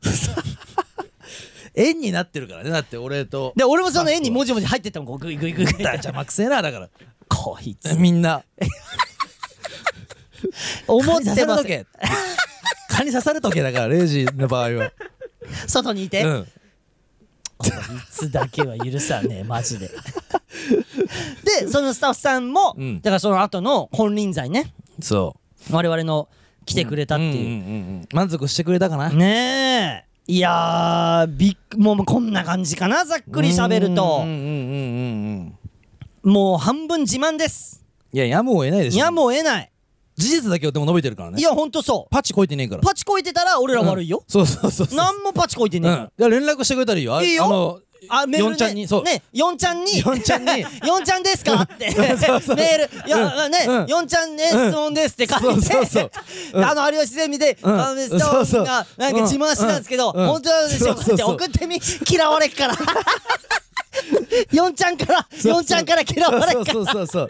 [SPEAKER 2] 円になってるからねだって俺と
[SPEAKER 1] で俺もその絵にもじもじ入ってったもんこうグイグイグイグイ
[SPEAKER 2] だ邪魔くせえなだから
[SPEAKER 1] こいつ
[SPEAKER 2] みんな
[SPEAKER 1] 思ってま
[SPEAKER 2] と
[SPEAKER 1] す
[SPEAKER 2] け 蚊に刺されとけだからレイジの場合は
[SPEAKER 1] 外にいて、
[SPEAKER 2] うん
[SPEAKER 1] こいつだけは許さねえマジで でそのスタッフさんも、
[SPEAKER 2] うん
[SPEAKER 1] だからその後の金輪際ね
[SPEAKER 2] そ
[SPEAKER 1] 我々の来てくれた
[SPEAKER 2] う
[SPEAKER 1] っていう、
[SPEAKER 2] んうんうんうん満足してくれたかな
[SPEAKER 1] ねえいやーびっくもうこんな感じかなざっくり喋ると
[SPEAKER 2] うんうんうんうんうん
[SPEAKER 1] もう半分自慢です
[SPEAKER 2] いややむを得ないでしょ
[SPEAKER 1] いやもう得ない、
[SPEAKER 2] 事実だけをでも伸びてるからね
[SPEAKER 1] いやほんとそう
[SPEAKER 2] パチこいてねえから
[SPEAKER 1] パチこいてたら俺ら悪いよ
[SPEAKER 2] うん、そうそうそうそう
[SPEAKER 1] 何もパチこいて
[SPEAKER 2] う
[SPEAKER 1] ね
[SPEAKER 2] ん
[SPEAKER 1] え
[SPEAKER 2] い
[SPEAKER 1] から、
[SPEAKER 2] や連絡してくれたらいいよあ
[SPEAKER 1] いいよ
[SPEAKER 2] あの
[SPEAKER 1] あ、メール、ね。
[SPEAKER 2] 四ちゃんにそう
[SPEAKER 1] ね、4ちゃんに。
[SPEAKER 2] 四ちゃん に
[SPEAKER 1] 四ちゃんですかって。メール。いや、ね、
[SPEAKER 2] うん
[SPEAKER 1] 4ちゃんね、
[SPEAKER 2] うん
[SPEAKER 1] 質問ですって書いて。
[SPEAKER 2] そうそうそううん
[SPEAKER 1] あの、有吉ゼミで、
[SPEAKER 2] うん
[SPEAKER 1] あの、メスタ
[SPEAKER 2] そうそう
[SPEAKER 1] が、なんか自慢してたんですけど、
[SPEAKER 2] うんうん
[SPEAKER 1] 本当なんでしょうかっ
[SPEAKER 2] そう
[SPEAKER 1] て
[SPEAKER 2] そうそう
[SPEAKER 1] 送ってみ、嫌われっから。4ちゃんから、4ちゃんから嫌われっ
[SPEAKER 2] そう
[SPEAKER 1] か
[SPEAKER 2] そうそう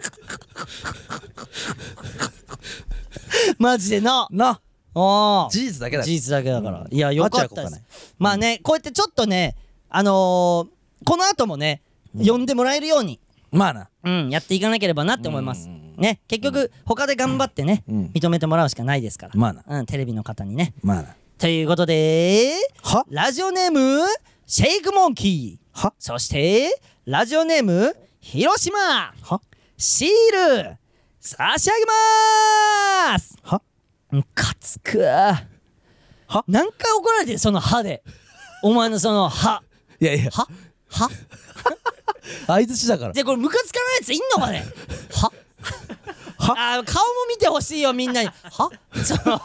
[SPEAKER 2] そう
[SPEAKER 1] マジでな。
[SPEAKER 2] な
[SPEAKER 1] おー
[SPEAKER 2] 事実だけだ
[SPEAKER 1] 事実だけだから、
[SPEAKER 2] うん
[SPEAKER 1] いやよかったで
[SPEAKER 2] あっ
[SPEAKER 1] す
[SPEAKER 2] ちゃこ
[SPEAKER 1] まあねこうやってちょっとねあのー、この後もね、呼んでもらえるように、
[SPEAKER 2] まあな
[SPEAKER 1] うん、やっていかなければなって思います、ね結局、他で頑張ってね、
[SPEAKER 2] うん
[SPEAKER 1] 認めてもらうしかないですから
[SPEAKER 2] まあな
[SPEAKER 1] うん、テレビの方にね
[SPEAKER 2] まあな
[SPEAKER 1] ということで
[SPEAKER 2] は
[SPEAKER 1] ラジオネームシェイクモンキー
[SPEAKER 2] は
[SPEAKER 1] そしてラジオネーム広島
[SPEAKER 2] は
[SPEAKER 1] シール差し上げまーす
[SPEAKER 2] は
[SPEAKER 1] ムカつくは何回怒られてるその歯でお前のその歯
[SPEAKER 2] いやいや
[SPEAKER 1] 歯歯
[SPEAKER 2] 相槌だから
[SPEAKER 1] でこれムカつかないやついんのかね 歯あー顔も見てほしいよみん なにはその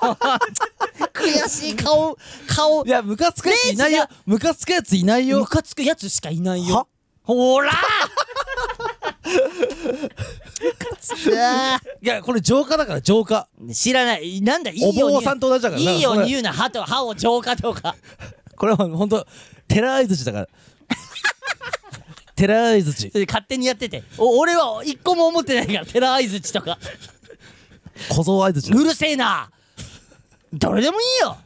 [SPEAKER 1] 悔しい顔顔
[SPEAKER 2] いやムカつくやついない
[SPEAKER 1] レイ
[SPEAKER 2] よ
[SPEAKER 1] ジ
[SPEAKER 2] ムカつくやついない
[SPEAKER 1] ム
[SPEAKER 2] よ
[SPEAKER 1] カつくやつしかいない
[SPEAKER 2] は
[SPEAKER 1] よほらムカつくわ
[SPEAKER 2] いやこれ浄化だから浄化
[SPEAKER 1] 知らないなんだいいように
[SPEAKER 2] お坊さんと同じだからない
[SPEAKER 1] いように言うな歯と歯を浄化とか
[SPEAKER 2] これはほんとテラ相槌だから テラ相槌
[SPEAKER 1] それで勝手にやっててお俺は一個も思ってないから寺相槌とか
[SPEAKER 2] 小僧相槌
[SPEAKER 1] うるせえな誰でもいい よ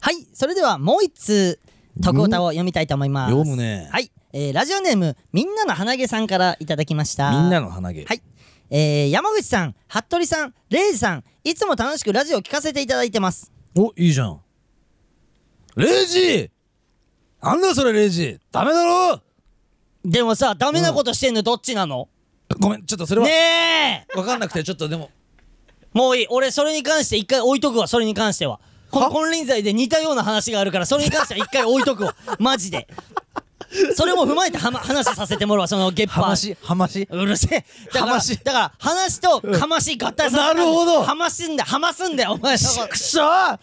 [SPEAKER 1] はいそれではもう一通徳歌を読みたいと思います
[SPEAKER 2] 読むね
[SPEAKER 1] はい、えーラジオネームみんなの鼻毛さんからいただきました
[SPEAKER 2] みんなの鼻毛
[SPEAKER 1] はい、えー山口さん服部さんレイジさんいつも楽しくラジオを聞かせていただいてます
[SPEAKER 2] おいいじゃんレイジなんだよそれレイジダメだろ
[SPEAKER 1] でもさダメなことしてんのどっちなの、
[SPEAKER 2] ごめんちょっとそれは、
[SPEAKER 1] ねえ
[SPEAKER 2] わかんなくてちょっとでも
[SPEAKER 1] もういい。俺、それに関して一回置いとくわ、それに関しては。この金輪際で似たような話があるから、それに関しては一回置いと くわ。マジで。それも踏まえては、ま、話させてもらうわ、そのゲッパー。
[SPEAKER 2] はましはまし
[SPEAKER 1] うるせえ。だから、
[SPEAKER 2] は
[SPEAKER 1] だ
[SPEAKER 2] まし
[SPEAKER 1] から話とかまし合体させて
[SPEAKER 2] なるほど
[SPEAKER 1] はますんだよ、はますんだよ、お前のこと
[SPEAKER 2] くしょー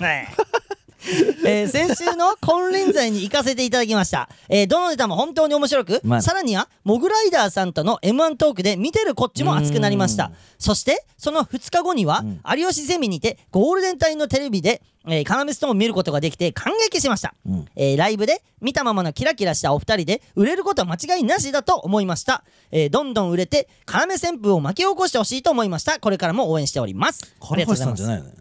[SPEAKER 1] ねええー先週の金輪際に行かせていただきました、えーどのネタも本当に面白く、
[SPEAKER 2] まあ
[SPEAKER 1] さらにはモグライダーさんとの m 1トークで見てるこっちも熱くなりましたそしてその2日後には、有吉ゼミにてゴールデン帯のテレビで「えー、カナメストーン」を見ることができて感激しました、えーライブで見たままのキラキラしたお二人で売れることは間違いなしだと思いました、えーどんどん売れてカナメ旋風を巻き起こしてほしいと思いましたこれからも応援しておりますあ
[SPEAKER 2] 唐
[SPEAKER 1] りがとうござい
[SPEAKER 2] 橋さん
[SPEAKER 1] ま
[SPEAKER 2] じ
[SPEAKER 1] す
[SPEAKER 2] ゃないよね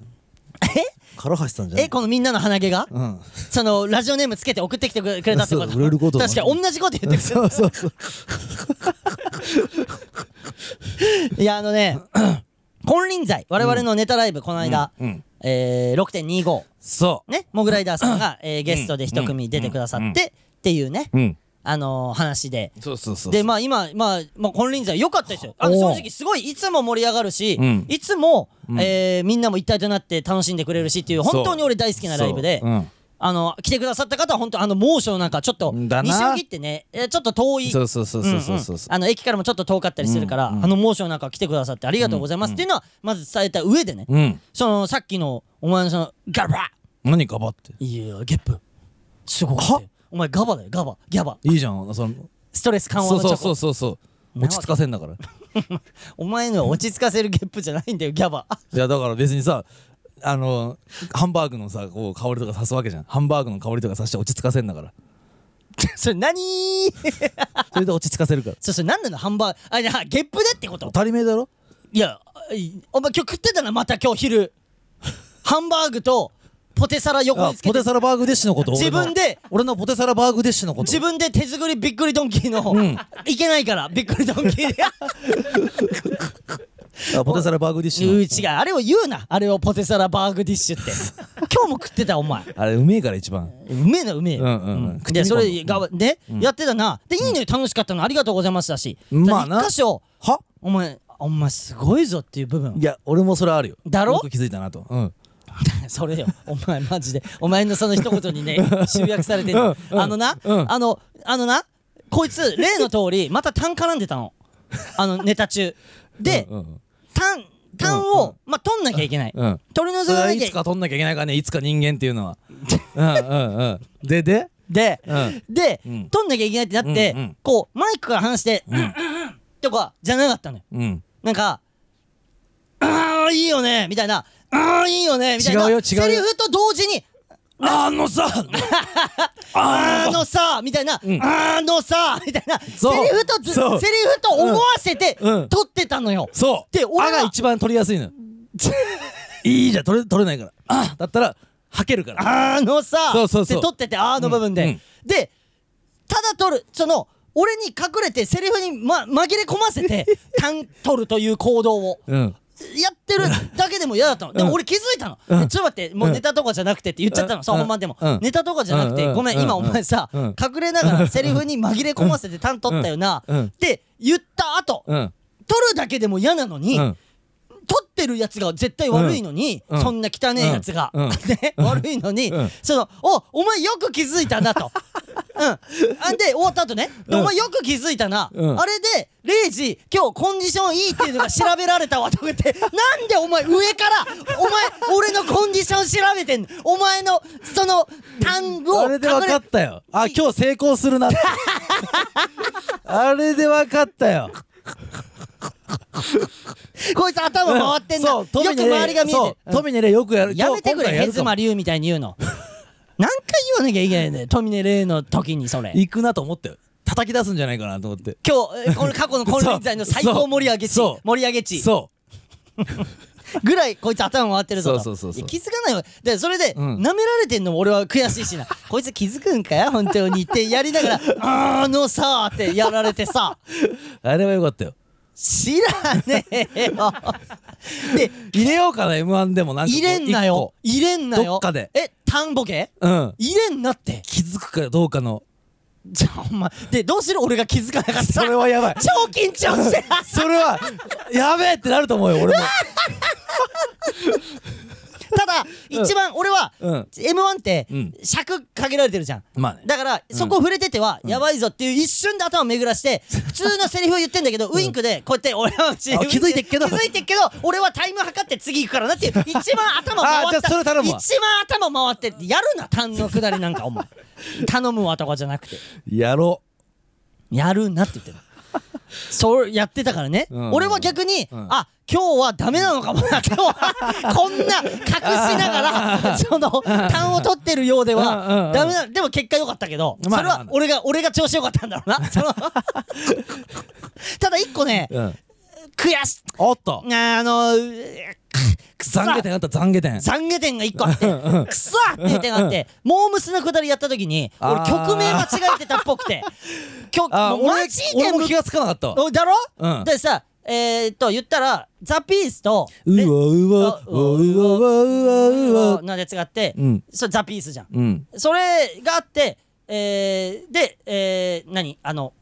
[SPEAKER 2] 唐橋さんじゃない
[SPEAKER 1] えこのみんなの鼻毛が、
[SPEAKER 2] うん
[SPEAKER 1] そのラジオネームつけて送ってきてくれたってこと
[SPEAKER 2] そう売れることだ
[SPEAKER 1] 確かに同じこと言ってく
[SPEAKER 2] そうそうそう
[SPEAKER 1] るいやあの ね金輪際我々のネタライブこの間、
[SPEAKER 2] うんうん
[SPEAKER 1] えー、6.25
[SPEAKER 2] そ
[SPEAKER 1] ねモグライダーさんが、えーゲストで一組出てくださって、
[SPEAKER 2] うんうん
[SPEAKER 1] っていうね、
[SPEAKER 2] ううん
[SPEAKER 1] あのー話で
[SPEAKER 2] そうそうそう
[SPEAKER 1] でまあ今まあ、まあ、金輪際良かったですよあの
[SPEAKER 2] お
[SPEAKER 1] 正
[SPEAKER 2] う
[SPEAKER 1] 直すごいいつも盛り上がるし、
[SPEAKER 2] うん
[SPEAKER 1] いつも、
[SPEAKER 2] うん
[SPEAKER 1] えーみんなも一体となって楽しんでくれるしっていう本当に俺大好きなライブで、
[SPEAKER 2] そううん
[SPEAKER 1] あの来てくださった方は本当あの猛暑の中ちょっと
[SPEAKER 2] だな
[SPEAKER 1] 西荻ってねえーちょっと遠い
[SPEAKER 2] そうそうそうそうそうそ
[SPEAKER 1] うんう
[SPEAKER 2] う
[SPEAKER 1] んあの駅からもちょっと遠かったりするから、
[SPEAKER 2] うんうん
[SPEAKER 1] あの猛暑の中来てくださってありがとうございますっていうのはまず伝えた上でね、
[SPEAKER 2] うん
[SPEAKER 1] そのさっきのお前のそのガバ
[SPEAKER 2] 何かばって
[SPEAKER 1] いやゲップすごかったよお前ガバだよガバギャバ
[SPEAKER 2] いいじゃんその
[SPEAKER 1] ストレス緩和
[SPEAKER 2] そ
[SPEAKER 1] の
[SPEAKER 2] う
[SPEAKER 1] チョ
[SPEAKER 2] そ
[SPEAKER 1] コ
[SPEAKER 2] うそうそうそう落ち着かせんだから
[SPEAKER 1] お前のは落ち着かせるゲップじゃないんだよギャ バ
[SPEAKER 2] いやだから別にさあのハンバーグのさこう香りとかさすわけじゃんハンバーグの香りとかさして落ち着かせんだから
[SPEAKER 1] それ何
[SPEAKER 2] それで落ち着かせるから
[SPEAKER 1] そうそれ何なのハンバーグあいやゲップでってこと
[SPEAKER 2] 当たり前だろ
[SPEAKER 1] いやいお前今日食ってたなまた今日昼ハンバーグとポテサラ横
[SPEAKER 2] あ
[SPEAKER 1] につけ
[SPEAKER 2] ポ
[SPEAKER 1] て
[SPEAKER 2] テサラバーグディッシュのこと
[SPEAKER 1] 自分で
[SPEAKER 2] 俺の俺のポテサラバーグディッシュのこと
[SPEAKER 1] 自分で手作りびっくりドンキーの、
[SPEAKER 2] ん
[SPEAKER 1] いけないからびっくりドン キーで
[SPEAKER 2] あポテサラバーグディッシュ
[SPEAKER 1] う
[SPEAKER 2] の
[SPEAKER 1] ん違うあれを言うなあれをポテサラバーグディッシ ュって今日も食ってたお前
[SPEAKER 2] あれうめえから一番
[SPEAKER 1] うめえなうめえよ
[SPEAKER 2] うんうんうん
[SPEAKER 1] うん
[SPEAKER 2] 食ってみ
[SPEAKER 1] でそれ
[SPEAKER 2] 今度
[SPEAKER 1] がね、やってたなでいいのよ楽しかったのありがとうございましたし
[SPEAKER 2] まあな
[SPEAKER 1] 一箇所
[SPEAKER 2] は
[SPEAKER 1] お前お前すごいぞっていう部分
[SPEAKER 2] いや俺もそれあるよ
[SPEAKER 1] だろ
[SPEAKER 2] よく気づいたなとうん
[SPEAKER 1] それよ、お前マジで、お前のその一言に ね、集約されてる、
[SPEAKER 2] うん
[SPEAKER 1] あのな、
[SPEAKER 2] うん
[SPEAKER 1] あの、あのな、こいつ、例の通り、また単絡んでたの。あの、ネタ中。で、
[SPEAKER 2] うんうん
[SPEAKER 1] 単、単を、まあ、取んなきゃいけない。
[SPEAKER 2] うん
[SPEAKER 1] 取り除
[SPEAKER 2] それ
[SPEAKER 1] か
[SPEAKER 2] は
[SPEAKER 1] ないきゃ
[SPEAKER 2] つか取んなきゃいけないからねいつか人間っていうのはうんうんうんでで
[SPEAKER 1] で、
[SPEAKER 2] うん
[SPEAKER 1] で、
[SPEAKER 2] うん
[SPEAKER 1] 撮んなきゃいけないってなって、
[SPEAKER 2] うんうん
[SPEAKER 1] こうマイクから離して、
[SPEAKER 2] ん
[SPEAKER 1] うんうんうんとかじゃなかったのよ
[SPEAKER 2] うん。
[SPEAKER 1] なんか「あーいいよね」みたいな「あーいいよね」みたいな
[SPEAKER 2] 違うよ違うよ
[SPEAKER 1] セリフと同時に
[SPEAKER 2] あのさ
[SPEAKER 1] あ
[SPEAKER 2] あの
[SPEAKER 1] のさみたいな、
[SPEAKER 2] うん
[SPEAKER 1] あのさみたいなセ
[SPEAKER 2] そう
[SPEAKER 1] リフとずセリ
[SPEAKER 2] そう
[SPEAKER 1] フと思わせて
[SPEAKER 2] うんうん
[SPEAKER 1] 撮ってたのよ、
[SPEAKER 2] そう
[SPEAKER 1] で俺は
[SPEAKER 2] あが一番取りやすい のよいいじゃん取れ取れないからあだったら吐けるから
[SPEAKER 1] あのさ
[SPEAKER 2] そうそうそう
[SPEAKER 1] って撮っててあーの部分で、
[SPEAKER 2] うんうん
[SPEAKER 1] でただ撮るその俺に隠れてセリフに、ま、紛れ込ませ てたん撮るという行動を
[SPEAKER 2] うん
[SPEAKER 1] やってるだけでも嫌だったの、でも俺気づいたの、
[SPEAKER 2] うん
[SPEAKER 1] ちょっと待ってもうネタとかじゃなくてって言っちゃったの、
[SPEAKER 2] うん
[SPEAKER 1] さ本番でも、
[SPEAKER 2] うん
[SPEAKER 1] ネタとかじゃなくて、
[SPEAKER 2] うん
[SPEAKER 1] ごめん、
[SPEAKER 2] うん
[SPEAKER 1] 今お前さ、
[SPEAKER 2] うん
[SPEAKER 1] 隠れながらセリフに紛れ込ませてたん撮ったよな、
[SPEAKER 2] うんうん
[SPEAKER 1] って言った後、
[SPEAKER 2] うん
[SPEAKER 1] 撮るだけでも嫌なのに、
[SPEAKER 2] うん
[SPEAKER 1] 撮ってるやつが絶対悪いのに、
[SPEAKER 2] うん
[SPEAKER 1] そんな汚えやつが、
[SPEAKER 2] うん
[SPEAKER 1] ね、悪いのに、
[SPEAKER 2] うん
[SPEAKER 1] その「おお前よく気づいたな」 と。うん、あで終わった後ね、で
[SPEAKER 2] うん
[SPEAKER 1] お前よく気づいたな、
[SPEAKER 2] うん
[SPEAKER 1] あれで0時今日コンディションいいっていうのが調べられたわとか言って なんでお前上からお前俺のコンディション調べてんのお前のその単語を
[SPEAKER 2] あれで分かったよあ今日成功する なってあれで分かったよ
[SPEAKER 1] こいつ頭回ってんな、
[SPEAKER 2] そう
[SPEAKER 1] よく周りが見えてる
[SPEAKER 2] そう富根礼よくやる
[SPEAKER 1] やめてく
[SPEAKER 2] 今日今
[SPEAKER 1] れ
[SPEAKER 2] 回や
[SPEAKER 1] ヘ
[SPEAKER 2] る
[SPEAKER 1] ズ
[SPEAKER 2] かも
[SPEAKER 1] マリュウみたいに言うの 何回言わなきゃいけないんだよトミネレイの時にそれ今
[SPEAKER 2] 行くなと思ったよ叩き出すんじゃないかなと思って
[SPEAKER 1] 日えこの過去の金輪際の最高盛り上げ地
[SPEAKER 2] そう
[SPEAKER 1] 盛り上げ地
[SPEAKER 2] そ
[SPEAKER 1] ぐらいこいつ頭回ってるぞと
[SPEAKER 2] そうそうそうそう
[SPEAKER 1] いや気づかないわでそれで
[SPEAKER 2] うん
[SPEAKER 1] 舐められてんのも俺は悔しいし なこいつ気づくんかよ本当にってやりながら「あのさ」ってやられてさ
[SPEAKER 2] うあれはよかったよ
[SPEAKER 1] 知らねえ よで
[SPEAKER 2] 入れようかな m 1でもなんかこう
[SPEAKER 1] 入れんなよ入れんなよ
[SPEAKER 2] どっかで
[SPEAKER 1] えタンボケ
[SPEAKER 2] 一個うん
[SPEAKER 1] 入れんなって
[SPEAKER 2] 気づくかどうかの
[SPEAKER 1] じゃあお前でどうする俺が気づかなかった
[SPEAKER 2] それはやばい
[SPEAKER 1] 超緊張して
[SPEAKER 2] それはやべえってなると思うよ俺も
[SPEAKER 1] ただ一番俺は
[SPEAKER 2] うん
[SPEAKER 1] m 1って
[SPEAKER 2] うん
[SPEAKER 1] 尺限られてるじゃん
[SPEAKER 2] まあね
[SPEAKER 1] だからそこ触れててはやばいぞっていう一瞬で頭を巡らして普通のセリフを言ってんだけどウインクでこうやって俺は気
[SPEAKER 2] あ気づいてっけど
[SPEAKER 1] 気づいてっけど俺はタイム測って次行くからなって いう一番頭
[SPEAKER 2] あ
[SPEAKER 1] 回
[SPEAKER 2] ーじゃ
[SPEAKER 1] っ
[SPEAKER 2] あそれ
[SPEAKER 1] た
[SPEAKER 2] 頼
[SPEAKER 1] 一
[SPEAKER 2] む
[SPEAKER 1] 番
[SPEAKER 2] わ
[SPEAKER 1] 頭回ってってやるな単のくだりなんかお前頼むわとかじゃなくて
[SPEAKER 2] やろ
[SPEAKER 1] やるなって言ってる そうやってたからね、
[SPEAKER 2] うん
[SPEAKER 1] 俺は逆に、
[SPEAKER 2] うん
[SPEAKER 1] あ今日はダメなのかも な今日はこんな隠しながらその単を取ってるようで
[SPEAKER 2] うんうんう
[SPEAKER 1] は
[SPEAKER 2] ん
[SPEAKER 1] ダメなでも結果良かったけど、
[SPEAKER 2] まあ
[SPEAKER 1] それは俺が俺が調子良かったんだろう なそのただ一個ね
[SPEAKER 2] う、うん、
[SPEAKER 1] 悔し
[SPEAKER 2] おっと
[SPEAKER 1] あのくそ
[SPEAKER 2] 懺悔点あった懺悔点
[SPEAKER 1] 懺悔点が一個あって「くそ!」っていう点があって「モームスのくだり」やった時に俺
[SPEAKER 2] あー
[SPEAKER 1] 曲名間違えてたっぽくて曲
[SPEAKER 2] あ
[SPEAKER 1] もう
[SPEAKER 2] 俺
[SPEAKER 1] マジで
[SPEAKER 2] 俺
[SPEAKER 1] む
[SPEAKER 2] も気がつかなかったわ
[SPEAKER 1] おだろ、
[SPEAKER 2] うん
[SPEAKER 1] でさえー、っと言ったら「ザ・ピースと「
[SPEAKER 2] う
[SPEAKER 1] レ
[SPEAKER 2] わうわうわうわうわうわうわ
[SPEAKER 1] のやつがあって、
[SPEAKER 2] うん
[SPEAKER 1] それザ・ピースじゃん。
[SPEAKER 2] うん
[SPEAKER 1] それがあって、えー、で、えー、何あの、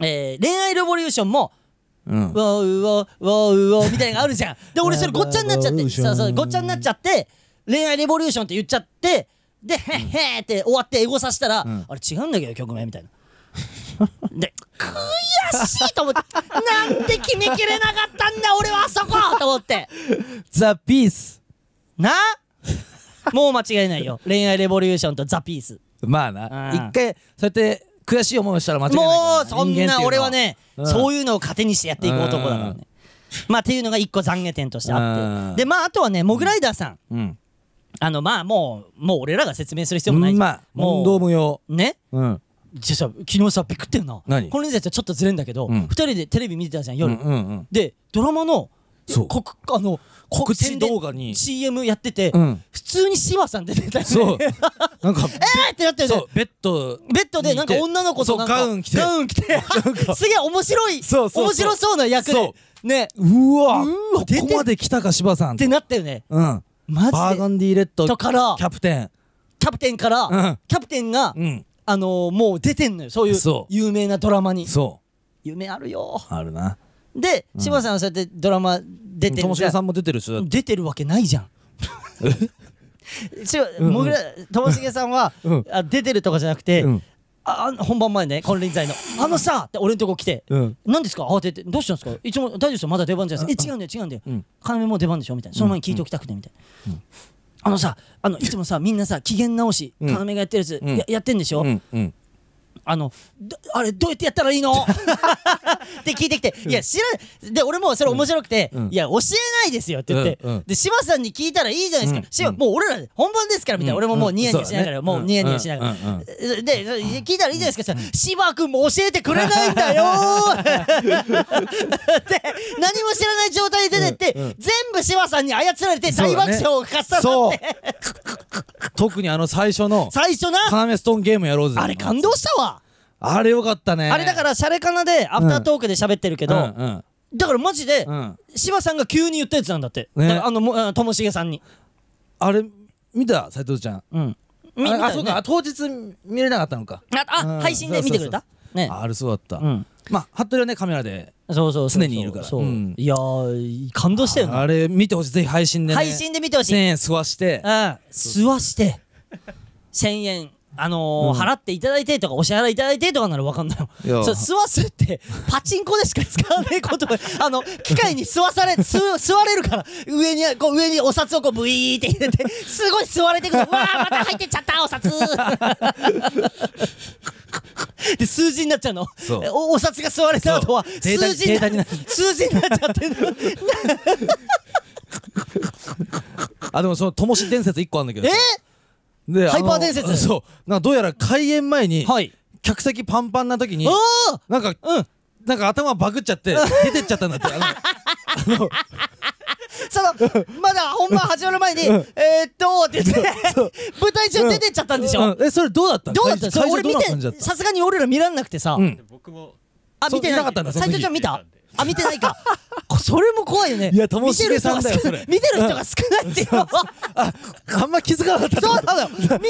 [SPEAKER 1] えー、恋愛レボリューションも「
[SPEAKER 2] うん
[SPEAKER 1] うわうわうわうわみたいなのがあるじゃんで俺それごっちゃになっちゃっ
[SPEAKER 2] レ
[SPEAKER 1] て
[SPEAKER 2] ボリューション
[SPEAKER 1] そうそうごっちゃになっちゃって恋愛レボリューションって言っちゃってでへっへーって終わってエゴさしたら、
[SPEAKER 2] ん
[SPEAKER 1] あれ違うんだけど曲名みたいなで悔しいと思ってなんで決めきれなかったんだ俺はあそこと思って
[SPEAKER 2] ザ・ピース
[SPEAKER 1] なもう間違いないよ恋愛レボリューションとザ・ピース
[SPEAKER 2] まあ
[SPEAKER 1] う
[SPEAKER 2] なん一回そうやって悔しい思いをしたら間違いない
[SPEAKER 1] もう
[SPEAKER 2] から
[SPEAKER 1] そん
[SPEAKER 2] 人
[SPEAKER 1] な
[SPEAKER 2] 間っていうのは
[SPEAKER 1] 俺はね、
[SPEAKER 2] うん
[SPEAKER 1] そういうのを糧にしてやっていく男だから
[SPEAKER 2] う
[SPEAKER 1] ね。まあっていうのが一個懺悔点としてあっ
[SPEAKER 2] うん
[SPEAKER 1] て。でまああとはねモグライダーさん、
[SPEAKER 2] うん
[SPEAKER 1] あのまあもうもう俺らが説明する必要もないじゃん
[SPEAKER 2] まあ問答
[SPEAKER 1] も
[SPEAKER 2] 無用
[SPEAKER 1] うね
[SPEAKER 2] うん
[SPEAKER 1] じゃあさ昨日さびっくってるな
[SPEAKER 2] 何
[SPEAKER 1] この人たちはちょっとずれんだけど、
[SPEAKER 2] う
[SPEAKER 1] 二
[SPEAKER 2] ん
[SPEAKER 1] 人でテレビ見てたじゃん
[SPEAKER 2] うん
[SPEAKER 1] 夜、
[SPEAKER 2] うんうん
[SPEAKER 1] でドラマの
[SPEAKER 2] そう
[SPEAKER 1] こくあの
[SPEAKER 2] 告知
[SPEAKER 1] 宣伝
[SPEAKER 2] 動画に
[SPEAKER 1] CM やってて、
[SPEAKER 2] うん
[SPEAKER 1] 普通にシワさん出てたよね
[SPEAKER 2] そう
[SPEAKER 1] え
[SPEAKER 2] なんか
[SPEAKER 1] ーってなったよね
[SPEAKER 2] そうベッド
[SPEAKER 1] ベッドでなんか
[SPEAKER 2] 似て
[SPEAKER 1] 女の子となんか
[SPEAKER 2] そうガウン着て
[SPEAKER 1] ガウン着てすげえ面白い
[SPEAKER 2] そうそうそう
[SPEAKER 1] 面白そうな役で
[SPEAKER 2] そ
[SPEAKER 1] ねっ
[SPEAKER 2] うわ
[SPEAKER 1] うわ
[SPEAKER 2] ここまで来たか柴さん
[SPEAKER 1] てなったよね
[SPEAKER 2] うん
[SPEAKER 1] マ
[SPEAKER 2] バー
[SPEAKER 1] ジ
[SPEAKER 2] ガ
[SPEAKER 1] で
[SPEAKER 2] ンディレッド
[SPEAKER 1] だから
[SPEAKER 2] キャプテン
[SPEAKER 1] キャプテンから、
[SPEAKER 2] うん
[SPEAKER 1] キャプテンが、
[SPEAKER 2] うん
[SPEAKER 1] あのーもう出てんのよそういう
[SPEAKER 2] そう
[SPEAKER 1] 有名なドラマに
[SPEAKER 2] そ
[SPEAKER 1] 夢あるよ
[SPEAKER 2] うあるな
[SPEAKER 1] で柴田さんはそうやってドラマ出て
[SPEAKER 2] と
[SPEAKER 1] る
[SPEAKER 2] もしげさんも出てる人だって
[SPEAKER 1] 出てるわけないじゃん違うもぐらともしげさんは、
[SPEAKER 2] うん
[SPEAKER 1] あ出てるとかじゃなくて、
[SPEAKER 2] うん
[SPEAKER 1] ああの本番前ね金輪際の「あのさ!」って俺のとこ来て
[SPEAKER 2] うん
[SPEAKER 1] 「何ですか慌ててどうしたんですかいつも大丈夫ですよまだ出番じゃないですか」え違うんだよ違うんだよ
[SPEAKER 2] うん
[SPEAKER 1] 要もう出番でしょ」みたいなその前に聞いておきたくてみたいな「あのさあのいつもさみんなさ機嫌直し
[SPEAKER 2] うん
[SPEAKER 1] 要がやってるやつ、
[SPEAKER 2] うん
[SPEAKER 1] ややってんでしょ、
[SPEAKER 2] うんうん
[SPEAKER 1] あのどあれどうやってやったらいい のって聞いてきて「いや知らん」で俺もそれ面白くて「
[SPEAKER 2] うん
[SPEAKER 1] いや教えないですよ」って言って、
[SPEAKER 2] うんうん
[SPEAKER 1] で柴さんに聞いたらいいじゃないですか
[SPEAKER 2] うん
[SPEAKER 1] 「柴、もう俺ら本番ですから」みたいな、
[SPEAKER 2] うん
[SPEAKER 1] 俺ももうニヤニヤしながら、
[SPEAKER 2] うんそうだね
[SPEAKER 1] もうニヤニヤしながら、
[SPEAKER 2] うんうん
[SPEAKER 1] でで聞いたらいいじゃないですか「柴君も教えてくれないんだよ」 って何も知らない状態で出てって、
[SPEAKER 2] うんうん
[SPEAKER 1] 全部柴さんに操られて大爆笑をかっさら
[SPEAKER 2] そ
[SPEAKER 1] っ
[SPEAKER 2] う
[SPEAKER 1] て、
[SPEAKER 2] 特にあの最初の
[SPEAKER 1] 最初な
[SPEAKER 2] 要ストーンゲームやろうぜ
[SPEAKER 1] あれ感動したわ、
[SPEAKER 2] あれよかったね
[SPEAKER 1] あれだからシャレかなでアフタートークで喋ってるけど、
[SPEAKER 2] うんうん
[SPEAKER 1] だからマジで、
[SPEAKER 2] うん
[SPEAKER 1] 柴さんが急に言ったやつなんだって、
[SPEAKER 2] ね
[SPEAKER 1] だからあのもあともしげさんに
[SPEAKER 2] あれ見た斉藤ちゃん
[SPEAKER 1] うんみ見た
[SPEAKER 2] あ
[SPEAKER 1] よね
[SPEAKER 2] あそうかあ当日見れなかったのか
[SPEAKER 1] ああ
[SPEAKER 2] うん
[SPEAKER 1] 配信で見てくれたね
[SPEAKER 2] ああれそうだった
[SPEAKER 1] うん
[SPEAKER 2] まあ服部はねカメラで
[SPEAKER 1] そうそうそうそう
[SPEAKER 2] 常にいるから
[SPEAKER 1] そう、
[SPEAKER 2] うん
[SPEAKER 1] いやー感動したよな
[SPEAKER 2] あれ見てほしいぜひ配信でね
[SPEAKER 1] 配信で見てほし
[SPEAKER 2] 1000
[SPEAKER 1] い、
[SPEAKER 2] 円吸わして
[SPEAKER 1] うん吸わして1000円あのー
[SPEAKER 2] うん
[SPEAKER 1] 払っていただいてとかお支払いいただいてとかなら分かんないよ
[SPEAKER 2] いや
[SPEAKER 1] そう吸わすってパチンコでしか使わないことあの機械に吸わされ吸吸われるから上にこう上にお札をこうブイーって入れてすごい吸われてくるうわーまた入ってっちゃったお 札で数字になっちゃうの
[SPEAKER 2] そう
[SPEAKER 1] おお札が吸われた後は
[SPEAKER 2] そうデータ
[SPEAKER 1] 数字に
[SPEAKER 2] データにな
[SPEAKER 1] 数字になっちゃってる
[SPEAKER 2] あでもその灯し伝説1個あるんだけど
[SPEAKER 1] え
[SPEAKER 2] で
[SPEAKER 1] ハイパー
[SPEAKER 2] あの
[SPEAKER 1] 伝説
[SPEAKER 2] そうなんかどうやら開演前に
[SPEAKER 1] はい
[SPEAKER 2] 客席パンパンな時に
[SPEAKER 1] おお
[SPEAKER 2] なんかうんなんか頭バグっちゃって出てっちゃったん だってあの
[SPEAKER 1] その、まだ本番始まる前に、えーっと、って言って、舞台上出てっちゃったんでしょ、
[SPEAKER 2] うんえそれどうだったの
[SPEAKER 1] どうだったのそれ俺
[SPEAKER 2] 最初
[SPEAKER 1] 見、
[SPEAKER 2] 最初どんな感じだってた
[SPEAKER 1] さすがに俺ら見らんなくてさ、
[SPEAKER 2] うん
[SPEAKER 3] 僕も
[SPEAKER 1] あ、
[SPEAKER 2] そう
[SPEAKER 1] 見てない
[SPEAKER 2] 見なかったんだその
[SPEAKER 1] 斉
[SPEAKER 2] 日
[SPEAKER 1] 藤ちゃん見たあ、見てない か。こそれも怖いよね。
[SPEAKER 2] いやともしげさんだよ
[SPEAKER 1] 見てる人が少ない見てる人が少ないっていうのは。
[SPEAKER 2] あんま気づかな かった
[SPEAKER 1] そうなのよ。みんな、あん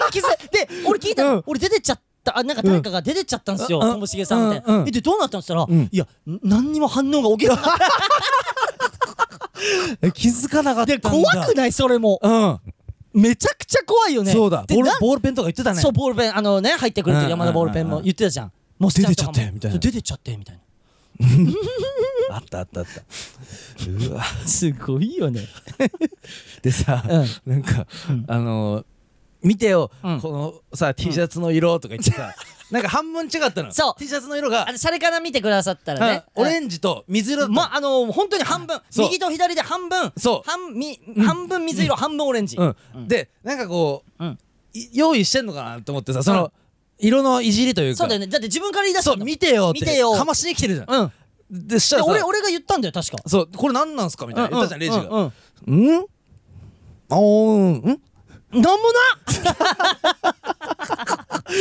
[SPEAKER 1] ま気づいで、俺聞いた
[SPEAKER 2] う
[SPEAKER 1] の
[SPEAKER 2] ん。
[SPEAKER 1] 俺出てっちゃった。あ、なんか誰かが出てっちゃったんですよ。
[SPEAKER 2] うん
[SPEAKER 1] ともしげさんみたい
[SPEAKER 2] うん
[SPEAKER 1] な
[SPEAKER 2] う。ん
[SPEAKER 1] え、で、どうなったんですったら、
[SPEAKER 2] ん
[SPEAKER 1] いや、ん何にも反応が起きなか った。
[SPEAKER 2] え気づかなかったんだ
[SPEAKER 1] 怖くないそれも。
[SPEAKER 2] うん
[SPEAKER 1] めちゃくちゃ怖いよね。
[SPEAKER 2] そうだ
[SPEAKER 1] で
[SPEAKER 2] ボール
[SPEAKER 1] なん
[SPEAKER 2] ボールペンとか言ってたね
[SPEAKER 1] そうボールペンあのね入ってくれてる山田ボールペンも言ってたじゃん。もう
[SPEAKER 2] 出てっちゃってみたいな
[SPEAKER 1] そう出てっちゃってみたいな。
[SPEAKER 2] あったあったあったうわ
[SPEAKER 1] すごいよね。
[SPEAKER 2] でさ、なんか、あのー見てよ、
[SPEAKER 1] うん
[SPEAKER 2] このさ T シャツの色とか言ってさ、なんか半分違ったの
[SPEAKER 1] そう
[SPEAKER 2] T シャツの色が
[SPEAKER 1] あのシャレかな見てくださったらね。
[SPEAKER 2] うんオレンジと水色だったの
[SPEAKER 1] まあの本当に半分
[SPEAKER 2] そう
[SPEAKER 1] 右と左で半分
[SPEAKER 2] そう
[SPEAKER 1] 半み半分水色半分オレンジ。
[SPEAKER 2] うんでなんかこう、
[SPEAKER 1] うん
[SPEAKER 2] い用意してんのかなと思ってさその、色のいじりというか
[SPEAKER 1] そうだよね。だって自分から言い出した
[SPEAKER 2] そ
[SPEAKER 1] ん
[SPEAKER 2] う
[SPEAKER 1] だもん
[SPEAKER 2] 見てよって
[SPEAKER 1] 見てよ
[SPEAKER 2] かましに来てるじゃん、
[SPEAKER 1] うん。
[SPEAKER 2] でした
[SPEAKER 1] で
[SPEAKER 2] らさ
[SPEAKER 1] 俺俺が言ったんだよ確か。
[SPEAKER 2] そうこれ何なんすかみたいな言ったじゃんレイジが、
[SPEAKER 1] うんうん
[SPEAKER 2] うんあーうん
[SPEAKER 1] うんなんもな。 あ、あ、見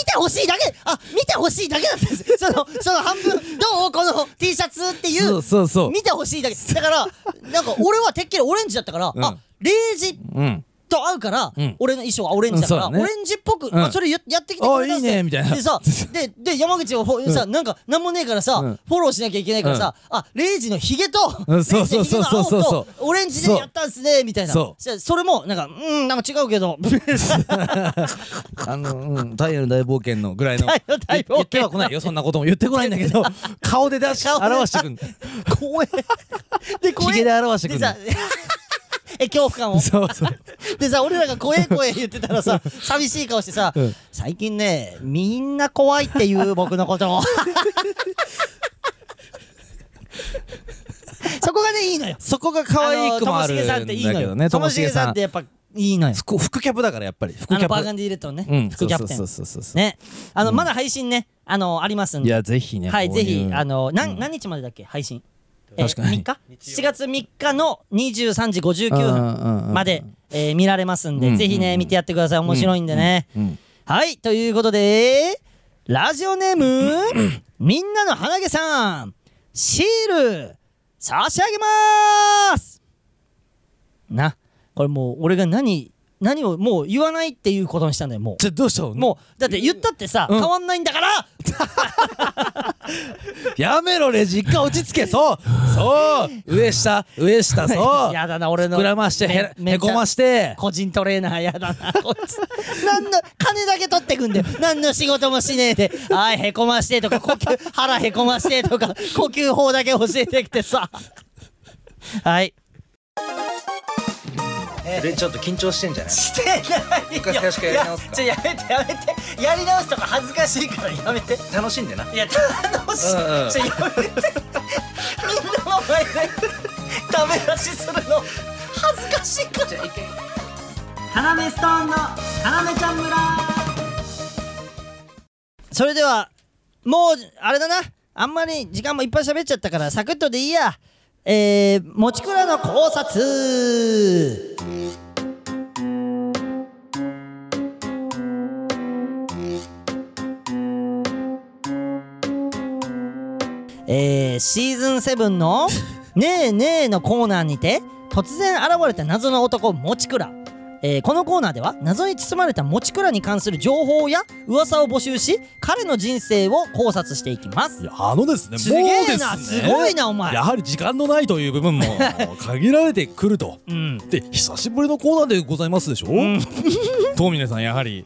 [SPEAKER 1] てほしいだけ、あ、見てほしいだけだったんです。その、その半分、どうこの T シャツっていう
[SPEAKER 2] そうそうそう
[SPEAKER 1] 見てほしいだけだからなん か俺はてっきりオレンジだったから、
[SPEAKER 2] うん
[SPEAKER 1] あレイジ
[SPEAKER 2] うん
[SPEAKER 1] と合うから、
[SPEAKER 2] うん
[SPEAKER 1] 俺の衣装はオレンジだから、
[SPEAKER 2] うんそうだね
[SPEAKER 1] オレンジっぽく、
[SPEAKER 2] ん
[SPEAKER 1] まあ、それややってきてくれたんですよ
[SPEAKER 2] あいいねみたいな
[SPEAKER 1] でさでで山口をほさ、なんかなんもねえからさ、
[SPEAKER 2] うん
[SPEAKER 1] フォローしなきゃいけないからさ、あレイジのヒゲと、
[SPEAKER 2] うんそう
[SPEAKER 1] レイジのヒゲの
[SPEAKER 2] そうそうそう
[SPEAKER 1] 青とオレンジでやったんすねみたいな
[SPEAKER 2] そ
[SPEAKER 1] したらそれもなんかうんなんか違うけ ど
[SPEAKER 2] あの、うん、太陽の大冒険のぐらいの。
[SPEAKER 1] 太陽の大冒険
[SPEAKER 2] 言ってはこないよ、そんなことも言ってこないんだ けど、顔で出し、
[SPEAKER 1] 顔で
[SPEAKER 2] 表してくん。
[SPEAKER 1] 怖えで
[SPEAKER 2] ヒゲで表して
[SPEAKER 1] で
[SPEAKER 2] くん
[SPEAKER 1] さ
[SPEAKER 2] だ。
[SPEAKER 1] え恐怖感を
[SPEAKER 2] そうそう。
[SPEAKER 1] でさ俺らが怖え怖え言ってたら さ寂しい顔してさ、
[SPEAKER 2] うん
[SPEAKER 1] 最近ねみんな怖いっていう僕のこと をそこがねいいのよ
[SPEAKER 2] そこが可愛いくもあるん
[SPEAKER 1] のともしげさんっていい
[SPEAKER 2] だ
[SPEAKER 1] の
[SPEAKER 2] けど
[SPEAKER 1] よ
[SPEAKER 2] ね、
[SPEAKER 1] ともしげさんって。やっぱいいのよ
[SPEAKER 2] 副副キャプだから、やっぱり。副
[SPEAKER 1] あ
[SPEAKER 2] キ
[SPEAKER 1] の
[SPEAKER 2] ャ
[SPEAKER 1] バーガ
[SPEAKER 2] プ。
[SPEAKER 1] ンディレッドのね、
[SPEAKER 2] うん、
[SPEAKER 1] 副キャプテン
[SPEAKER 2] そうそうそうそうそう
[SPEAKER 1] ねあの、まだ配信ねあのありますん
[SPEAKER 2] い
[SPEAKER 1] で
[SPEAKER 2] や、ぜひね。
[SPEAKER 1] はい
[SPEAKER 2] 購
[SPEAKER 1] ぜ
[SPEAKER 2] 入
[SPEAKER 1] ひあ、のなん、
[SPEAKER 2] うん
[SPEAKER 1] 何日までだっけ配信
[SPEAKER 2] 確かに
[SPEAKER 1] えー、3日7月3日の23時59
[SPEAKER 2] うん
[SPEAKER 1] 分
[SPEAKER 2] うんうん
[SPEAKER 1] まで、えー見られますんで、
[SPEAKER 2] うん
[SPEAKER 1] ぜひね、見てやってください面白いんでね、
[SPEAKER 2] うん。
[SPEAKER 1] はいということでラジオネームみんなの鼻毛さんシール差し上げますなこれもう俺が何何をもう言わないっていうことにしたんだよも
[SPEAKER 2] じゃあ、どうしたの
[SPEAKER 1] うもうだって言ったってさ、
[SPEAKER 2] うん
[SPEAKER 1] 変わんないんだ から
[SPEAKER 2] やめろ、レジ、一回落ち着け、そうそう上下、上 下、そう
[SPEAKER 1] やだな俺の
[SPEAKER 2] 膨らまして、へ
[SPEAKER 1] め
[SPEAKER 2] へこまして。
[SPEAKER 1] 個人トレーナーやだ なこいつ何の金だけ取ってくんだよ何の仕事もしねえであいへこましてとか呼吸腹へこましてとか呼吸法だけ教えてきてさはいえ
[SPEAKER 3] でちょっと緊張してんじゃない
[SPEAKER 1] してないよ
[SPEAKER 3] 一回最初からやり直すか
[SPEAKER 1] いやちょやめてやめてやり直すとか恥ずかしいからやめて
[SPEAKER 3] 楽しんでない
[SPEAKER 1] や楽しい、
[SPEAKER 3] うんうん
[SPEAKER 1] ちょやめてみんなの前でダメ出しするの恥ずかしいから
[SPEAKER 3] じゃあ一回
[SPEAKER 1] カナメストーンのカナメちゃん村それではもうあれだなあんまり時間もいっぱい喋っちゃったからサクッとでいいやえー、持ち蔵の考察えー、シーズン7の 「ねえねえ」のコーナーにて突然現れた謎の男もちくらえーこのコーナーでは謎に包まれたもちくらに関する情報や噂を募集し彼の人生を考察していきます
[SPEAKER 2] いやあのですね
[SPEAKER 1] すげ
[SPEAKER 2] もう
[SPEAKER 1] え
[SPEAKER 2] で
[SPEAKER 1] な
[SPEAKER 2] すね
[SPEAKER 1] すごいなお前
[SPEAKER 2] やはり時間のないという部分 も限られてくると
[SPEAKER 1] うん
[SPEAKER 2] で久しぶりのコーナーでございますでしょ、 トミネさんや はり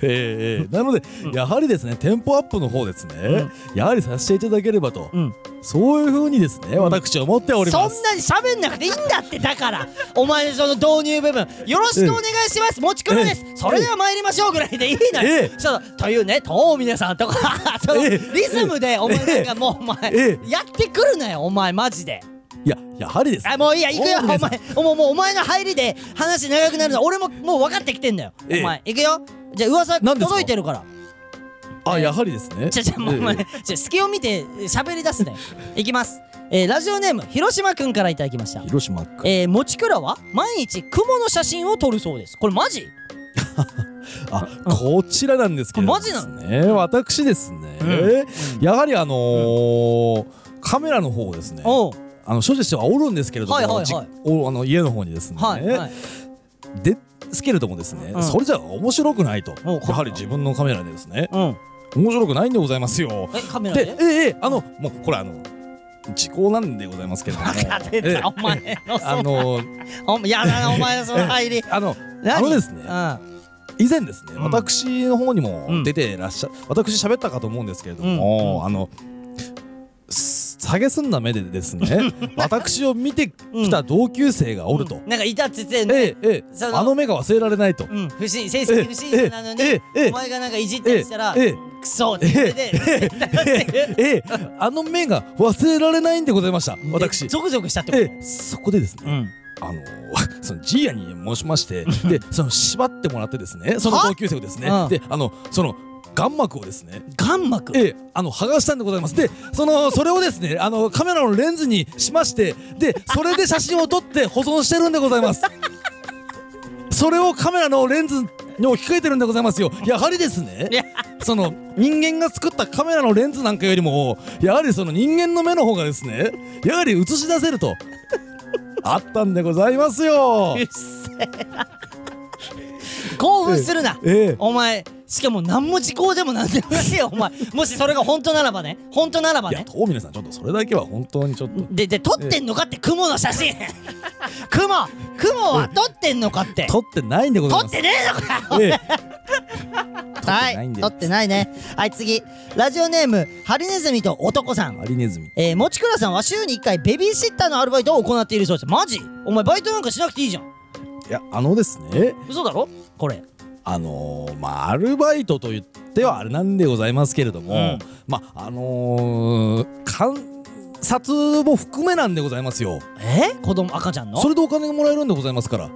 [SPEAKER 2] ええええなので、やはりですねテンポアップの方ですね、やはりさせていただければと、
[SPEAKER 1] うん
[SPEAKER 2] そういうふうにですね、私は思っており
[SPEAKER 1] そ
[SPEAKER 2] ま
[SPEAKER 1] ん
[SPEAKER 2] す
[SPEAKER 1] なに喋んなくていいんだってだ からお前のその導入部分よろしくお願いしますもちくらです
[SPEAKER 2] ええ
[SPEAKER 1] それでは参りましょうぐらいでいいの
[SPEAKER 2] え
[SPEAKER 1] よ
[SPEAKER 2] え
[SPEAKER 1] そうというねとうみなさんとかその
[SPEAKER 2] え
[SPEAKER 1] リ
[SPEAKER 2] え
[SPEAKER 1] ズムでお前なんかもうお前
[SPEAKER 2] え
[SPEAKER 1] やってくるなよお前マジで
[SPEAKER 2] いややはりですね
[SPEAKER 1] あもういいや行くよお
[SPEAKER 2] トミ
[SPEAKER 1] 前
[SPEAKER 2] ネさん
[SPEAKER 1] もうもうお前の入りで話長くなるの俺ももう分かってきてんだよ
[SPEAKER 2] ええ
[SPEAKER 1] お前行くよじゃあ噂
[SPEAKER 2] 何ですか
[SPEAKER 1] 届いてるから
[SPEAKER 2] あやはりですね
[SPEAKER 1] じゃじゃもうお前
[SPEAKER 2] ええ
[SPEAKER 1] じゃ隙を見て喋り出すなよ行きますえーラジオネーム広島くんからいただきました
[SPEAKER 2] 広島か
[SPEAKER 1] えー、もちくらは毎日雲の写真を撮るそうですこれマジ
[SPEAKER 2] あこちらなんですけれども
[SPEAKER 1] これマジな
[SPEAKER 2] ですね私ですね、やはりあのーカメラの方をですね
[SPEAKER 1] おう
[SPEAKER 2] あの所持してはおるんですけれども、
[SPEAKER 1] はいはいはい
[SPEAKER 2] じおあの家の方にですね、
[SPEAKER 1] はいはい
[SPEAKER 2] ですけれどもですね、
[SPEAKER 1] うん
[SPEAKER 2] それじゃ面白くないとや
[SPEAKER 1] お
[SPEAKER 2] はり自分のカメラでですね
[SPEAKER 1] うん
[SPEAKER 2] 面白くないんでございますよ
[SPEAKER 1] えカメラ
[SPEAKER 2] で
[SPEAKER 1] で
[SPEAKER 2] ええええあのもうこれあの時効なんでございますけれ ども
[SPEAKER 1] 勝て
[SPEAKER 2] え
[SPEAKER 1] た
[SPEAKER 2] え
[SPEAKER 1] お前の
[SPEAKER 2] あ
[SPEAKER 1] その
[SPEAKER 2] の
[SPEAKER 1] お前やだなお前のその入り
[SPEAKER 2] あの
[SPEAKER 1] 何
[SPEAKER 2] あのですね
[SPEAKER 1] うん
[SPEAKER 2] 以前ですね、
[SPEAKER 1] うん
[SPEAKER 2] 私の方にも
[SPEAKER 1] うん
[SPEAKER 2] 出てらっしゃ、私喋ったかと思うんですけれども、あのす下げすんな目でです ね私を見てきた同級生がおると、
[SPEAKER 1] なんかいたっつってんね
[SPEAKER 2] ええええ
[SPEAKER 1] その
[SPEAKER 2] あの目が忘れられないと、
[SPEAKER 1] うん不審成績不審者なのに
[SPEAKER 2] ええええ
[SPEAKER 1] お前がなんかいじった
[SPEAKER 2] え
[SPEAKER 1] りしたら
[SPEAKER 2] ええ
[SPEAKER 1] クソって言ってて
[SPEAKER 2] え ええあの目が忘れられないんでございました私
[SPEAKER 1] ゾクゾクしたってこと
[SPEAKER 2] ええそこでです
[SPEAKER 1] う
[SPEAKER 2] ね、
[SPEAKER 1] ん
[SPEAKER 2] あの そのジーヤに申しましてでその縛ってもらってですねその同級生をですね
[SPEAKER 1] は
[SPEAKER 2] であのその眼膜をですね
[SPEAKER 1] 眼膜
[SPEAKER 2] ええ、あの剥がしたんでございますでそのそれをですねあのカメラのレンズにしましてでそれで写真を撮って保存してるんでございますそれをカメラのレンズに置き換えてるんでございますよやはりですね
[SPEAKER 1] いや
[SPEAKER 2] その人間が作ったカメラのレンズなんかよりもやはりその人間の目の方がですねやはり映し出せるとあったんでございますよ
[SPEAKER 1] うっせえ興奮するな
[SPEAKER 2] ええ
[SPEAKER 1] お前しかも何も時効でもなんでもないよお前もしそれが本当ならばね本当ならば
[SPEAKER 2] いや
[SPEAKER 1] ね
[SPEAKER 2] 遠峰さんちょっとそれだけは本当にちょっと
[SPEAKER 1] でで撮ってんのかって雲の写真 雲雲は撮ってんのかって
[SPEAKER 2] 撮ってないんでござい
[SPEAKER 1] 撮
[SPEAKER 2] ま
[SPEAKER 1] っ
[SPEAKER 2] す
[SPEAKER 1] てねえのかよ
[SPEAKER 2] ええ
[SPEAKER 1] は
[SPEAKER 2] ない
[SPEAKER 1] い
[SPEAKER 2] んで
[SPEAKER 1] 撮ってないねはい次ラジオネームハリネズミと男さん
[SPEAKER 2] アリネズミ
[SPEAKER 1] えー、もちくらさんは週に1回ベビーシッターのアルバイトを行っているそうですマジお前バイトなんかしなくていいじゃん
[SPEAKER 2] いやあのですね
[SPEAKER 1] 嘘だろこれ
[SPEAKER 2] あのーまあアルバイトと言ってはあれなんでございますけれども、
[SPEAKER 1] うん
[SPEAKER 2] まああのー観察も含めなんでございますよ
[SPEAKER 1] え子供赤ちゃんの
[SPEAKER 2] それでお金がもらえるんでございますから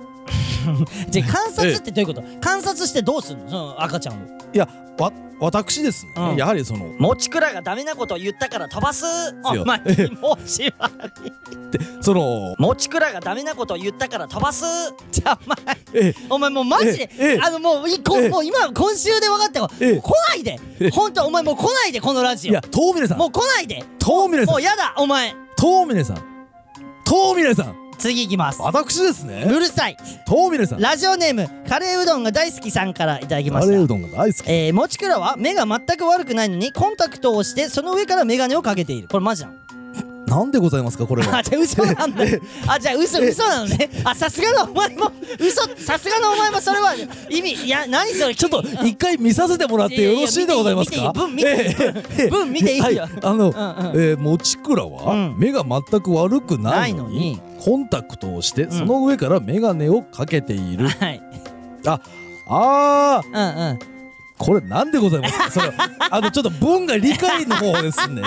[SPEAKER 1] じゃあ観察ってどういうこと観察してどうすんのその赤ちゃんを
[SPEAKER 2] いやわ私ですね、
[SPEAKER 1] うん
[SPEAKER 2] やはりその
[SPEAKER 1] もちくらがダメなことを言ったから飛ばすお前気持ち悪い
[SPEAKER 2] その
[SPEAKER 1] もちくらがダメなことを言ったから飛ばすじゃあお前
[SPEAKER 2] え
[SPEAKER 1] お前もうマジで
[SPEAKER 2] ええ
[SPEAKER 1] あのもういこ
[SPEAKER 2] ええ
[SPEAKER 1] もう今今週で分かったよ
[SPEAKER 2] ええ
[SPEAKER 1] 来ないで本当お前もう来ないでこのラジ
[SPEAKER 2] いや
[SPEAKER 1] オ
[SPEAKER 2] 遠峰さん
[SPEAKER 1] もう来ないで
[SPEAKER 2] 遠峰さ
[SPEAKER 1] も
[SPEAKER 2] ん
[SPEAKER 1] うやだお前
[SPEAKER 2] 遠峰さん遠峰さん
[SPEAKER 1] 次行きます
[SPEAKER 2] 私です
[SPEAKER 1] う
[SPEAKER 2] ね
[SPEAKER 1] るさい
[SPEAKER 2] 遠峰さん
[SPEAKER 1] ラジオネームカレーうどんが大好きさんからいただきま
[SPEAKER 2] カ
[SPEAKER 1] し
[SPEAKER 2] レーう
[SPEAKER 1] た
[SPEAKER 2] どんが大好き、
[SPEAKER 1] えー、もちくらは目が全く悪くないのにコンタクトをしてその上から眼鏡をかけているこれマジなの
[SPEAKER 2] なんでございますかこれは
[SPEAKER 1] あじゃあ嘘なんだあじゃあ嘘嘘なのねあさすがのお前も嘘さすがのお前もそれは意味いや何それちょっと
[SPEAKER 2] 一回見させてもらってよろしいでございますか
[SPEAKER 1] 文見ていい文見ていいよ
[SPEAKER 2] はい、あ
[SPEAKER 1] ん
[SPEAKER 2] の、えー、もちくらは、
[SPEAKER 1] うん
[SPEAKER 2] 目が全く悪くないの
[SPEAKER 1] ない
[SPEAKER 2] に
[SPEAKER 1] の
[SPEAKER 2] コンタクトをして、その上から眼鏡をかけている。
[SPEAKER 1] はい。
[SPEAKER 2] あ、あー、
[SPEAKER 1] うんうん。
[SPEAKER 2] これなんでございますかそれあのちょっと文が理解の方ですね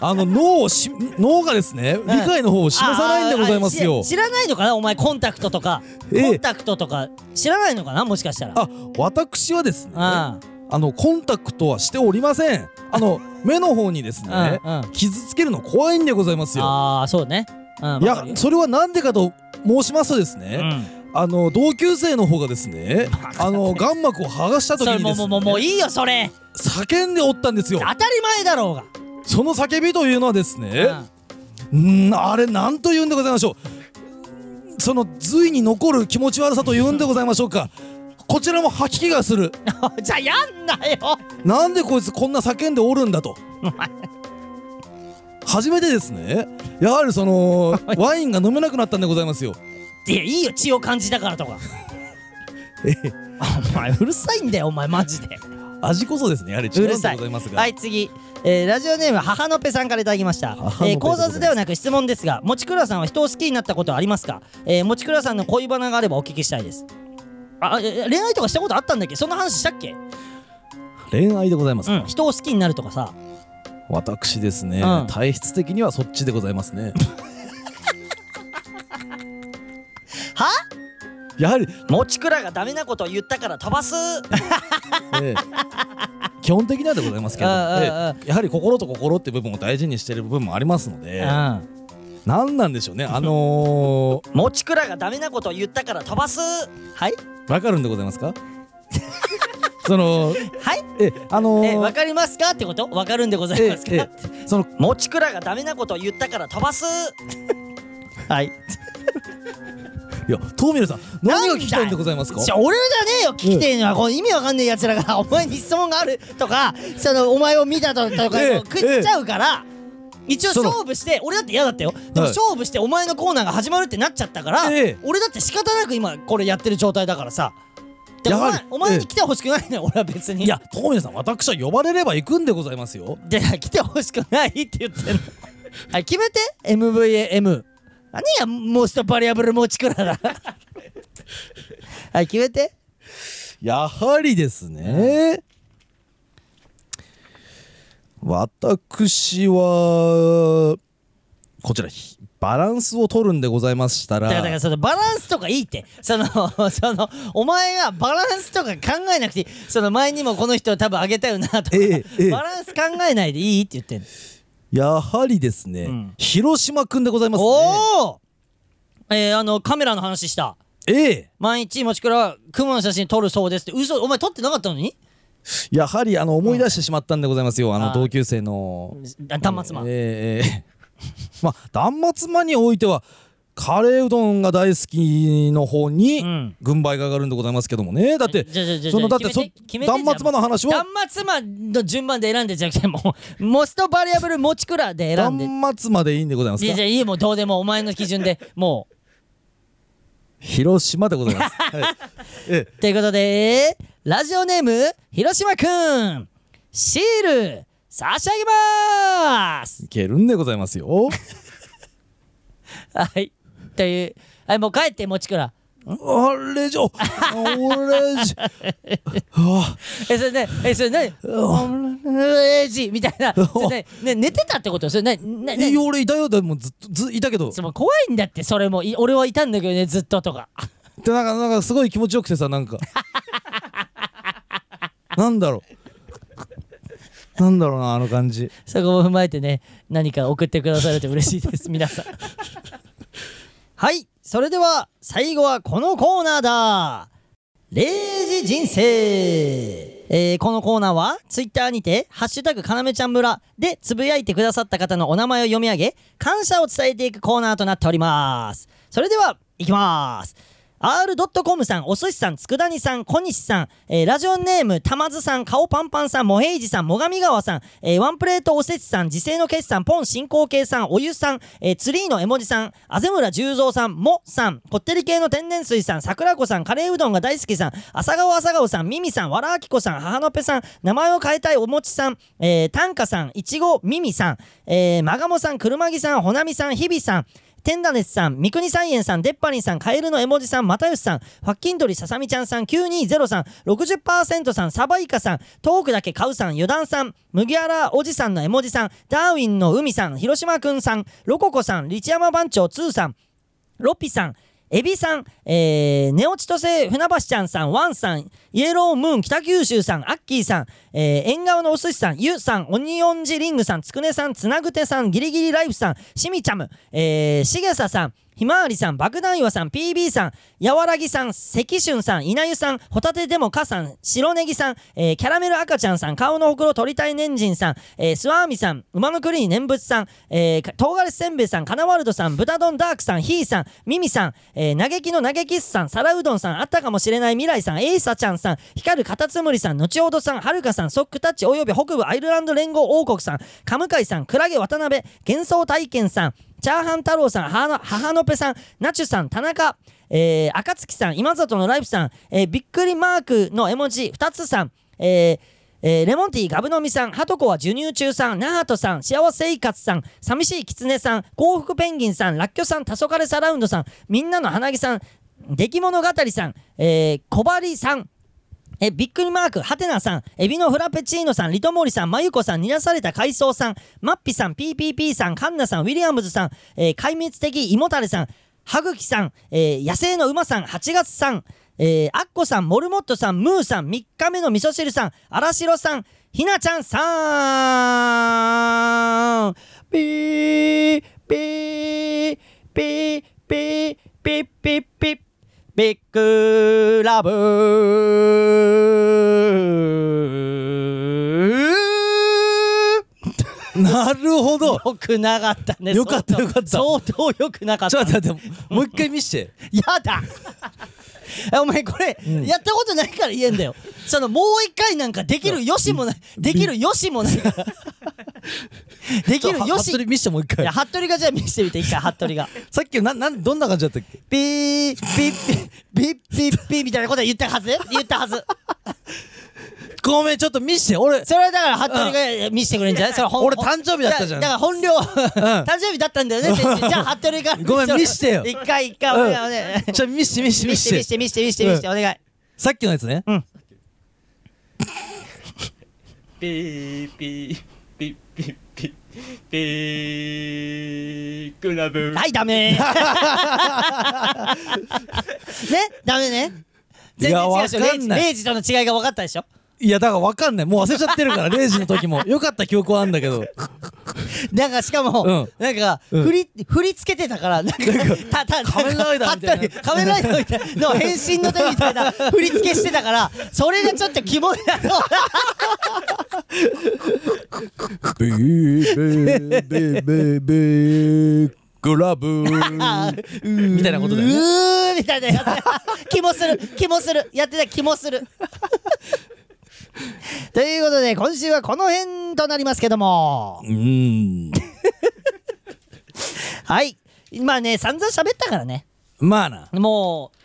[SPEAKER 2] あの脳をし脳がですね理解の方を示さないんでございます
[SPEAKER 1] ああ
[SPEAKER 2] よ
[SPEAKER 1] あし知らないのかなお前コンタクトとか、
[SPEAKER 2] ええ
[SPEAKER 1] コンタクトとか知らないのかなもしかしたら
[SPEAKER 2] あ私はですねあ
[SPEAKER 1] あ
[SPEAKER 2] のコンタクトはしておりません あの目の方にですね
[SPEAKER 1] うんうん
[SPEAKER 2] 傷つけるの怖いんでございますよ
[SPEAKER 1] ああそうね、うん、
[SPEAKER 2] い
[SPEAKER 1] わか
[SPEAKER 2] や
[SPEAKER 1] るよ
[SPEAKER 2] それはなんでかと申しますとです
[SPEAKER 1] う
[SPEAKER 2] ね
[SPEAKER 1] ん、
[SPEAKER 2] あの同級生の方がですねあの眼膜を剥がした
[SPEAKER 1] そ
[SPEAKER 2] 時
[SPEAKER 1] れ
[SPEAKER 2] に
[SPEAKER 1] も
[SPEAKER 2] で
[SPEAKER 1] うも
[SPEAKER 2] す
[SPEAKER 1] うもうもう
[SPEAKER 2] ね
[SPEAKER 1] いいよそれ
[SPEAKER 2] 叫んでおったんですよ
[SPEAKER 1] 当たり前だろうが
[SPEAKER 2] その叫びというのはですね
[SPEAKER 1] うん
[SPEAKER 2] うーんあれなんと言うんでございましょうその髄に残る気持ち悪さと言うんでございましょうかこちらも吐き気がする
[SPEAKER 1] じゃあやん なよ
[SPEAKER 2] なんでこいつこんな叫んでおるん だと初めてですねやはりそのワインが飲めなくなったんでございますよ
[SPEAKER 1] いやいいよ血を感じたから とかお前うるさいんだよお前マジで
[SPEAKER 2] 味こそですねやはり
[SPEAKER 1] う
[SPEAKER 2] 違う
[SPEAKER 1] る
[SPEAKER 2] んで
[SPEAKER 1] さ
[SPEAKER 2] ご
[SPEAKER 1] い
[SPEAKER 2] ざいますが
[SPEAKER 1] はい次、えーラジオネーム母のぺさんからいただきました
[SPEAKER 2] 母のぺ
[SPEAKER 1] え
[SPEAKER 2] で
[SPEAKER 1] ー
[SPEAKER 2] ござい
[SPEAKER 1] 考
[SPEAKER 2] ます
[SPEAKER 1] 察ではなく質問ですがもちくらさんは人を好きになったことはありますか、えー、もちくらさんの恋バナがあればお聞きしたいですあいやいや恋愛とかしたことあったんだっけそんな話したっけ、
[SPEAKER 2] 恋愛でございます
[SPEAKER 1] う
[SPEAKER 2] か、
[SPEAKER 1] ん、人を好きになるとかさ
[SPEAKER 2] 私ですね、
[SPEAKER 1] うん
[SPEAKER 2] 体質的にはそっちでございますね
[SPEAKER 1] は
[SPEAKER 2] やはり、
[SPEAKER 1] もちくらがダメなことを言ったから飛ばす
[SPEAKER 2] ええ基本的にはでございますけれども
[SPEAKER 1] うんうんうん
[SPEAKER 2] ええやはり心と心って部分を大事にしてる部分もありますので、
[SPEAKER 1] うん
[SPEAKER 2] なんなんでしょうね。あのー、
[SPEAKER 1] もちくらがダメなことを言ったから飛ばすはい
[SPEAKER 2] わかるんでございますか その、
[SPEAKER 1] はい
[SPEAKER 2] え、あのー、
[SPEAKER 1] えーわかりますかってことわかるんでございますか、
[SPEAKER 2] ええその、
[SPEAKER 1] もちくらがダメなことを言ったから飛ばす はい
[SPEAKER 2] いや、トーミルさん、何が聞きたいんでございますか
[SPEAKER 1] じゃ俺じゃねえよ聞きてえのは、この意味わかんねえやつら がお前に質問があるとかそのお前を見たととか
[SPEAKER 2] ええ
[SPEAKER 1] 食っちゃうから、一応
[SPEAKER 2] その
[SPEAKER 1] 勝負して俺だって嫌だったよでも
[SPEAKER 2] はい
[SPEAKER 1] 勝負してお前のコーナーが始まるってなっちゃったから、
[SPEAKER 2] ええ
[SPEAKER 1] 俺だって仕方なく今これやってる状態だからさでお
[SPEAKER 2] やは
[SPEAKER 1] 前
[SPEAKER 2] り
[SPEAKER 1] お前
[SPEAKER 2] え
[SPEAKER 1] に
[SPEAKER 2] え
[SPEAKER 1] 来てほしくないのよ俺は別に
[SPEAKER 2] いや、トーミルさん、私は呼ばれれば行くんでございますよ。
[SPEAKER 1] で来てほしくないって言って んのはい決めて MVM 何やモーストバリアブル持ちくらだはい決めて
[SPEAKER 2] やはりですね、私は、こちら、ひバランスを取るんでございました
[SPEAKER 1] だ
[SPEAKER 2] ら、
[SPEAKER 1] からだからそのバランスとかいいってそのそのお前はバランスとか考えなくていいその前にもこの人多分あげたよなとか、
[SPEAKER 2] ええええ
[SPEAKER 1] バランス考えないでいいって言ってんの、
[SPEAKER 2] やはりですね、
[SPEAKER 1] ん
[SPEAKER 2] 広島くんでございますね。
[SPEAKER 1] おおえー、あのカメラの話した
[SPEAKER 2] ええ
[SPEAKER 1] 毎日もちくらは雲の写真撮るそうですって嘘お前撮ってなかったのに
[SPEAKER 2] やはりあの思い出してしまったんでございますよ、あ
[SPEAKER 1] あ
[SPEAKER 2] の
[SPEAKER 1] ー
[SPEAKER 2] 同級生の
[SPEAKER 1] あ端末マン、
[SPEAKER 2] えーえー まあ断末魔においてはカレーうどんが大好きの方に
[SPEAKER 1] うん
[SPEAKER 2] 軍配が上がるんでございますけどもねだって
[SPEAKER 1] じゃじゃじゃ
[SPEAKER 2] そのだって
[SPEAKER 1] 決
[SPEAKER 2] そ
[SPEAKER 1] めて決めてじゃ
[SPEAKER 2] 断
[SPEAKER 1] ん
[SPEAKER 2] 末魔の話は
[SPEAKER 1] 断末魔の順番で選んでじゃなくてもうモストバリアブル持ちくらで選んで
[SPEAKER 2] 断末魔でいいんでございます
[SPEAKER 1] いや
[SPEAKER 2] か
[SPEAKER 1] じゃいいもうどうでもお前の基準で もう
[SPEAKER 2] 広島でござ いますはいえ
[SPEAKER 1] ということでラジオネーム広島くんシール差し上げます
[SPEAKER 2] いけるんでございます よ
[SPEAKER 1] はいというはいもう帰って持ちくら
[SPEAKER 2] あれじゃあれじゃあ
[SPEAKER 1] えそれねえそれねレジみたいなそれねね寝てたってことそれねね
[SPEAKER 2] い
[SPEAKER 1] ね
[SPEAKER 2] や俺いたよでもずっとずいたけど
[SPEAKER 1] その怖いんだってそれもい俺はいたんだけどねずっととか
[SPEAKER 2] でなんかなんかすごい気持ちよくてさな んかなんだろうなんだろうなあの感じ
[SPEAKER 1] そこも踏まえてね、何か送ってくださると嬉しいです、 皆さん。はい、それでは最後はこのコーナーだ。0時人生えーこのコーナーは、ツイッターにて、ハッシュタグかなめちゃん村でつぶやいてくださった方のお名前を読み上げ、感謝を伝えていくコーナーとなっております。それでは、いきます。r.com さん、お寿司さん、佃煮さん、小西さん、えーラジオネーム、玉津さん、顔パンパンさん、もへいじさん、もがみがわさん、えーワンプレートおせちさん、自制の決さん、ポン進行形さん、おゆさん、えーツリーの絵文字さん、あぜむら十三さん、もさん、こってり系の天然水さん、桜子さん、カレーうどんが大好きさん、朝顔朝顔さん、みみさん、わらあきこさん、母のぺさん、名前を変えたいおもちさん、えー、たんかさん、いちごみみさん、えー、まがもさん、くるまぎさん、ほなみさん、ひびさん、テンダネスさん、三国三円さん、デッパリンさん、カエルの絵文字さん、又吉さん、ファッキンドリささみちゃんさん、920さん、60%さん、サバイカさん、トークだけ買うさん、油断さん、麦わらおじさんの絵文字さん、ダーウィンの海さん、広島くんさん、ロココさん、リチヤマ番長2さん、ロピさん、エビさん、えー、ネオチトセイ船橋ちゃんさん、ワンさん、イエロームーン北九州さん、アッキーさん、えー、縁側のお寿司さん、ユウさん、オニオンジリングさん、つくねさん、つなぐてさん、ギリギリライフさん、しみちゃむ、えー、しげささん、ひまわりさん、爆弾岩さん、PB さん、やわらぎさん、関春さん、稲湯さん、ホタテでもかさん、白ネギさん、えーキャラメル赤ちゃんさん、顔のほくろ取りたい年人さん、えースワーミさん、馬の栗に念仏さん、えーか唐辛子せんべいさん、カナワルドさん、豚丼ダークさん、ひーさん、ミミさん、えー嘆きの嘆きっすさん、皿うどんさん、あったかもしれない未来さん、エイサちゃんさん、光るカタツムリさん、後ほどさん、はるかさん、ソックタッチおよび北部アイルランド連合王国さん、カムカイさん、クラゲ渡辺、幻想体験さん、チャーハン太郎さん、母の母のぺさん、ナチュさん、田中、えー、赤月さん、今里のライフさん、えーびっくりマークの絵文字2つさん、えーえーレモンティーガブ飲みさん、ハトコは授乳中さん、ナハトさん、幸せ生活さん、寂しいキツネさん、幸福ペンギンさん、ラッキョさん、黄昏サラウンドさん、みんなの花木さん、出来物語さん、えー、小針さん、え、びっくりマーク、ハテナさん、エビのフラペチーノさん、リトモリさん、マユコさん、煮出された海藻さん、マッピさん、PPP さん、カンナさん、ウィリアムズさん、えー壊滅的胃もたれさん、ハグキさん、えー野生の馬さん、8月さん、えーアッコさん、モルモットさん、ムーさん、3日目の味噌汁さん、荒城さん、ひなちゃんさん、ピー、ピー、ピー、ピー、ピー、ピー、ピー、ビッグラブ
[SPEAKER 2] なるほど
[SPEAKER 1] よくなかったね。
[SPEAKER 2] よかったよかった
[SPEAKER 1] 相当よくなかっ
[SPEAKER 2] ちょ
[SPEAKER 1] た。
[SPEAKER 2] っと待ってもう一回見して
[SPEAKER 1] やだえお前これ、やったことないから言えんだよ。そのもう一回なんかできるよしもない。できるよしもないから。できるよし。
[SPEAKER 2] 服部
[SPEAKER 1] い
[SPEAKER 2] 見してもう一回
[SPEAKER 1] や、服部がじゃあ見せてみて、一回服部が。
[SPEAKER 2] さっきのななんどんな感じだったっけ
[SPEAKER 1] ピー、ピッピッ、ピッピッピーみたいなことは言ったはず言ったはず。
[SPEAKER 2] ごめんちょっと見して俺
[SPEAKER 1] それはだから服部が見せてくれんじゃない、それほん
[SPEAKER 2] 俺誕生日だったじゃん
[SPEAKER 1] だから本領、誕生日だったんだよね先生じゃあ服部が
[SPEAKER 2] ごめん見してよ
[SPEAKER 1] 一回一回お願いお願い
[SPEAKER 2] じゃあ見して見して
[SPEAKER 1] 見
[SPEAKER 2] 見
[SPEAKER 1] して見
[SPEAKER 2] し
[SPEAKER 1] してて見して見して見してお願い
[SPEAKER 2] さっきのやつね
[SPEAKER 4] ピーピーピーピーピーピークラブ
[SPEAKER 1] はいダ メねダメね全然違うでしょ
[SPEAKER 2] いやわかんない
[SPEAKER 1] レイジレイジとの違いが分かったでしょ
[SPEAKER 2] いやだからわかんないもう忘れちゃってるから0時の時 もよかった記憶はあんだけど
[SPEAKER 1] なんかしかも、
[SPEAKER 2] う
[SPEAKER 1] なんか
[SPEAKER 2] うん
[SPEAKER 1] 振り、振り付けてたからなんかたた
[SPEAKER 2] 仮面ライダーみたいな
[SPEAKER 1] なんか仮面ライダーみたいなの変身の時みたいな振り付けしてたからそれがちょっとキモいなと思って
[SPEAKER 2] ベーベーベーベーベーグラ ブみたいなことだよね
[SPEAKER 1] うーみたいなや つ気もする気もするやってた気もするということで今週はこの辺となりますけども
[SPEAKER 2] うーん
[SPEAKER 1] はいまあね散々喋ったからね
[SPEAKER 2] まあな
[SPEAKER 1] もう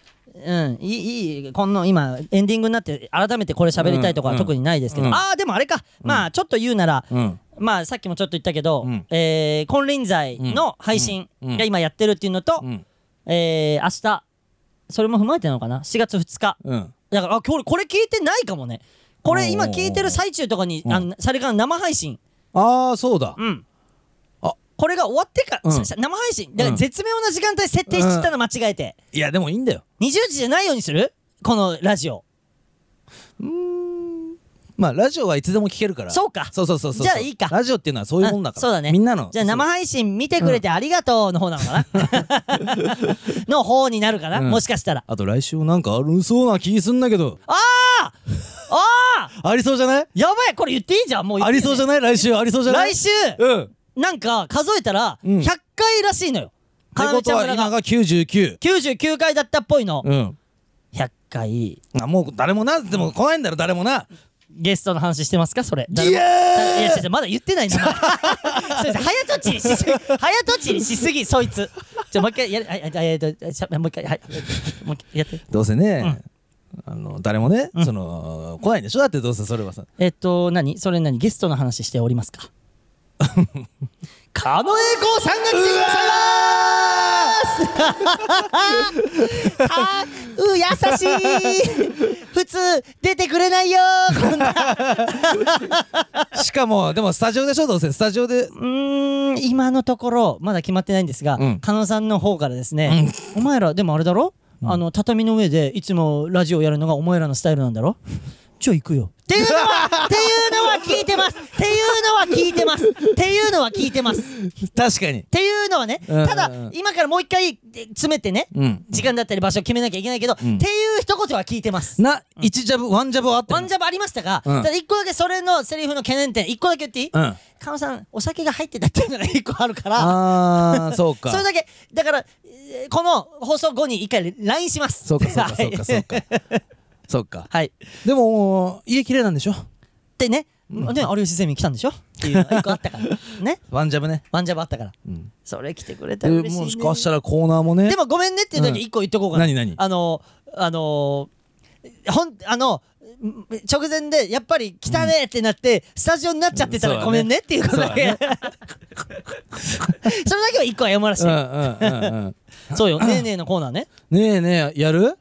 [SPEAKER 1] うんいいいいこの今エンディングになって改めてこれ喋りたいとかは特にないですけど、
[SPEAKER 2] うんうん
[SPEAKER 1] ああでもあれか、まあちょっと言うなら、
[SPEAKER 2] うん
[SPEAKER 1] まあさっきもちょっと言ったけど、
[SPEAKER 2] うん
[SPEAKER 1] えー金輪際の配信
[SPEAKER 2] うんうん
[SPEAKER 1] が今やってるっていうのと、
[SPEAKER 2] うん
[SPEAKER 1] えー明日それも踏まえてなのかな7月2日
[SPEAKER 2] うん
[SPEAKER 1] だからあ今日これ聞いてないかもねこ
[SPEAKER 2] お
[SPEAKER 1] れ
[SPEAKER 2] ー
[SPEAKER 1] 今聞いてる最中とかに
[SPEAKER 2] うん
[SPEAKER 1] あのされから生配信
[SPEAKER 2] ああそうだ
[SPEAKER 1] うん
[SPEAKER 2] あ
[SPEAKER 1] これが終わってから、
[SPEAKER 2] うん
[SPEAKER 1] ささ生配信だか
[SPEAKER 2] う
[SPEAKER 1] ら
[SPEAKER 2] ん
[SPEAKER 1] 絶妙な時間帯設定してたの間違えて、
[SPEAKER 2] いやでもいいんだよ
[SPEAKER 1] 20時じゃないようにするこのラジオ
[SPEAKER 2] まあラジオはいつでも聞けるから
[SPEAKER 1] そうか
[SPEAKER 2] そうそうそうそう
[SPEAKER 1] じゃあいいか
[SPEAKER 2] ラジオっていうのはそういうもんだから
[SPEAKER 1] あそうだね
[SPEAKER 2] みんなの
[SPEAKER 1] じゃあ生配信見てくれてありがとうの方なの かなの方になるかな、
[SPEAKER 2] うん
[SPEAKER 1] もしかしたら
[SPEAKER 2] あと来週なんかあるそうな気すんだけど
[SPEAKER 1] ああ
[SPEAKER 2] ありそうじゃない
[SPEAKER 1] やばいこれ言っていいじゃんもう言っ
[SPEAKER 2] あ
[SPEAKER 1] て
[SPEAKER 2] りそうじゃない来週ありそうじゃない
[SPEAKER 1] 来週
[SPEAKER 2] うん
[SPEAKER 1] なんか数えたら
[SPEAKER 2] うん
[SPEAKER 1] 100回らしいのよ、
[SPEAKER 2] って
[SPEAKER 1] かな
[SPEAKER 2] こ
[SPEAKER 1] めち
[SPEAKER 2] と
[SPEAKER 1] ゃん
[SPEAKER 2] は
[SPEAKER 1] 村
[SPEAKER 2] 今
[SPEAKER 1] が
[SPEAKER 2] が99
[SPEAKER 1] 99回だったっぽいの、
[SPEAKER 2] うん
[SPEAKER 1] 100回
[SPEAKER 2] あもう誰もなでも来ないんだろ誰もな
[SPEAKER 1] ゲストの話してますかそれ
[SPEAKER 2] いや
[SPEAKER 1] いや違う違うまだ言ってないな そうです早とちりしすぎ早とちりしすぎそいつじゃもう一回やるはいはいはいはいはいしゃもう一回はいもう一回やって
[SPEAKER 2] どうせね、あの誰もね、その来ないんでしょだってどうせそれはさ
[SPEAKER 1] えっと何それ何ゲストの話しておりますか狩野英孝さんが来てくださいますあう優しい 普通出てくれないよこんな
[SPEAKER 2] しかもでもスタジオでしょどうせスタジオで
[SPEAKER 1] うーん今のところまだ決まってないんですが、
[SPEAKER 2] うん
[SPEAKER 1] 加納さんの方からですね、お前らでもあれだろ、あの畳の上でいつもラジオやるのがお前らのスタイルなんだ ろじゃあ行くよっていうのはっていうのは聞いてますっていうのは聞いてますっていうのは聞いてますっ
[SPEAKER 2] 確かに
[SPEAKER 1] ていうのはね
[SPEAKER 2] うん
[SPEAKER 1] ただ今からもう一回で詰めてね、
[SPEAKER 2] うん
[SPEAKER 1] 時間だったり場所を決めなきゃいけないけど、
[SPEAKER 2] ん
[SPEAKER 1] っていう一言は聞いてます
[SPEAKER 2] な一ジャブワンジャブはあった
[SPEAKER 1] ワンジャブありましたが、
[SPEAKER 2] うん
[SPEAKER 1] ただ一個だけそれのセリフの懸念点一個だけ言っていい、
[SPEAKER 2] うん
[SPEAKER 1] カノさんお酒が入ってたっていうのが一個あるから
[SPEAKER 2] あーそうか
[SPEAKER 1] それだけだからえーこの放送後に一回 LINE します
[SPEAKER 2] そうかそうかそう
[SPEAKER 1] は
[SPEAKER 2] か
[SPEAKER 1] い
[SPEAKER 2] そうかそうか
[SPEAKER 1] はい
[SPEAKER 2] でも家綺麗なんでしょ
[SPEAKER 1] でね、ね有吉ゼミ来たんでしょっていうのが一個あったから ね
[SPEAKER 2] ワンジャブね
[SPEAKER 1] ワンジャブあったから、
[SPEAKER 2] ん
[SPEAKER 1] それ来てくれた
[SPEAKER 2] で
[SPEAKER 1] ら嬉しい、ね、
[SPEAKER 2] もしかしたらコーナーもね
[SPEAKER 1] でもごめんねっていう時一個言っとこうかな、
[SPEAKER 2] うん何何
[SPEAKER 1] あのあのほんあのん直前でやっぱり来たねってなって、スタジオになっちゃってた
[SPEAKER 2] そうだ
[SPEAKER 1] ら
[SPEAKER 2] ね
[SPEAKER 1] ごめんねっていうことだけ、
[SPEAKER 2] そ う
[SPEAKER 1] それだけは一個謝らし
[SPEAKER 2] う
[SPEAKER 1] て、
[SPEAKER 2] んうんうんうん
[SPEAKER 1] そうよねえねえのコーナーね
[SPEAKER 2] ねえねえやる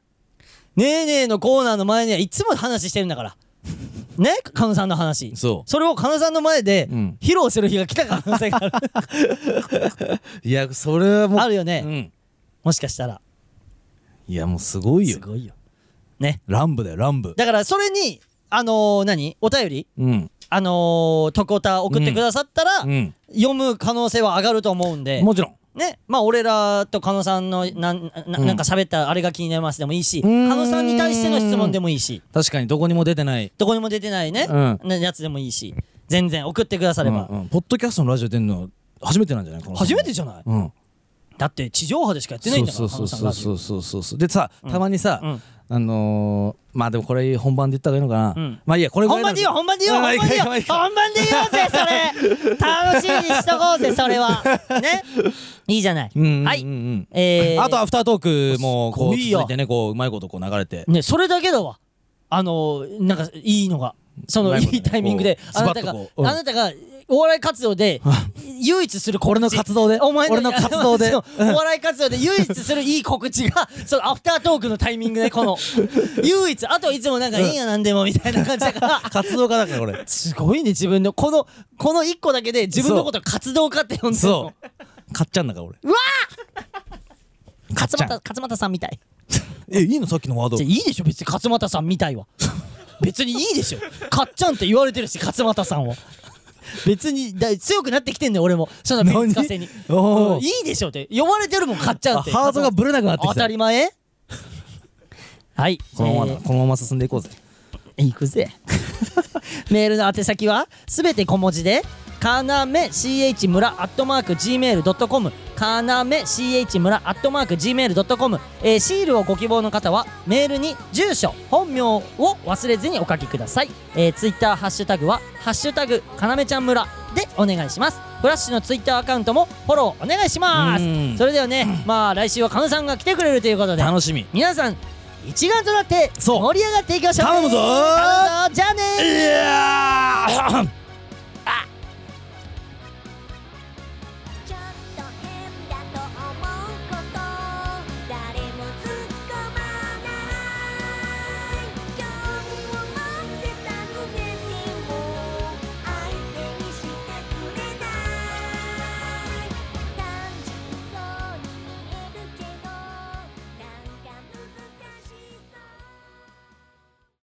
[SPEAKER 1] ねえねえのコーナーの前にはいつも話してるんだ から。ねカノさんの話。
[SPEAKER 2] そう
[SPEAKER 1] それをカノさんの前で
[SPEAKER 2] うん
[SPEAKER 1] 披露する日が来た可能性がある。
[SPEAKER 2] いやそれ はもう
[SPEAKER 1] あるよ
[SPEAKER 2] う
[SPEAKER 1] ね。
[SPEAKER 2] ん
[SPEAKER 1] もしかしたら。
[SPEAKER 2] いやもうすごい
[SPEAKER 1] す
[SPEAKER 2] よ
[SPEAKER 1] ごいよ。ね。
[SPEAKER 2] 乱舞だよ乱舞
[SPEAKER 1] だからそれに、あのー、何お便り
[SPEAKER 2] うん
[SPEAKER 1] あのー、トコタ送ってくださったら、
[SPEAKER 2] うん
[SPEAKER 1] 読む可能性は上がると思うんで。
[SPEAKER 2] もちろん
[SPEAKER 1] ね、まあ俺らと狩野さんのなんな
[SPEAKER 2] うん
[SPEAKER 1] なんか喋ったあれが気になりますでもいいし
[SPEAKER 2] うーん
[SPEAKER 1] 狩野さんに対しての質問でもいいし
[SPEAKER 2] 確かにどこにも出てない
[SPEAKER 1] どこにも出てないね、
[SPEAKER 2] うん
[SPEAKER 1] なやつでもいいし全然送ってくだされば、
[SPEAKER 2] うんうんポッドキャストのラジオ出んの初めてなんじゃないこの
[SPEAKER 1] 初めてじゃない
[SPEAKER 2] うん
[SPEAKER 1] だって地上波でしかやってない
[SPEAKER 2] そ
[SPEAKER 1] ん
[SPEAKER 2] う
[SPEAKER 1] だか
[SPEAKER 2] そ
[SPEAKER 1] ら
[SPEAKER 2] うそう
[SPEAKER 1] 狩
[SPEAKER 2] そ
[SPEAKER 1] 野さんラジオ
[SPEAKER 2] うそうそうそうでさたまにさ
[SPEAKER 1] うん
[SPEAKER 2] あのーまあでもこれ本番で言った方がいいのか
[SPEAKER 1] う
[SPEAKER 2] なんまあいいやこれぐら
[SPEAKER 1] 本
[SPEAKER 2] いな
[SPEAKER 1] 番
[SPEAKER 2] ん
[SPEAKER 1] でいいよ本番でいいよ本
[SPEAKER 2] うんまあ
[SPEAKER 1] 番でいいよ
[SPEAKER 2] いいかまあいいか
[SPEAKER 1] 本番でいいよぜそれ楽しいにしとこうぜそれはねいいじゃない
[SPEAKER 2] うんうんうんうん
[SPEAKER 1] はいえー
[SPEAKER 2] あとアフタートークもこう
[SPEAKER 1] すご
[SPEAKER 2] 続
[SPEAKER 1] いよ
[SPEAKER 2] いてねこううまいことこう流れて
[SPEAKER 1] ねそれだけだわあのーなんかいいのがその
[SPEAKER 2] うまいこと
[SPEAKER 1] い
[SPEAKER 2] ね
[SPEAKER 1] いタイミングで
[SPEAKER 2] こう
[SPEAKER 1] あなた
[SPEAKER 2] ズバ
[SPEAKER 1] が
[SPEAKER 2] ッとこう
[SPEAKER 1] あ
[SPEAKER 2] うん
[SPEAKER 1] なたがお笑い活動 で唯一する告知
[SPEAKER 2] 俺の活動で
[SPEAKER 1] お前
[SPEAKER 2] 俺の活動 で
[SPEAKER 1] そうお笑い活動で唯一するいい告知 がそのアフタートークのタイミングでこの唯一あといつもなんかいいやなんでもみたいな感じだから
[SPEAKER 2] 活動家だから俺
[SPEAKER 1] すごいね自分のこのこの1個だけで自分のことを活動家って呼んでる
[SPEAKER 2] そ
[SPEAKER 1] の
[SPEAKER 2] う買っちゃんだから俺
[SPEAKER 1] 勝
[SPEAKER 2] ちゃん
[SPEAKER 1] 俣勝俣さんみたい
[SPEAKER 2] えいいのさっきのワード
[SPEAKER 1] じゃあいいでしょ別に勝俣さんみたいは別にいいでしょかっちゃんって言われてるし勝俣さんは別にだ強くなってきてんねん俺もそんな別つかせに
[SPEAKER 2] 何おー
[SPEAKER 1] うんいいでしょって呼ばれてるもんかっちゃん
[SPEAKER 2] あ
[SPEAKER 1] って
[SPEAKER 2] ハードがぶれなくなって
[SPEAKER 1] 当
[SPEAKER 2] きた
[SPEAKER 1] たり前はい
[SPEAKER 2] このままだ
[SPEAKER 1] えー
[SPEAKER 2] このまま進んでいこうぜ
[SPEAKER 1] いくぜ メールの宛先はすべて小文字でかなめ CH 村アットマーク Gmail.com かなめ CH 村アットマーク Gmail.com、えーシールをご希望の方はメールに住所本名を忘れずにお書きください、えー、ツイッターハッシュタグは「ハッシュタグかなめちゃん村」でお願いしますフラッシュのツイッターアカウントもフォローお願いしま
[SPEAKER 2] うん
[SPEAKER 1] すそれではねまあ来週はかのさんが来てくれるということで
[SPEAKER 2] 楽しみ
[SPEAKER 1] 皆さん一丸となって
[SPEAKER 2] そう
[SPEAKER 1] 盛り上がっていきましょう
[SPEAKER 2] 頼むぞー
[SPEAKER 1] 頼むぞじゃあねー
[SPEAKER 2] いやー